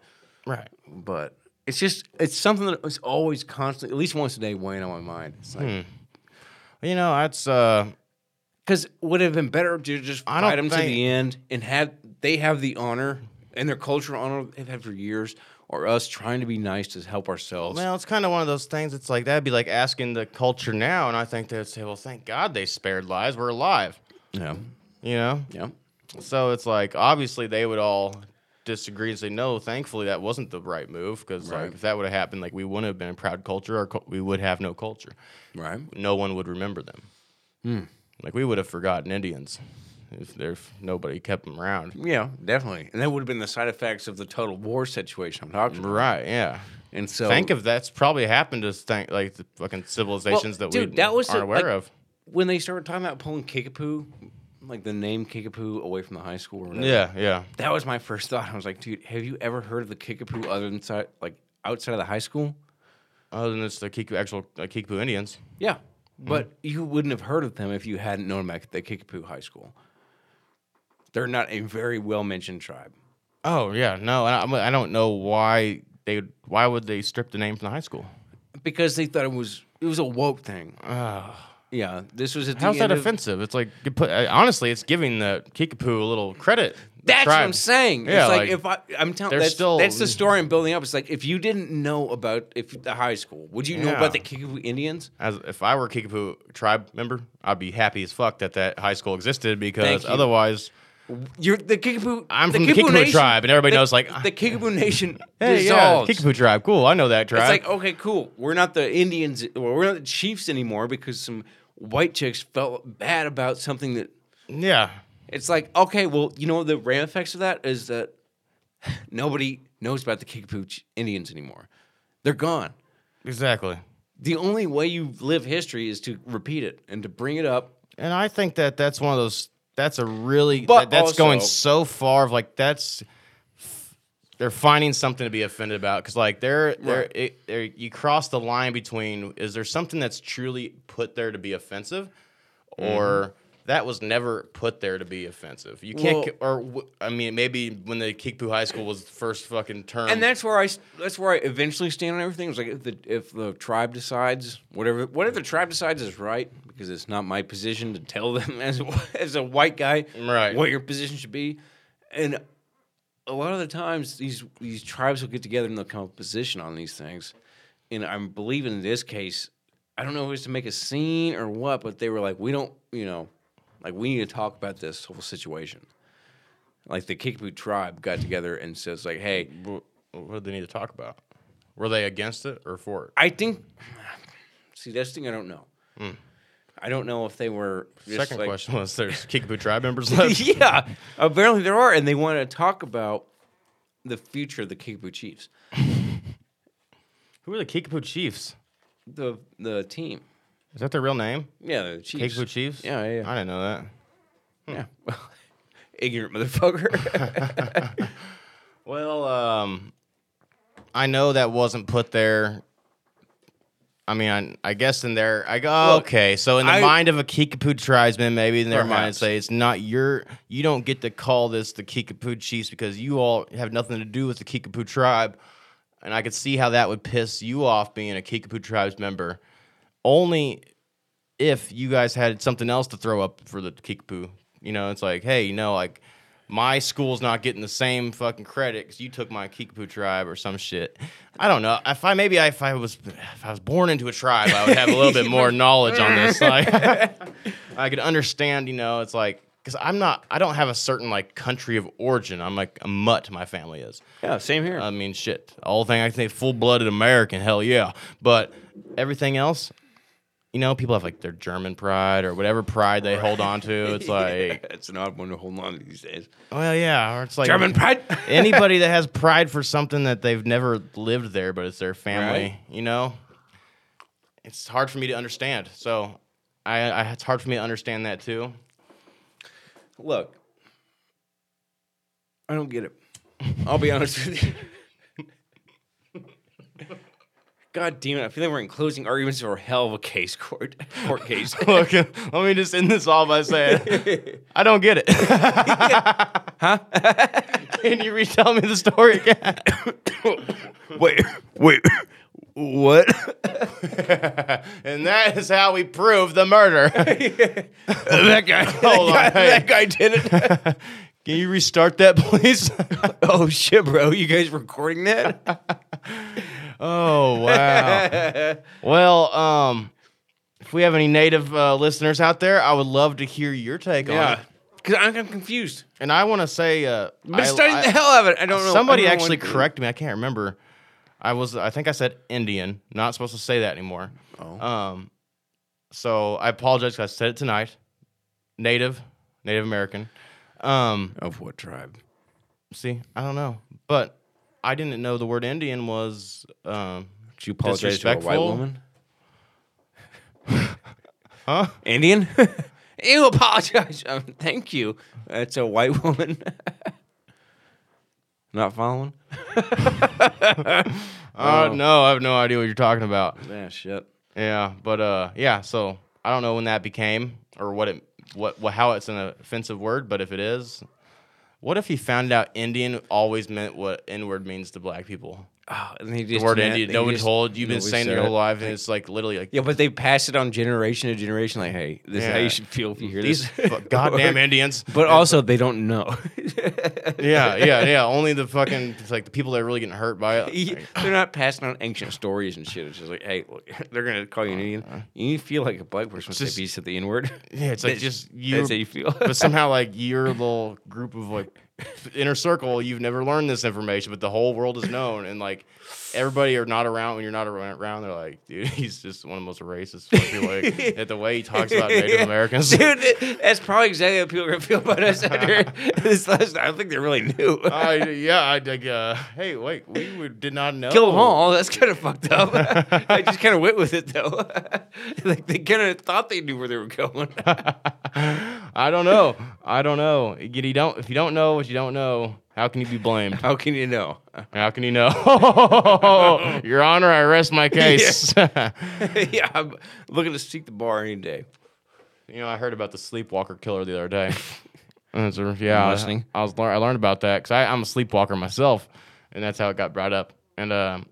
Speaker 1: right.
Speaker 2: but it's just it's something that is always constantly, at least once a day, weighing on my mind. It's
Speaker 1: Hmm.
Speaker 2: like
Speaker 1: You know, that's uh,
Speaker 2: because would it have been better to just
Speaker 1: I
Speaker 2: I
Speaker 1: don't
Speaker 2: fight them to
Speaker 1: think-
Speaker 2: the end and have they have the honor and their cultural honor they've had for years, or us trying to be nice to help ourselves.
Speaker 1: Well, it's kind of one of those things. It's like that'd be like asking the culture now, and I think they'd say, "Well, thank God they spared lives. We're alive."
Speaker 2: yeah,
Speaker 1: You know,
Speaker 2: yeah.
Speaker 1: So it's like obviously they would all disagree and say no. Thankfully, that wasn't the right move because
Speaker 2: Right.
Speaker 1: like if that would have happened, like we wouldn't have been a proud culture, or cul- we would have no culture.
Speaker 2: Right.
Speaker 1: No one would remember them. Hmm. Like we would have forgotten Indians if there if nobody kept them around.
Speaker 2: Yeah, definitely. And that would have been the side effects of the total war situation I'm talking about.
Speaker 1: Right? Yeah.
Speaker 2: And so
Speaker 1: Mm. Think of that's probably happened to thank like the fucking civilizations that we
Speaker 2: dude, that was the-
Speaker 1: aren't aware
Speaker 2: like-
Speaker 1: of.
Speaker 2: when they started talking about pulling Kickapoo, like the name Kickapoo away from the high school, or whatever,
Speaker 1: Yeah, yeah.
Speaker 2: that was my first thought. I was like, dude, have you ever heard of the Kickapoo other than si- like outside of the high school?
Speaker 1: Other than it's the Kiku, actual uh, Kiku Indians.
Speaker 2: Yeah,
Speaker 1: Mm-hmm.
Speaker 2: but you wouldn't have heard of them if you hadn't known them at the Kickapoo High School. They're not a very well mentioned tribe.
Speaker 1: Oh yeah, no, and I, I'm- I don't know why they would- why would they strip the name from the high school.
Speaker 2: because they thought it was it was a woke thing. yeah, this was at the
Speaker 1: How's that
Speaker 2: end of-
Speaker 1: offensive? It's like you put, uh, honestly, it's giving the Kickapoo a little credit. The
Speaker 2: That's what I'm
Speaker 1: tribe.
Speaker 2: saying.
Speaker 1: Yeah,
Speaker 2: it's like,
Speaker 1: like,
Speaker 2: if I, I'm telling,
Speaker 1: they're
Speaker 2: that's,
Speaker 1: still-
Speaker 2: that's the story I'm building up. It's like if you didn't know about if the high school, would you know
Speaker 1: Yeah.
Speaker 2: about the Kickapoo Indians?
Speaker 1: As if I were a Kickapoo tribe member, I'd be happy as fuck that that high school existed
Speaker 2: Thank
Speaker 1: because
Speaker 2: you.
Speaker 1: otherwise,
Speaker 2: You're the Kickapoo.
Speaker 1: I'm from the Kickapoo
Speaker 2: Nation-
Speaker 1: tribe, and everybody
Speaker 2: the-
Speaker 1: knows, like,
Speaker 2: the Kickapoo Nation
Speaker 1: hey, yeah,
Speaker 2: dissolved.
Speaker 1: Kickapoo tribe, cool. I know that tribe.
Speaker 2: it's like okay, cool. We're not the Indians. Well, we're not the Chiefs anymore because some white chicks felt bad about something that.
Speaker 1: yeah,
Speaker 2: It's like okay, well, you know the ram effects of that is that nobody knows about the Kickapoo Ch- Indians anymore. They're gone.
Speaker 1: exactly.
Speaker 2: the only way you live history is to repeat it and to bring it up.
Speaker 1: And I think that that's one of those. That's a really.
Speaker 2: But
Speaker 1: that- that's going
Speaker 2: also-
Speaker 1: so far of like that's. They're finding something to be offended about because like they're they're,
Speaker 2: Right.
Speaker 1: it, they're you cross the
Speaker 2: Mm-hmm.
Speaker 1: line between is there something that's truly put there to be offensive, or that was never put there to be offensive. You can't,
Speaker 2: Well-
Speaker 1: ki- or w- I mean, maybe when the Kickapoo High School was the first fucking term,
Speaker 2: and that's where I s- that's where I eventually stand on everything. It's like if the if the tribe decides whatever whatever the tribe decides is right because it's not my position to tell them as a- as a white guy
Speaker 1: Right.
Speaker 2: what your position should be. And a lot of the times these these tribes will get together and they'll come up with a position on these things. And I'm believing in this case, I don't know if it was to make a scene or what, but they were like, we don't, you know, like we need to talk about this whole situation. Like the Kickapoo tribe got together and says like, hey,
Speaker 1: Wh- what did they need to talk about? Were they against it or for it?
Speaker 2: I think. See, that's the thing I don't know. I don't know if they were. just
Speaker 1: Hmm. Second
Speaker 2: like-
Speaker 1: question was: There's Kickapoo tribe members left.
Speaker 2: yeah, apparently there are, and they want to talk about the future of the Kickapoo Chiefs,
Speaker 1: Who are the Kickapoo Chiefs?
Speaker 2: the the team.
Speaker 1: Is that their real name?
Speaker 2: Yeah, the Chiefs.
Speaker 1: Kickapoo Chiefs.
Speaker 2: Yeah, yeah, yeah.
Speaker 1: I didn't know that.
Speaker 2: yeah. Ignorant motherfucker.
Speaker 1: Well, um, I know that wasn't put there. I mean, I, I guess in their, I go okay. So in the
Speaker 2: I-
Speaker 1: mind of a Kickapoo tribesman, maybe in their mind,
Speaker 2: Perhaps.
Speaker 1: say it's not your, you don't get to call this the Kickapoo Chiefs because you all have nothing to do with the Kickapoo tribe. And I could see how that would piss you off being a Kickapoo tribes member, only if you guys had something else to throw up for the Kickapoo. You know, it's like, hey, you know, like my school's not getting the same fucking credit because you took my Kickapoo tribe or some shit. I don't know. If I maybe I, if I was if I was born into a tribe, I would have a little bit more knowledge on this. Like, I could understand. You know, it's like because I'm not. I don't have a certain like country of origin. I'm like a mutt. My family is.
Speaker 2: yeah, same here.
Speaker 1: I mean, shit. All thing I can think full blooded American, hell yeah. But everything else, you know, people have like their German pride or whatever pride they hold on to. It's like,
Speaker 2: it's an odd one to hold on to these days.
Speaker 1: well, yeah. Or it's like
Speaker 2: German pride.
Speaker 1: anybody that has pride for something that they've never lived there, but it's their family, you know, it's hard for me to understand. So I, I, it's hard for me to understand that too.
Speaker 2: Look, I don't get it. I'll be honest with you. God damn it! I feel like we're in closing arguments for a hell of a case court court case.
Speaker 1: Look, let me just end this all by saying I don't get it. huh? Can you retell me the story again?
Speaker 2: wait, wait, what?
Speaker 1: and that is how we prove the murder.
Speaker 2: that guy, that,
Speaker 1: Hold on,
Speaker 2: guy
Speaker 1: hey.
Speaker 2: that guy did it.
Speaker 1: Can you restart that, please?
Speaker 2: oh shit, bro! You guys recording that?
Speaker 1: oh wow. Well, um, if we have any native uh, listeners out there, I would love to hear your take on it.
Speaker 2: because I'm, I'm confused.
Speaker 1: And I want to say, uh,
Speaker 2: But
Speaker 1: I-
Speaker 2: studying
Speaker 1: I-
Speaker 2: the hell out of it. I don't know.
Speaker 1: Somebody
Speaker 2: I don't know
Speaker 1: actually
Speaker 2: what-
Speaker 1: corrected me. I can't remember. I was. I think I said Indian. Not supposed to say that anymore.
Speaker 2: Oh.
Speaker 1: Um, so I apologize. 'cause I said it tonight. Native, Native American. Um,
Speaker 2: Of what tribe?
Speaker 1: see, I don't know, but I didn't know the word Indian was. Um,
Speaker 2: Did you apologize to a white
Speaker 1: Disrespectful?
Speaker 2: woman?
Speaker 1: huh?
Speaker 2: Indian? you apologize. Um, thank you. That's a white woman. Not following? Oh.
Speaker 1: Uh, no, I have no idea what you're talking about.
Speaker 2: Yeah, shit.
Speaker 1: Yeah, but uh, yeah. So I don't know when that became or what it what, what how it's an offensive word, but if it is, what if he found out Indian always meant what N word means to black people?
Speaker 2: Oh, and they
Speaker 1: The
Speaker 2: just
Speaker 1: word
Speaker 2: met-
Speaker 1: Indian,
Speaker 2: they
Speaker 1: no one
Speaker 2: just-
Speaker 1: told you've been
Speaker 2: nobody
Speaker 1: saying your
Speaker 2: said
Speaker 1: whole
Speaker 2: it.
Speaker 1: life, and it's like literally like
Speaker 2: Yeah, but they pass it on generation to generation. Like, hey, this is how
Speaker 1: Yeah.
Speaker 2: you should feel if you hear
Speaker 1: these
Speaker 2: this.
Speaker 1: fu- goddamn Indians.
Speaker 2: But also, they don't know.
Speaker 1: Yeah, yeah, yeah. Only the fucking it's like the people that are really getting hurt by it. Like,
Speaker 2: They're not passing on ancient stories and shit. It's just like, hey, look, they're gonna call you an Indian. You feel like a black person
Speaker 1: Uh-huh. Just-
Speaker 2: if you said the N word.
Speaker 1: yeah, it's like just you.
Speaker 2: That's how you feel.
Speaker 1: But somehow, like your little group of like inner circle, you've never learned this information, but the whole world is known, and like everybody are not around when you're not ar- around. They're like, dude, he's just one of the most racist. Fucking, like at the way he talks about Native
Speaker 2: Yeah.
Speaker 1: Americans.
Speaker 2: Dude, th- that's probably exactly how people are gonna feel about us after this last. I don't think they really knew.
Speaker 1: I, yeah, I like, uh, hey, wait, we would, did not know.
Speaker 2: Kill them all. That's kind of fucked up. I just kind of went with it though. like they kind of thought they knew where they were going.
Speaker 1: I don't know. I don't know. You you don't. If you don't know what you don't know, how can you be blamed?
Speaker 2: How can you know?
Speaker 1: How can you know? Your Honor, I rest my case.
Speaker 2: yeah, I'm looking to seek the bar any day.
Speaker 1: You know, I heard about the sleepwalker killer the other day. And it's, uh, yeah, I-
Speaker 3: listening.
Speaker 1: I, was lear- I learned about that because I'm a sleepwalker myself, and that's how it got brought up. And um,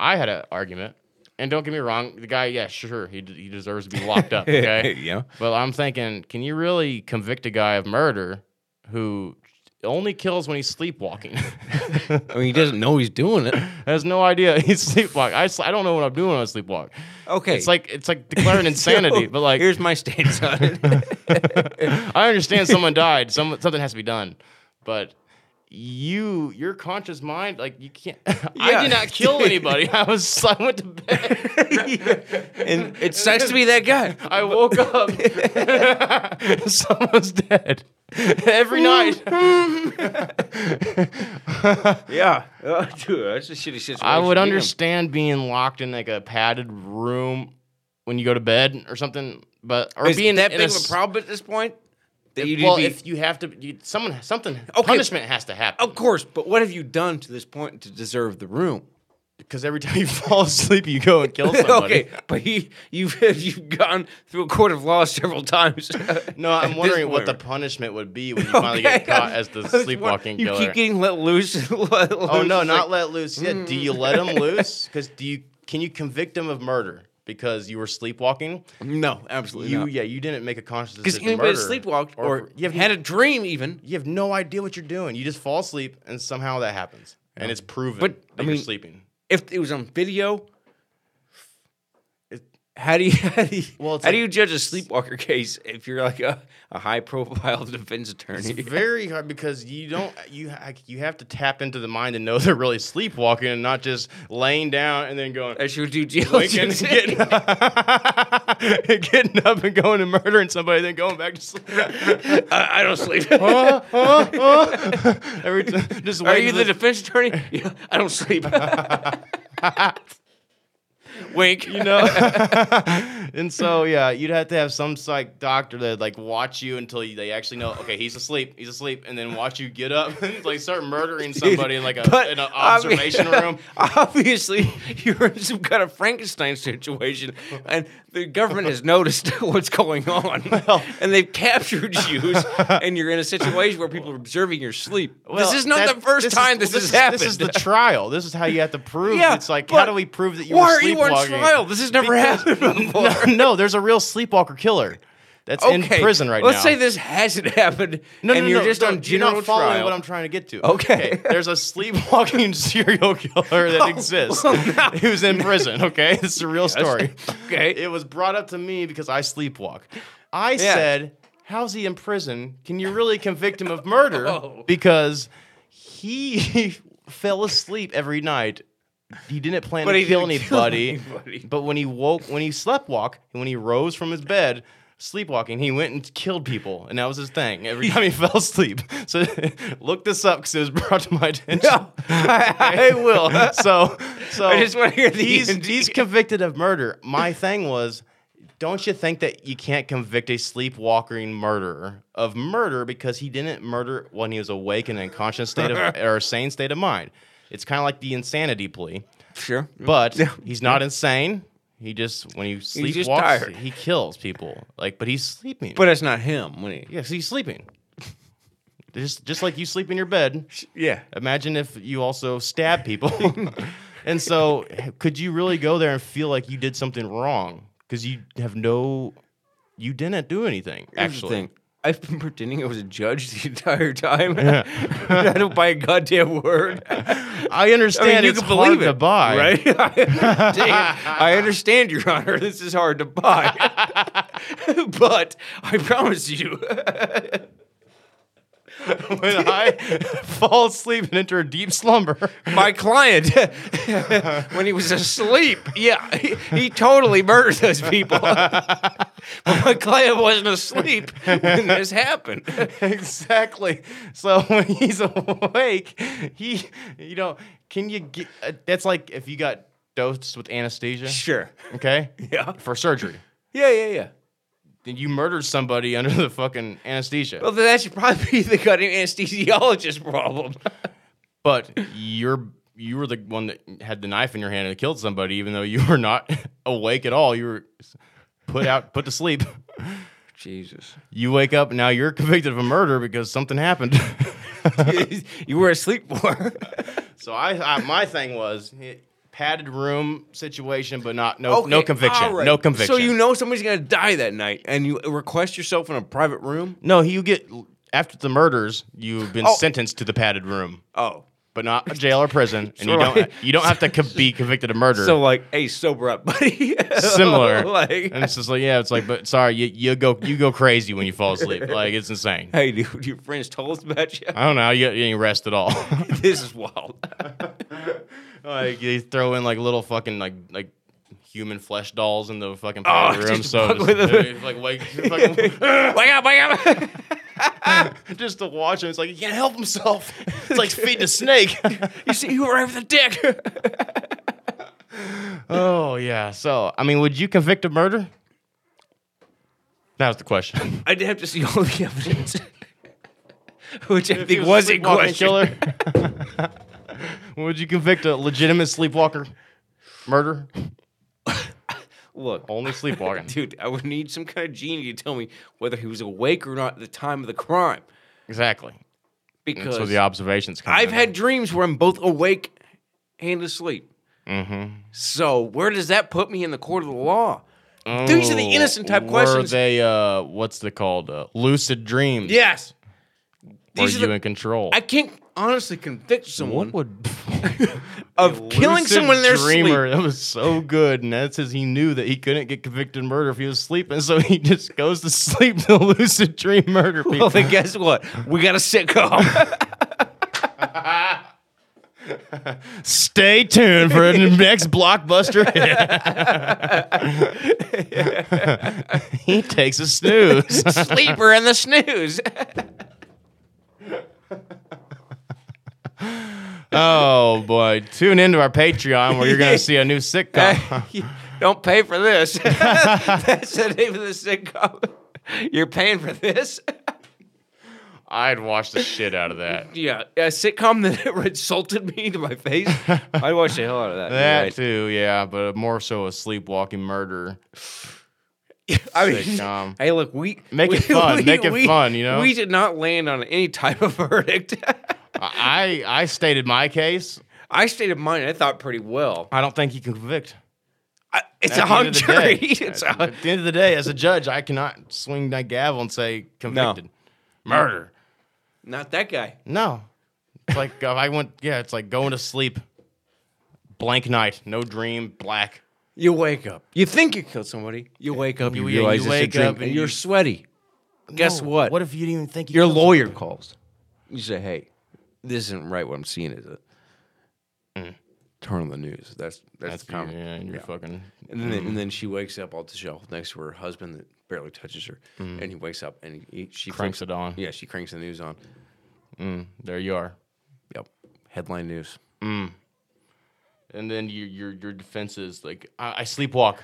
Speaker 1: I had an argument. And don't get me wrong, the guy, yeah, sure, he, d- he deserves to be locked up. Okay,
Speaker 2: yeah.
Speaker 1: but I'm thinking, can you really convict a guy of murder who only kills when he's sleepwalking?
Speaker 2: I mean, he doesn't know he's doing it.
Speaker 1: Has no idea he's sleepwalking. I, sl- I don't know what I'm doing when I sleepwalk.
Speaker 2: Okay.
Speaker 1: It's like it's like declaring insanity.
Speaker 2: So,
Speaker 1: but like,
Speaker 2: here's my stance on it.
Speaker 1: I understand someone died. Some something has to be done, but you, your conscious mind, like you can't. I
Speaker 2: Yeah.
Speaker 1: did not kill anybody. I was. I went to bed.
Speaker 2: and it sucks to be that guy.
Speaker 1: I woke up. Someone's dead. Every night.
Speaker 2: Yeah. Oh, dude, that's a shitty situation.
Speaker 1: I would
Speaker 2: Damn.
Speaker 1: understand being locked in like a padded room when you go to bed or something, but or
Speaker 2: Is
Speaker 1: being
Speaker 2: that
Speaker 1: in
Speaker 2: big
Speaker 1: a
Speaker 2: of a
Speaker 1: s-
Speaker 2: problem at this point? That you need to
Speaker 1: Well,
Speaker 2: be-
Speaker 1: if you have to, you, someone something
Speaker 2: Okay.
Speaker 1: punishment has to happen
Speaker 2: of course, but what have you done to this point to deserve the room?
Speaker 1: because every time you fall asleep, you go and kill somebody.
Speaker 2: okay, but he, you've you've gone through a court of law several times.
Speaker 1: No, I'm
Speaker 2: At
Speaker 1: wondering
Speaker 2: this
Speaker 1: what the
Speaker 2: point.
Speaker 1: punishment would be when you finally get
Speaker 2: Okay,
Speaker 1: caught
Speaker 2: I-
Speaker 1: as the
Speaker 2: I was wondering-
Speaker 1: sleepwalking
Speaker 2: You
Speaker 1: killer.
Speaker 2: keep getting let loose. let
Speaker 1: oh
Speaker 2: loose.
Speaker 1: no,
Speaker 2: It's like,
Speaker 1: not
Speaker 2: Mm.
Speaker 1: let loose. Yeah, do you let him loose? Because do you can you convict him of murder because you were sleepwalking?
Speaker 2: no, absolutely
Speaker 1: You
Speaker 2: not.
Speaker 1: yeah, you didn't make a conscious
Speaker 2: Because
Speaker 1: decision. to
Speaker 2: anybody
Speaker 1: murder,
Speaker 2: sleepwalked or,
Speaker 1: you have
Speaker 2: had a dream even.
Speaker 1: you have no idea what you're doing. You just fall asleep, and somehow that happens, and it's proven
Speaker 2: But, I
Speaker 1: that you're
Speaker 2: mean-
Speaker 1: sleeping.
Speaker 2: If it was on video,
Speaker 1: It-
Speaker 2: how do you how do you,
Speaker 1: Well, it's
Speaker 2: how do
Speaker 1: like-
Speaker 2: you judge a sleepwalker case if you're like a, a high profile defense attorney?
Speaker 1: It's very hard because you don't you ha- you have to tap into the mind and know they're really sleepwalking and not just laying down and then going
Speaker 2: That you do jail.
Speaker 1: waking and getting up, getting up and going and murdering somebody, then going back to sleep.
Speaker 2: I, I don't sleep.
Speaker 1: Huh? Huh? Huh? Every time, just
Speaker 2: Are
Speaker 1: waiting.
Speaker 2: you
Speaker 1: for
Speaker 2: the
Speaker 1: the-
Speaker 2: defense attorney? Yeah, I don't sleep. Wink.
Speaker 1: you know, and so yeah, you'd have to have some psych doctor that like watch you until you, they actually know. Okay, he's asleep. He's asleep, and then watch you get up and like start murdering somebody in like a
Speaker 2: But,
Speaker 1: in
Speaker 2: I
Speaker 1: an
Speaker 2: mean,
Speaker 1: observation room.
Speaker 2: Obviously, you're in some kind of Frankenstein situation, and the government has noticed what's going on, and they've captured you, and you're in a situation where people are observing your sleep.
Speaker 1: Well,
Speaker 2: this is not
Speaker 1: that-
Speaker 2: the first time this, has happened.
Speaker 1: This is the trial. This is how you have to prove.
Speaker 2: Yeah,
Speaker 1: it's like how
Speaker 2: but
Speaker 1: do we prove that you
Speaker 2: Why
Speaker 1: were
Speaker 2: are you on
Speaker 1: sleepwalking?
Speaker 2: trial? This has never happened before.
Speaker 1: no, no, there's a real sleepwalker killer that's in
Speaker 2: Okay,
Speaker 1: prison right
Speaker 2: let's
Speaker 1: now.
Speaker 2: say this hasn't happened,
Speaker 1: no, no,
Speaker 2: and you're
Speaker 1: no,
Speaker 2: just
Speaker 1: no,
Speaker 2: on
Speaker 1: you're
Speaker 2: general
Speaker 1: not following
Speaker 2: trial.
Speaker 1: what I'm trying to get to.
Speaker 2: Okay.
Speaker 1: there's a sleepwalking serial killer that
Speaker 2: Oh,
Speaker 1: exists
Speaker 2: well, now-
Speaker 1: who's in prison. Okay, this is a real story.
Speaker 2: okay.
Speaker 1: it was brought up to me because I sleepwalk. I
Speaker 2: Yeah.
Speaker 1: said, "How's he in prison? Can you really convict him of murder
Speaker 2: Oh.
Speaker 1: because he fell asleep every night." He didn't plan
Speaker 2: But
Speaker 1: to
Speaker 2: he
Speaker 1: kill
Speaker 2: didn't kill
Speaker 1: anybody,
Speaker 2: anybody.
Speaker 1: But when he woke, when he slept walk, when he rose from his bed, sleepwalking, he went and killed people, and that was his thing. Every time he fell asleep. So look this up because it was brought to my attention.
Speaker 2: No, I, I will.
Speaker 1: So, so
Speaker 2: I just wanna hear the
Speaker 1: he's
Speaker 2: END.
Speaker 1: he's convicted of murder. My thing was. Don't you think that you can't convict a sleepwalking murderer of murder because he didn't murder when he was awake in a conscious state of or a sane state of mind? It's kind of like the insanity plea
Speaker 2: Sure.
Speaker 1: but he's not insane. He just when he sleepwalks,
Speaker 2: just tired.
Speaker 1: he kills people. Like, but he's sleeping.
Speaker 2: But it's not him. When he,
Speaker 1: yes, he's sleeping. just just like you sleep in your bed.
Speaker 2: yeah.
Speaker 1: Imagine if you also stab people. and so, could you really go there and feel like you did something wrong because you have no, you didn't do anything
Speaker 2: Here's the
Speaker 1: actually.
Speaker 2: thing. I've been pretending I was a judge the entire time. I don't buy a goddamn word. I
Speaker 1: I understand
Speaker 2: mean, you
Speaker 1: it's
Speaker 2: can believe
Speaker 1: hard
Speaker 2: it,
Speaker 1: to buy,
Speaker 2: right? I understand, I understand, Your Honor. This is hard to buy, but I promise you,
Speaker 1: when I fall asleep and enter a deep slumber.
Speaker 2: my client, when he was asleep, yeah, he, he totally murdered those people. but my client wasn't asleep when this happened.
Speaker 1: exactly. So when he's awake, he, you know, can you get? Uh, that's like if you got dosed with anesthesia,
Speaker 2: Sure.
Speaker 1: okay,
Speaker 2: Yeah.
Speaker 1: for surgery.
Speaker 2: Yeah. Yeah. Yeah.
Speaker 1: Then you murdered somebody under the fucking anesthesia,
Speaker 2: Well, then that should probably be the goddamn anesthesiologist problem.
Speaker 1: but you're you were the one that had the knife in your hand and killed somebody, even though you were not awake at all. You were put out, put to sleep.
Speaker 2: Jesus.
Speaker 1: You wake up now you're convicted of a murder because something happened.
Speaker 2: you were asleep for.
Speaker 1: so I, I my thing was eh, padded room situation, but not no no conviction, no conviction.
Speaker 2: So you know somebody's gonna die that night, and you request yourself in a private room.
Speaker 1: no you get after the murders you've been
Speaker 2: Oh.
Speaker 1: sentenced to the padded room,
Speaker 2: Oh,
Speaker 1: but not jail or prison, and you
Speaker 2: So
Speaker 1: don't
Speaker 2: like-
Speaker 1: you don't have to co- be convicted of murder.
Speaker 2: so like, hey, sober up, buddy.
Speaker 1: similar.
Speaker 2: like,
Speaker 1: and it's just like, yeah, it's like, but sorry, you, you go you go crazy when you fall asleep. Like it's insane.
Speaker 2: hey, dude, your friends told us about you.
Speaker 1: I don't know how you get any rest at all.
Speaker 2: this is wild.
Speaker 1: like you throw in like little fucking like like human flesh dolls in the fucking
Speaker 2: Oh,
Speaker 1: party
Speaker 2: just
Speaker 1: room.
Speaker 2: to
Speaker 1: So
Speaker 2: fuck
Speaker 1: just,
Speaker 2: with them.
Speaker 1: dude, like wake
Speaker 2: wake
Speaker 1: fucking,
Speaker 2: up! Wake up!
Speaker 1: just to watch him. It's like he can't help himself. It's like feeding a snake.
Speaker 2: you see, you were right with the dick.
Speaker 1: oh yeah. So I mean, would you convict of murder? That was the question.
Speaker 2: I'd have to see all the evidence, which I
Speaker 1: If he
Speaker 2: think was in
Speaker 1: sleepwalking
Speaker 2: question.
Speaker 1: killer. Would you convict a legitimate sleepwalker? Murder?
Speaker 2: Look,
Speaker 1: Only sleepwalking.
Speaker 2: dude, I would need some kind of genie to tell me whether he was awake or not at the time of the crime.
Speaker 1: exactly. That's where
Speaker 2: Because
Speaker 1: the observations come
Speaker 2: I've
Speaker 1: in.
Speaker 2: had dreams where I'm both awake and asleep.
Speaker 1: Mm-hmm.
Speaker 2: So where does that put me in the court of the law? These are the
Speaker 1: Oh,
Speaker 2: innocent type
Speaker 1: were
Speaker 2: questions.
Speaker 1: they, uh, what's the called? Uh, lucid dreams.
Speaker 2: Yes.
Speaker 1: Were
Speaker 2: These
Speaker 1: you
Speaker 2: are the,
Speaker 1: in control?
Speaker 2: I can't honestly convict someone
Speaker 1: what would
Speaker 2: of killing
Speaker 1: Lucid
Speaker 2: someone in their
Speaker 1: dreamer?
Speaker 2: sleep.
Speaker 1: That was so good, and that says he knew that he couldn't get convicted of murder if he was sleeping, so he just goes to sleep to lucid dream murder people.
Speaker 2: Well, then guess what? We got a sitcom.
Speaker 1: Stay tuned for the next blockbuster. hit. he takes a snooze.
Speaker 2: Sleeper and the snooze.
Speaker 1: oh boy! Tune into our Patreon where you're gonna see a new sitcom.
Speaker 2: Don't pay for this. That's the name of the sitcom. You're paying for this?
Speaker 1: I'd watch the shit out of that.
Speaker 2: Yeah, a sitcom that insulted me to my face. I watched the hell out of that.
Speaker 1: That
Speaker 2: You're
Speaker 1: too, yeah, but more so a sleepwalking murder.
Speaker 2: right. I mean,
Speaker 1: sitcom.
Speaker 2: hey, look, we
Speaker 1: Make it
Speaker 2: we-
Speaker 1: fun, make it fun, you know?
Speaker 2: we did not land on any type of verdict.
Speaker 1: I I stated my case.
Speaker 2: I stated mine. I thought pretty well.
Speaker 1: I don't think he can convict.
Speaker 2: I, it's
Speaker 1: At
Speaker 2: a
Speaker 1: the end
Speaker 2: hung
Speaker 1: of the
Speaker 2: jury.
Speaker 1: day-
Speaker 2: it's
Speaker 1: at,
Speaker 2: a,
Speaker 1: at the end of the day, as a judge, I cannot swing that gavel and say convicted, murder.
Speaker 2: not that guy.
Speaker 1: No. It's like uh, I went yeah, it's like going to sleep. Blank night, no dream, black.
Speaker 2: You wake up. You think you killed somebody. You wake up. You,
Speaker 1: You- yeah, you
Speaker 2: realize it's a
Speaker 1: wake
Speaker 2: dream,
Speaker 1: up
Speaker 2: and,
Speaker 1: and
Speaker 2: you're
Speaker 1: you-
Speaker 2: sweaty. Guess
Speaker 1: No,
Speaker 2: what?
Speaker 1: What if you didn't even think you
Speaker 2: Your
Speaker 1: killed
Speaker 2: lawyer calls. You say, "Hey, this isn't right. What I'm seeing is it." Turn on the news. That's that's, the common.
Speaker 1: somebody? Mm. Yeah, and you're fucking
Speaker 2: And then,
Speaker 1: Mm-hmm.
Speaker 2: and then she wakes up off the shelf next to her husband that barely touches her, and he wakes up and he, he- she
Speaker 1: Mm-hmm. cranks
Speaker 2: flips-
Speaker 1: it on.
Speaker 2: Yeah, she cranks the news on.
Speaker 1: There you are.
Speaker 2: Yep, headline news.
Speaker 1: And then your your your defense is like I, I sleepwalk.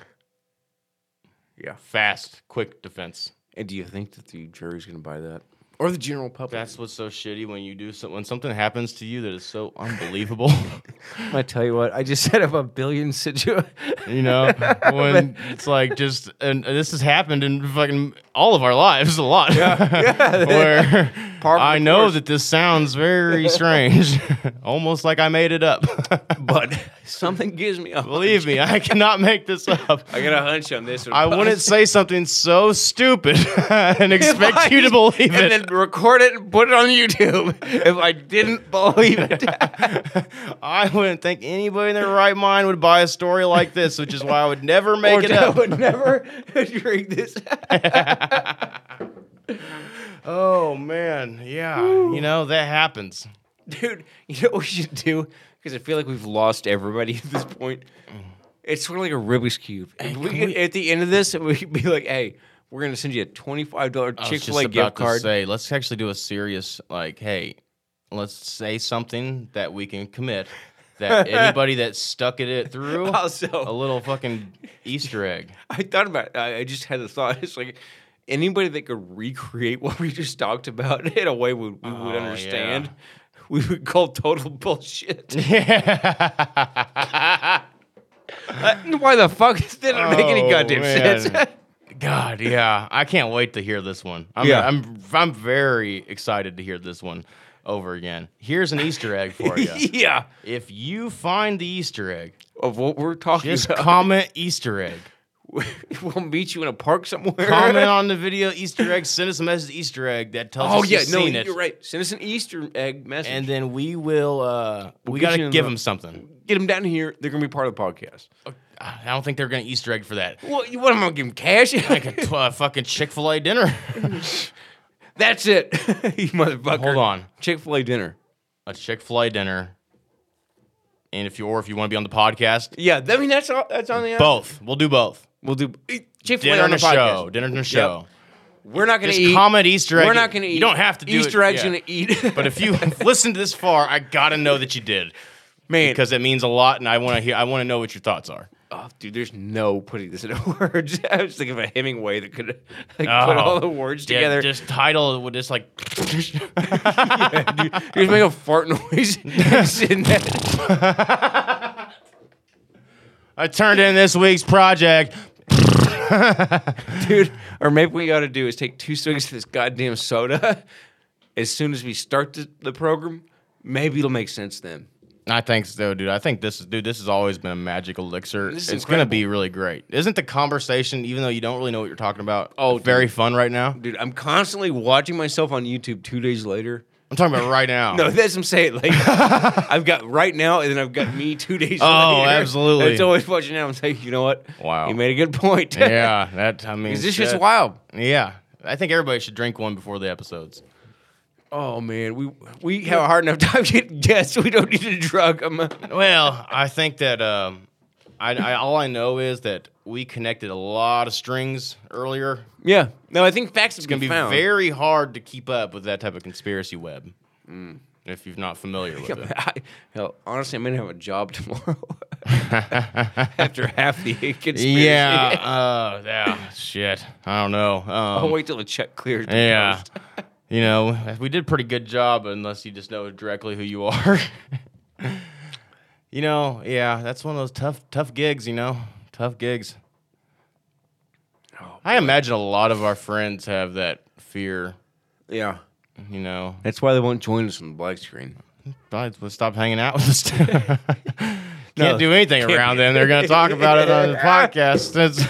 Speaker 2: Yeah.
Speaker 1: Fast, quick defense.
Speaker 2: And do you think that the jury's going to buy that, or the general public?
Speaker 1: That's what's so shitty when you do so when something happens to you that is so unbelievable.
Speaker 2: I tell you what, I just set up a billion situ.
Speaker 1: you know, when it's like just and this has happened in fucking all of our lives a lot. Where
Speaker 2: Par for
Speaker 1: I
Speaker 2: the
Speaker 1: know
Speaker 2: course.
Speaker 1: that this sounds very strange, almost like I made it up.
Speaker 2: but something gives me a.
Speaker 1: Believe me, I cannot make this up.
Speaker 2: I got a hunch on this one.
Speaker 1: I wouldn't say something so stupid and expect you to believe
Speaker 2: and
Speaker 1: it.
Speaker 2: then record it and put it on YouTube. if I didn't believe it,
Speaker 1: I wouldn't think anybody in their right mind would buy a story like this, which is why I would never make it
Speaker 2: I
Speaker 1: up.
Speaker 2: would never drink this.
Speaker 1: Oh man, yeah, you know that happens.
Speaker 2: Dude, you know what we should do? Because I feel like we've lost everybody at this point. It's sort of like a Rubik's Cube. If we could- at the end of this, we could be like, hey, we're going to send you a $25
Speaker 1: I
Speaker 2: Chick
Speaker 1: was just
Speaker 2: fil A
Speaker 1: about
Speaker 2: gift
Speaker 1: to
Speaker 2: card.
Speaker 1: Say, let's actually do a serious like, hey, let's say something that we can commit. That anybody that stuck it, it through a
Speaker 2: also,
Speaker 1: little fucking Easter egg.
Speaker 2: I thought about it. I I just had the thought. It's like anybody that could recreate what we just talked about in a way we, we would
Speaker 1: Oh, yeah.
Speaker 2: understand, we would call total bullshit.
Speaker 1: Yeah.
Speaker 2: Uh, Why the fuck did it make any
Speaker 1: Oh,
Speaker 2: goddamn
Speaker 1: man.
Speaker 2: sense?
Speaker 1: God, yeah, I can't wait to hear this one. I'm,
Speaker 2: Yeah.
Speaker 1: I'm, I'm very excited to hear this one over again. Here's an Easter egg for you.
Speaker 2: yeah.
Speaker 1: if you find the Easter egg,
Speaker 2: Of what we're talking
Speaker 1: just
Speaker 2: about.
Speaker 1: comment Easter egg.
Speaker 2: we'll meet you in a park somewhere.
Speaker 1: Comment on the video Easter egg. Send us a message Easter egg that tells
Speaker 2: Oh
Speaker 1: us
Speaker 2: yeah,
Speaker 1: you've
Speaker 2: no,
Speaker 1: seen
Speaker 2: you're
Speaker 1: it,
Speaker 2: right. Send us an Easter egg message.
Speaker 1: and then we will. Uh, we
Speaker 2: get
Speaker 1: gotta
Speaker 2: you in
Speaker 1: give
Speaker 2: the-
Speaker 1: them something.
Speaker 2: get them down here. They're gonna be part of the podcast.
Speaker 1: I don't think they're gonna Easter egg for that.
Speaker 2: What? You, what am I gonna give them cash?
Speaker 1: Like a tw- uh, fucking Chick Fil A dinner.
Speaker 2: That's it, you motherfucker.
Speaker 1: Hold on,
Speaker 2: Chick Fil A dinner.
Speaker 1: a Chick Fil A dinner. And if you or if you want to be on the podcast,
Speaker 2: Yeah, I mean that's all. That's on the.
Speaker 1: both. We'll do both.
Speaker 2: We'll do Chick Fil A
Speaker 1: Dinner
Speaker 2: on
Speaker 1: and
Speaker 2: the
Speaker 1: a show.
Speaker 2: podcast.
Speaker 1: Dinner and a show.
Speaker 2: We're not gonna
Speaker 1: Just
Speaker 2: eat.
Speaker 1: comment Easter egg.
Speaker 2: We're not gonna eat.
Speaker 1: You don't have to do
Speaker 2: Easter
Speaker 1: it.
Speaker 2: eggs.
Speaker 1: yeah.
Speaker 2: Gonna eat.
Speaker 1: But if you listened this far, I gotta know that you did
Speaker 2: man,
Speaker 1: because it means a lot, and I want to hear. I want to know what your thoughts are.
Speaker 2: Oh, dude, there's no putting this into words. I was thinking of a Hemingway that could like, put
Speaker 1: Oh,
Speaker 2: all the words
Speaker 1: Yeah,
Speaker 2: together.
Speaker 1: Just title would just like.
Speaker 2: You just make a fart noise. and send that-
Speaker 1: I turned in this week's project.
Speaker 2: dude. Or maybe what you ought to do is take two swigs of this goddamn soda. As soon as we start the, the program, maybe it'll make sense then.
Speaker 1: I think so, dude. I think this is, dude. This has always been a magic elixir.
Speaker 2: This is
Speaker 1: it's gonna be really great. Isn't the conversation, even though you don't really know what you're talking about,
Speaker 2: Oh, dude.
Speaker 1: very fun right now?
Speaker 2: Dude, I'm constantly watching myself on YouTube two days later.
Speaker 1: I'm talking about right now.
Speaker 2: No, that's what I'm saying. Like, I've got right now, and then I've got me two days
Speaker 1: Oh,
Speaker 2: later.
Speaker 1: absolutely.
Speaker 2: It's always watching now. I'm like, you know what?
Speaker 1: Wow.
Speaker 2: You made a good point.
Speaker 1: yeah, that I mean,
Speaker 2: Because this
Speaker 1: shit.
Speaker 2: shit's wild.
Speaker 1: Yeah, I think everybody should drink one before the episodes.
Speaker 2: Oh man, we we have a hard enough time getting guests. We don't need to drug them.
Speaker 1: Well, I think that um, I, I all I know is that we connected a lot of strings earlier.
Speaker 2: Yeah. No, I think facts is
Speaker 1: It's gonna be
Speaker 2: found.
Speaker 1: very hard to keep up with that type of conspiracy web.
Speaker 2: Mm.
Speaker 1: If you're not familiar with it,
Speaker 2: I, hell, honestly, I'm gonna have a job tomorrow after half the conspiracy.
Speaker 1: yeah, uh, yeah, shit, I don't know. Um,
Speaker 2: I'll wait till the check clears. the
Speaker 1: yeah,
Speaker 2: coast.
Speaker 1: you know, we did a pretty good job, unless you just know directly who you are. you know, yeah, that's one of those tough, tough gigs. You know, tough gigs.
Speaker 2: Oh,
Speaker 1: I imagine a lot of our friends have that fear,
Speaker 2: yeah.
Speaker 1: you know.
Speaker 2: That's why they won't join us on the black screen.
Speaker 1: Guys, let's stop hanging out with us. Can't
Speaker 2: No,
Speaker 1: do anything around them. They're going to talk about it on the podcast. It's-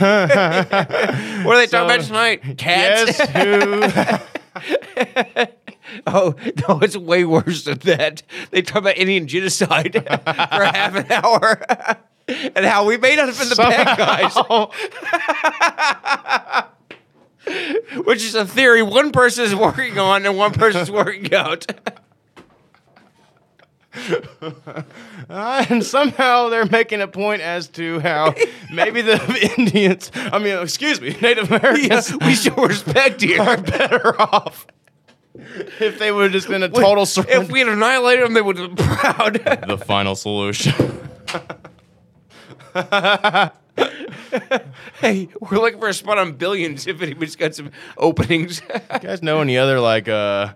Speaker 2: What are they
Speaker 1: So-
Speaker 2: talking about tonight? Cats.
Speaker 1: Guess who?
Speaker 2: Oh no, it's way worse than that. They talk about Indian genocide for half an hour. And how we may not have been the bad guys. which is a theory one person is working on and one person's working out.
Speaker 1: Uh, and somehow they're making a point as to how maybe the Indians, I mean, excuse me, Native Americans
Speaker 2: we show respect
Speaker 1: are
Speaker 2: here.
Speaker 1: better off if they would have just been a total surrender.
Speaker 2: If we had annihilated them, they would have been proud.
Speaker 1: the final solution.
Speaker 2: hey, we're looking for a spot on billions if anybody's got some openings.
Speaker 1: You guys know any other like uh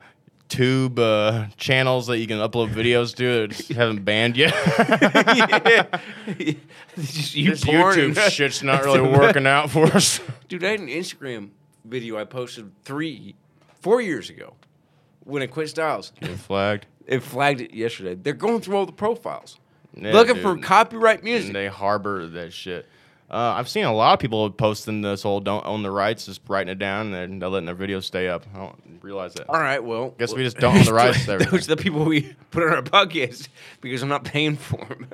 Speaker 1: tube uh channels that you can upload videos to that just haven't banned yet?
Speaker 2: Just you
Speaker 1: this
Speaker 2: porn and-
Speaker 1: YouTube shit's not really working out for us.
Speaker 2: Dude, I had an Instagram video I posted three, four years ago when I quit Styles.
Speaker 1: Flagged.
Speaker 2: It flagged it yesterday. They're going through all the profiles, looking for copyright music.
Speaker 1: and they harbor that shit. Uh, I've seen a lot of people posting this whole "don't own the rights," just writing it down, and they're letting their videos stay up. I don't realize that.
Speaker 2: All right, well,
Speaker 1: Guess we just don't own the rights to everything.
Speaker 2: Those are the people we put on our podcast because I'm not paying for them.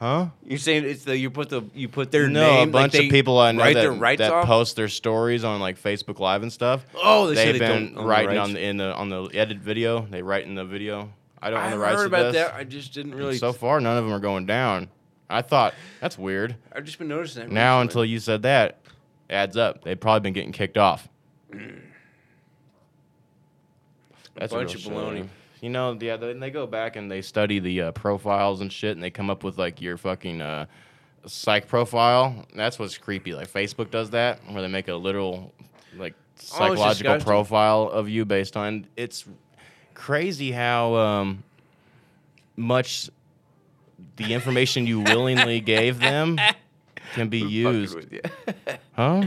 Speaker 1: Huh?
Speaker 2: You're saying it's the you put the you put their
Speaker 1: No,
Speaker 2: name like
Speaker 1: a bunch
Speaker 2: they
Speaker 1: of people I know
Speaker 2: write their
Speaker 1: that,
Speaker 2: rights
Speaker 1: that
Speaker 2: off?
Speaker 1: post their stories on like Facebook Live and stuff.
Speaker 2: Oh, they say
Speaker 1: have
Speaker 2: they
Speaker 1: been
Speaker 2: don't own the
Speaker 1: writing
Speaker 2: rights.
Speaker 1: on the in the on the edit video. They write in the video. I don't
Speaker 2: I haven't
Speaker 1: own the rights
Speaker 2: heard
Speaker 1: to
Speaker 2: about
Speaker 1: this.
Speaker 2: that. I just didn't really.
Speaker 1: So far, none of them are going down. I thought that's weird.
Speaker 2: I've just been noticing that
Speaker 1: Now, until
Speaker 2: recently.
Speaker 1: you said that, adds up. They've probably been getting kicked off. That's
Speaker 2: bunch
Speaker 1: real
Speaker 2: of baloney.
Speaker 1: shame. You know, yeah, they, they go back and they study the uh, profiles and shit, and they come up with like your fucking uh, psych profile. That's what's creepy. Like Facebook does that, where they make a literal like psychological
Speaker 2: Oh, disgusting.
Speaker 1: profile of you based on. It's crazy how um, much the information you willingly gave them can be
Speaker 2: Fucking
Speaker 1: used.
Speaker 2: with you.
Speaker 1: Huh?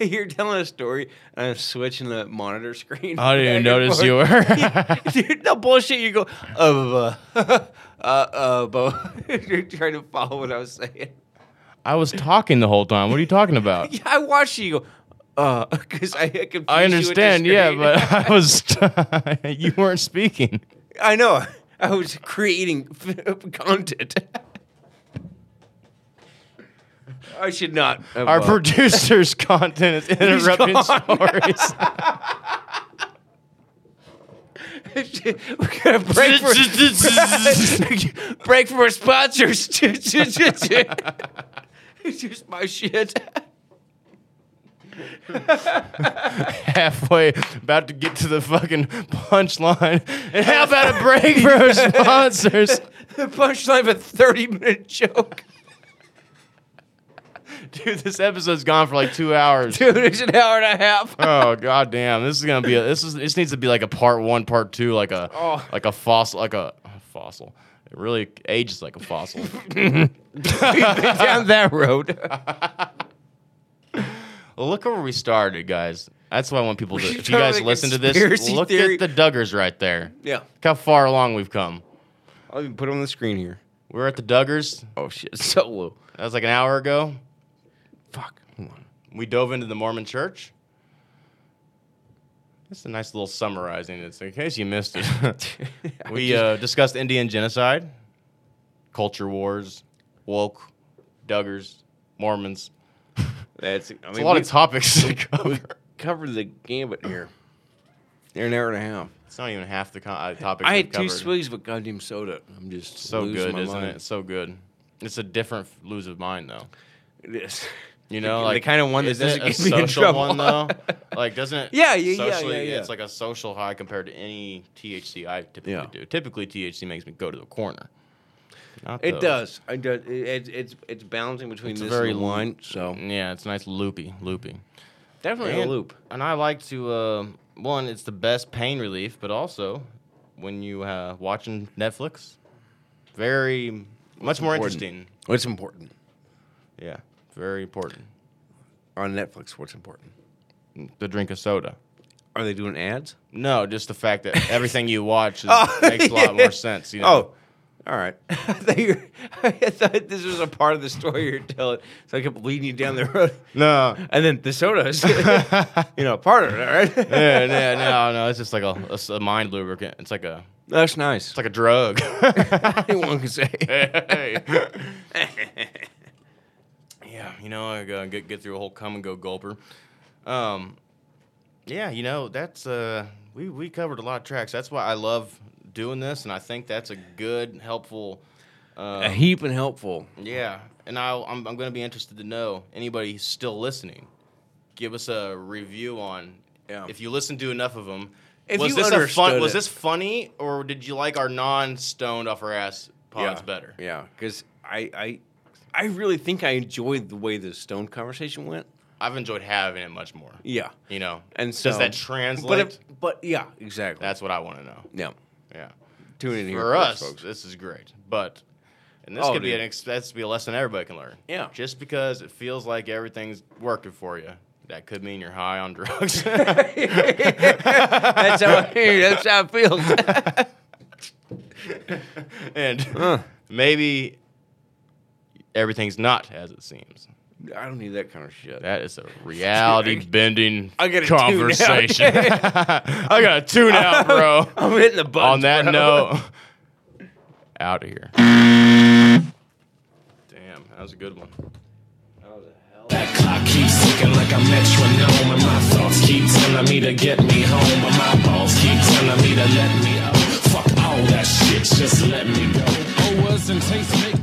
Speaker 2: You're telling a story, and I'm switching the monitor screen.
Speaker 1: I didn't even
Speaker 2: back and
Speaker 1: notice
Speaker 2: forth.
Speaker 1: you were.
Speaker 2: Dude, no bullshit. You go, uh, uh, uh, uh, but you're trying to follow what I was saying.
Speaker 1: I was talking the whole time. What are you talking about?
Speaker 2: Yeah, I watched you. You go, uh, because I confused you
Speaker 1: I
Speaker 2: with the
Speaker 1: understand, yeah,
Speaker 2: screen.
Speaker 1: but I was you weren't speaking.
Speaker 2: I know. I was creating content. I should not. have,
Speaker 1: Our
Speaker 2: uh,
Speaker 1: producer's content is interrupting
Speaker 2: gone.
Speaker 1: stories.
Speaker 2: we gotta break for break for our sponsors. it's just my shit.
Speaker 1: Halfway, about to get to the fucking punchline. And how about a break for our sponsors?
Speaker 2: The punchline of a thirty-minute joke,
Speaker 1: Dude, this episode's gone for like two hours.
Speaker 2: dude. It's an hour and a half.
Speaker 1: Oh god damn! This is gonna be a, this is this needs to be like a part one, part two, like a
Speaker 2: Oh.
Speaker 1: like a fossil, like a fossil. It really ages like a fossil.
Speaker 2: Down that road.
Speaker 1: Look where we started, guys. That's why I want people to.
Speaker 2: should
Speaker 1: If you
Speaker 2: try to
Speaker 1: guys
Speaker 2: make
Speaker 1: listen to this,
Speaker 2: conspiracy
Speaker 1: look
Speaker 2: theory.
Speaker 1: at the Duggars right there.
Speaker 2: Yeah,
Speaker 1: Look how far along we've come.
Speaker 2: I'll even put it on the screen here.
Speaker 1: We're at the Duggars.
Speaker 2: Oh shit, so low.
Speaker 1: That was like an hour ago.
Speaker 2: Fuck. Hold on.
Speaker 1: We dove into the Mormon Church. This is a nice little summarizing. It's in case you missed it.
Speaker 2: I
Speaker 1: we
Speaker 2: just-
Speaker 1: uh, discussed Indian genocide, culture wars, woke, Duggars, Mormons.
Speaker 2: that's. I mean,
Speaker 1: It's a lot
Speaker 2: we,
Speaker 1: of topics to cover.
Speaker 2: we covered the gambit here. They're an hour and a half.
Speaker 1: It's not even half the co- uh, topics.
Speaker 2: I
Speaker 1: we've
Speaker 2: had two
Speaker 1: covered.
Speaker 2: swigs of a goddamn soda. I'm just
Speaker 1: So
Speaker 2: losing
Speaker 1: good,
Speaker 2: my
Speaker 1: isn't
Speaker 2: mind.
Speaker 1: it? So good. It's a different f- lose of mind though.
Speaker 2: It is.
Speaker 1: You know,
Speaker 2: the
Speaker 1: like
Speaker 2: kind of one that
Speaker 1: isn't it
Speaker 2: doesn't
Speaker 1: a
Speaker 2: get me in
Speaker 1: social
Speaker 2: trouble.
Speaker 1: one though. Like doesn't it?
Speaker 2: Yeah, yeah, yeah, yeah,
Speaker 1: socially,
Speaker 2: yeah.
Speaker 1: It's like a social high compared to any THC I typically
Speaker 2: Yeah.
Speaker 1: do. Typically, THC makes me go to the corner. Not
Speaker 2: it
Speaker 1: those.
Speaker 2: does. It does. It, it's it's it's balancing between
Speaker 1: It's
Speaker 2: this
Speaker 1: very
Speaker 2: and the wine. So
Speaker 1: Yeah, it's nice loopy, loopy.
Speaker 2: definitely a
Speaker 1: And-
Speaker 2: loop.
Speaker 1: And I like to uh, one. It's the best pain relief, but also when you uh, watching Netflix, very much more
Speaker 2: important.
Speaker 1: interesting.
Speaker 2: What's important
Speaker 1: Yeah, very important.
Speaker 2: on Netflix? What's important?
Speaker 1: The drink of soda.
Speaker 2: Are they doing ads?
Speaker 1: No, just the fact that everything you watch is,
Speaker 2: Oh,
Speaker 1: makes a lot
Speaker 2: yeah.
Speaker 1: more sense. You know?
Speaker 2: Oh, all right. I thought, you were, I thought this was a part of the story you're telling, so I kept leading you down the road.
Speaker 1: no.
Speaker 2: And then the soda is, you know, part of it. All right.
Speaker 1: Yeah, yeah, no, no. It's just like a, it's a mind lubricant. It's like a,
Speaker 2: That's nice.
Speaker 1: it's like a drug.
Speaker 2: Anyone can say.
Speaker 1: hey. yeah, you know, I gotta get get through a whole come and go gulper. Um, yeah, you know, that's uh, we we covered a lot of tracks. That's why I love doing this, and I think that's a good, helpful.
Speaker 2: a
Speaker 1: Uh,
Speaker 2: heap and helpful.
Speaker 1: Yeah, and I'll, I'm I'm gonna be interested to know anybody who's still listening. Give us a review on
Speaker 2: Yeah.
Speaker 1: if you listen to enough of them.
Speaker 2: If
Speaker 1: was
Speaker 2: you
Speaker 1: this a fun?
Speaker 2: understood
Speaker 1: Was
Speaker 2: it.
Speaker 1: this funny, or did you like our non-stoned off our ass pods
Speaker 2: yeah.
Speaker 1: better?
Speaker 2: Yeah, because I, I, I really think I enjoyed the way the stone conversation went.
Speaker 1: I've enjoyed having it much more.
Speaker 2: Yeah,
Speaker 1: You know,
Speaker 2: and so
Speaker 1: does that translate?
Speaker 2: But if, but yeah, exactly.
Speaker 1: That's what I want to know.
Speaker 2: yeah.
Speaker 1: Yeah,
Speaker 2: Tune in here
Speaker 1: for
Speaker 2: folks,
Speaker 1: us,
Speaker 2: folks.
Speaker 1: this is great. But and this
Speaker 2: Oh,
Speaker 1: could be
Speaker 2: dude.
Speaker 1: an ex- that's be a lesson everybody can learn.
Speaker 2: Yeah.
Speaker 1: just because it feels like everything's working for you, that could mean you're high on drugs.
Speaker 2: that's how I, that's how it feels.
Speaker 1: and
Speaker 2: Huh.
Speaker 1: maybe everything's not as it seems.
Speaker 2: I don't need that kind of shit.
Speaker 1: That is a reality bending
Speaker 2: I gotta tune out.
Speaker 1: conversation. I gotta tune out, bro.
Speaker 2: I'm hitting the button.
Speaker 1: On that
Speaker 2: bro.
Speaker 1: note, out of here. Damn, that was a good one.
Speaker 3: That clock keeps ticking like a metronome, and my thoughts keep telling me to get me home, but my balls keep telling me to let me out. Fuck all that shit, just let me go. Oh, words and taste make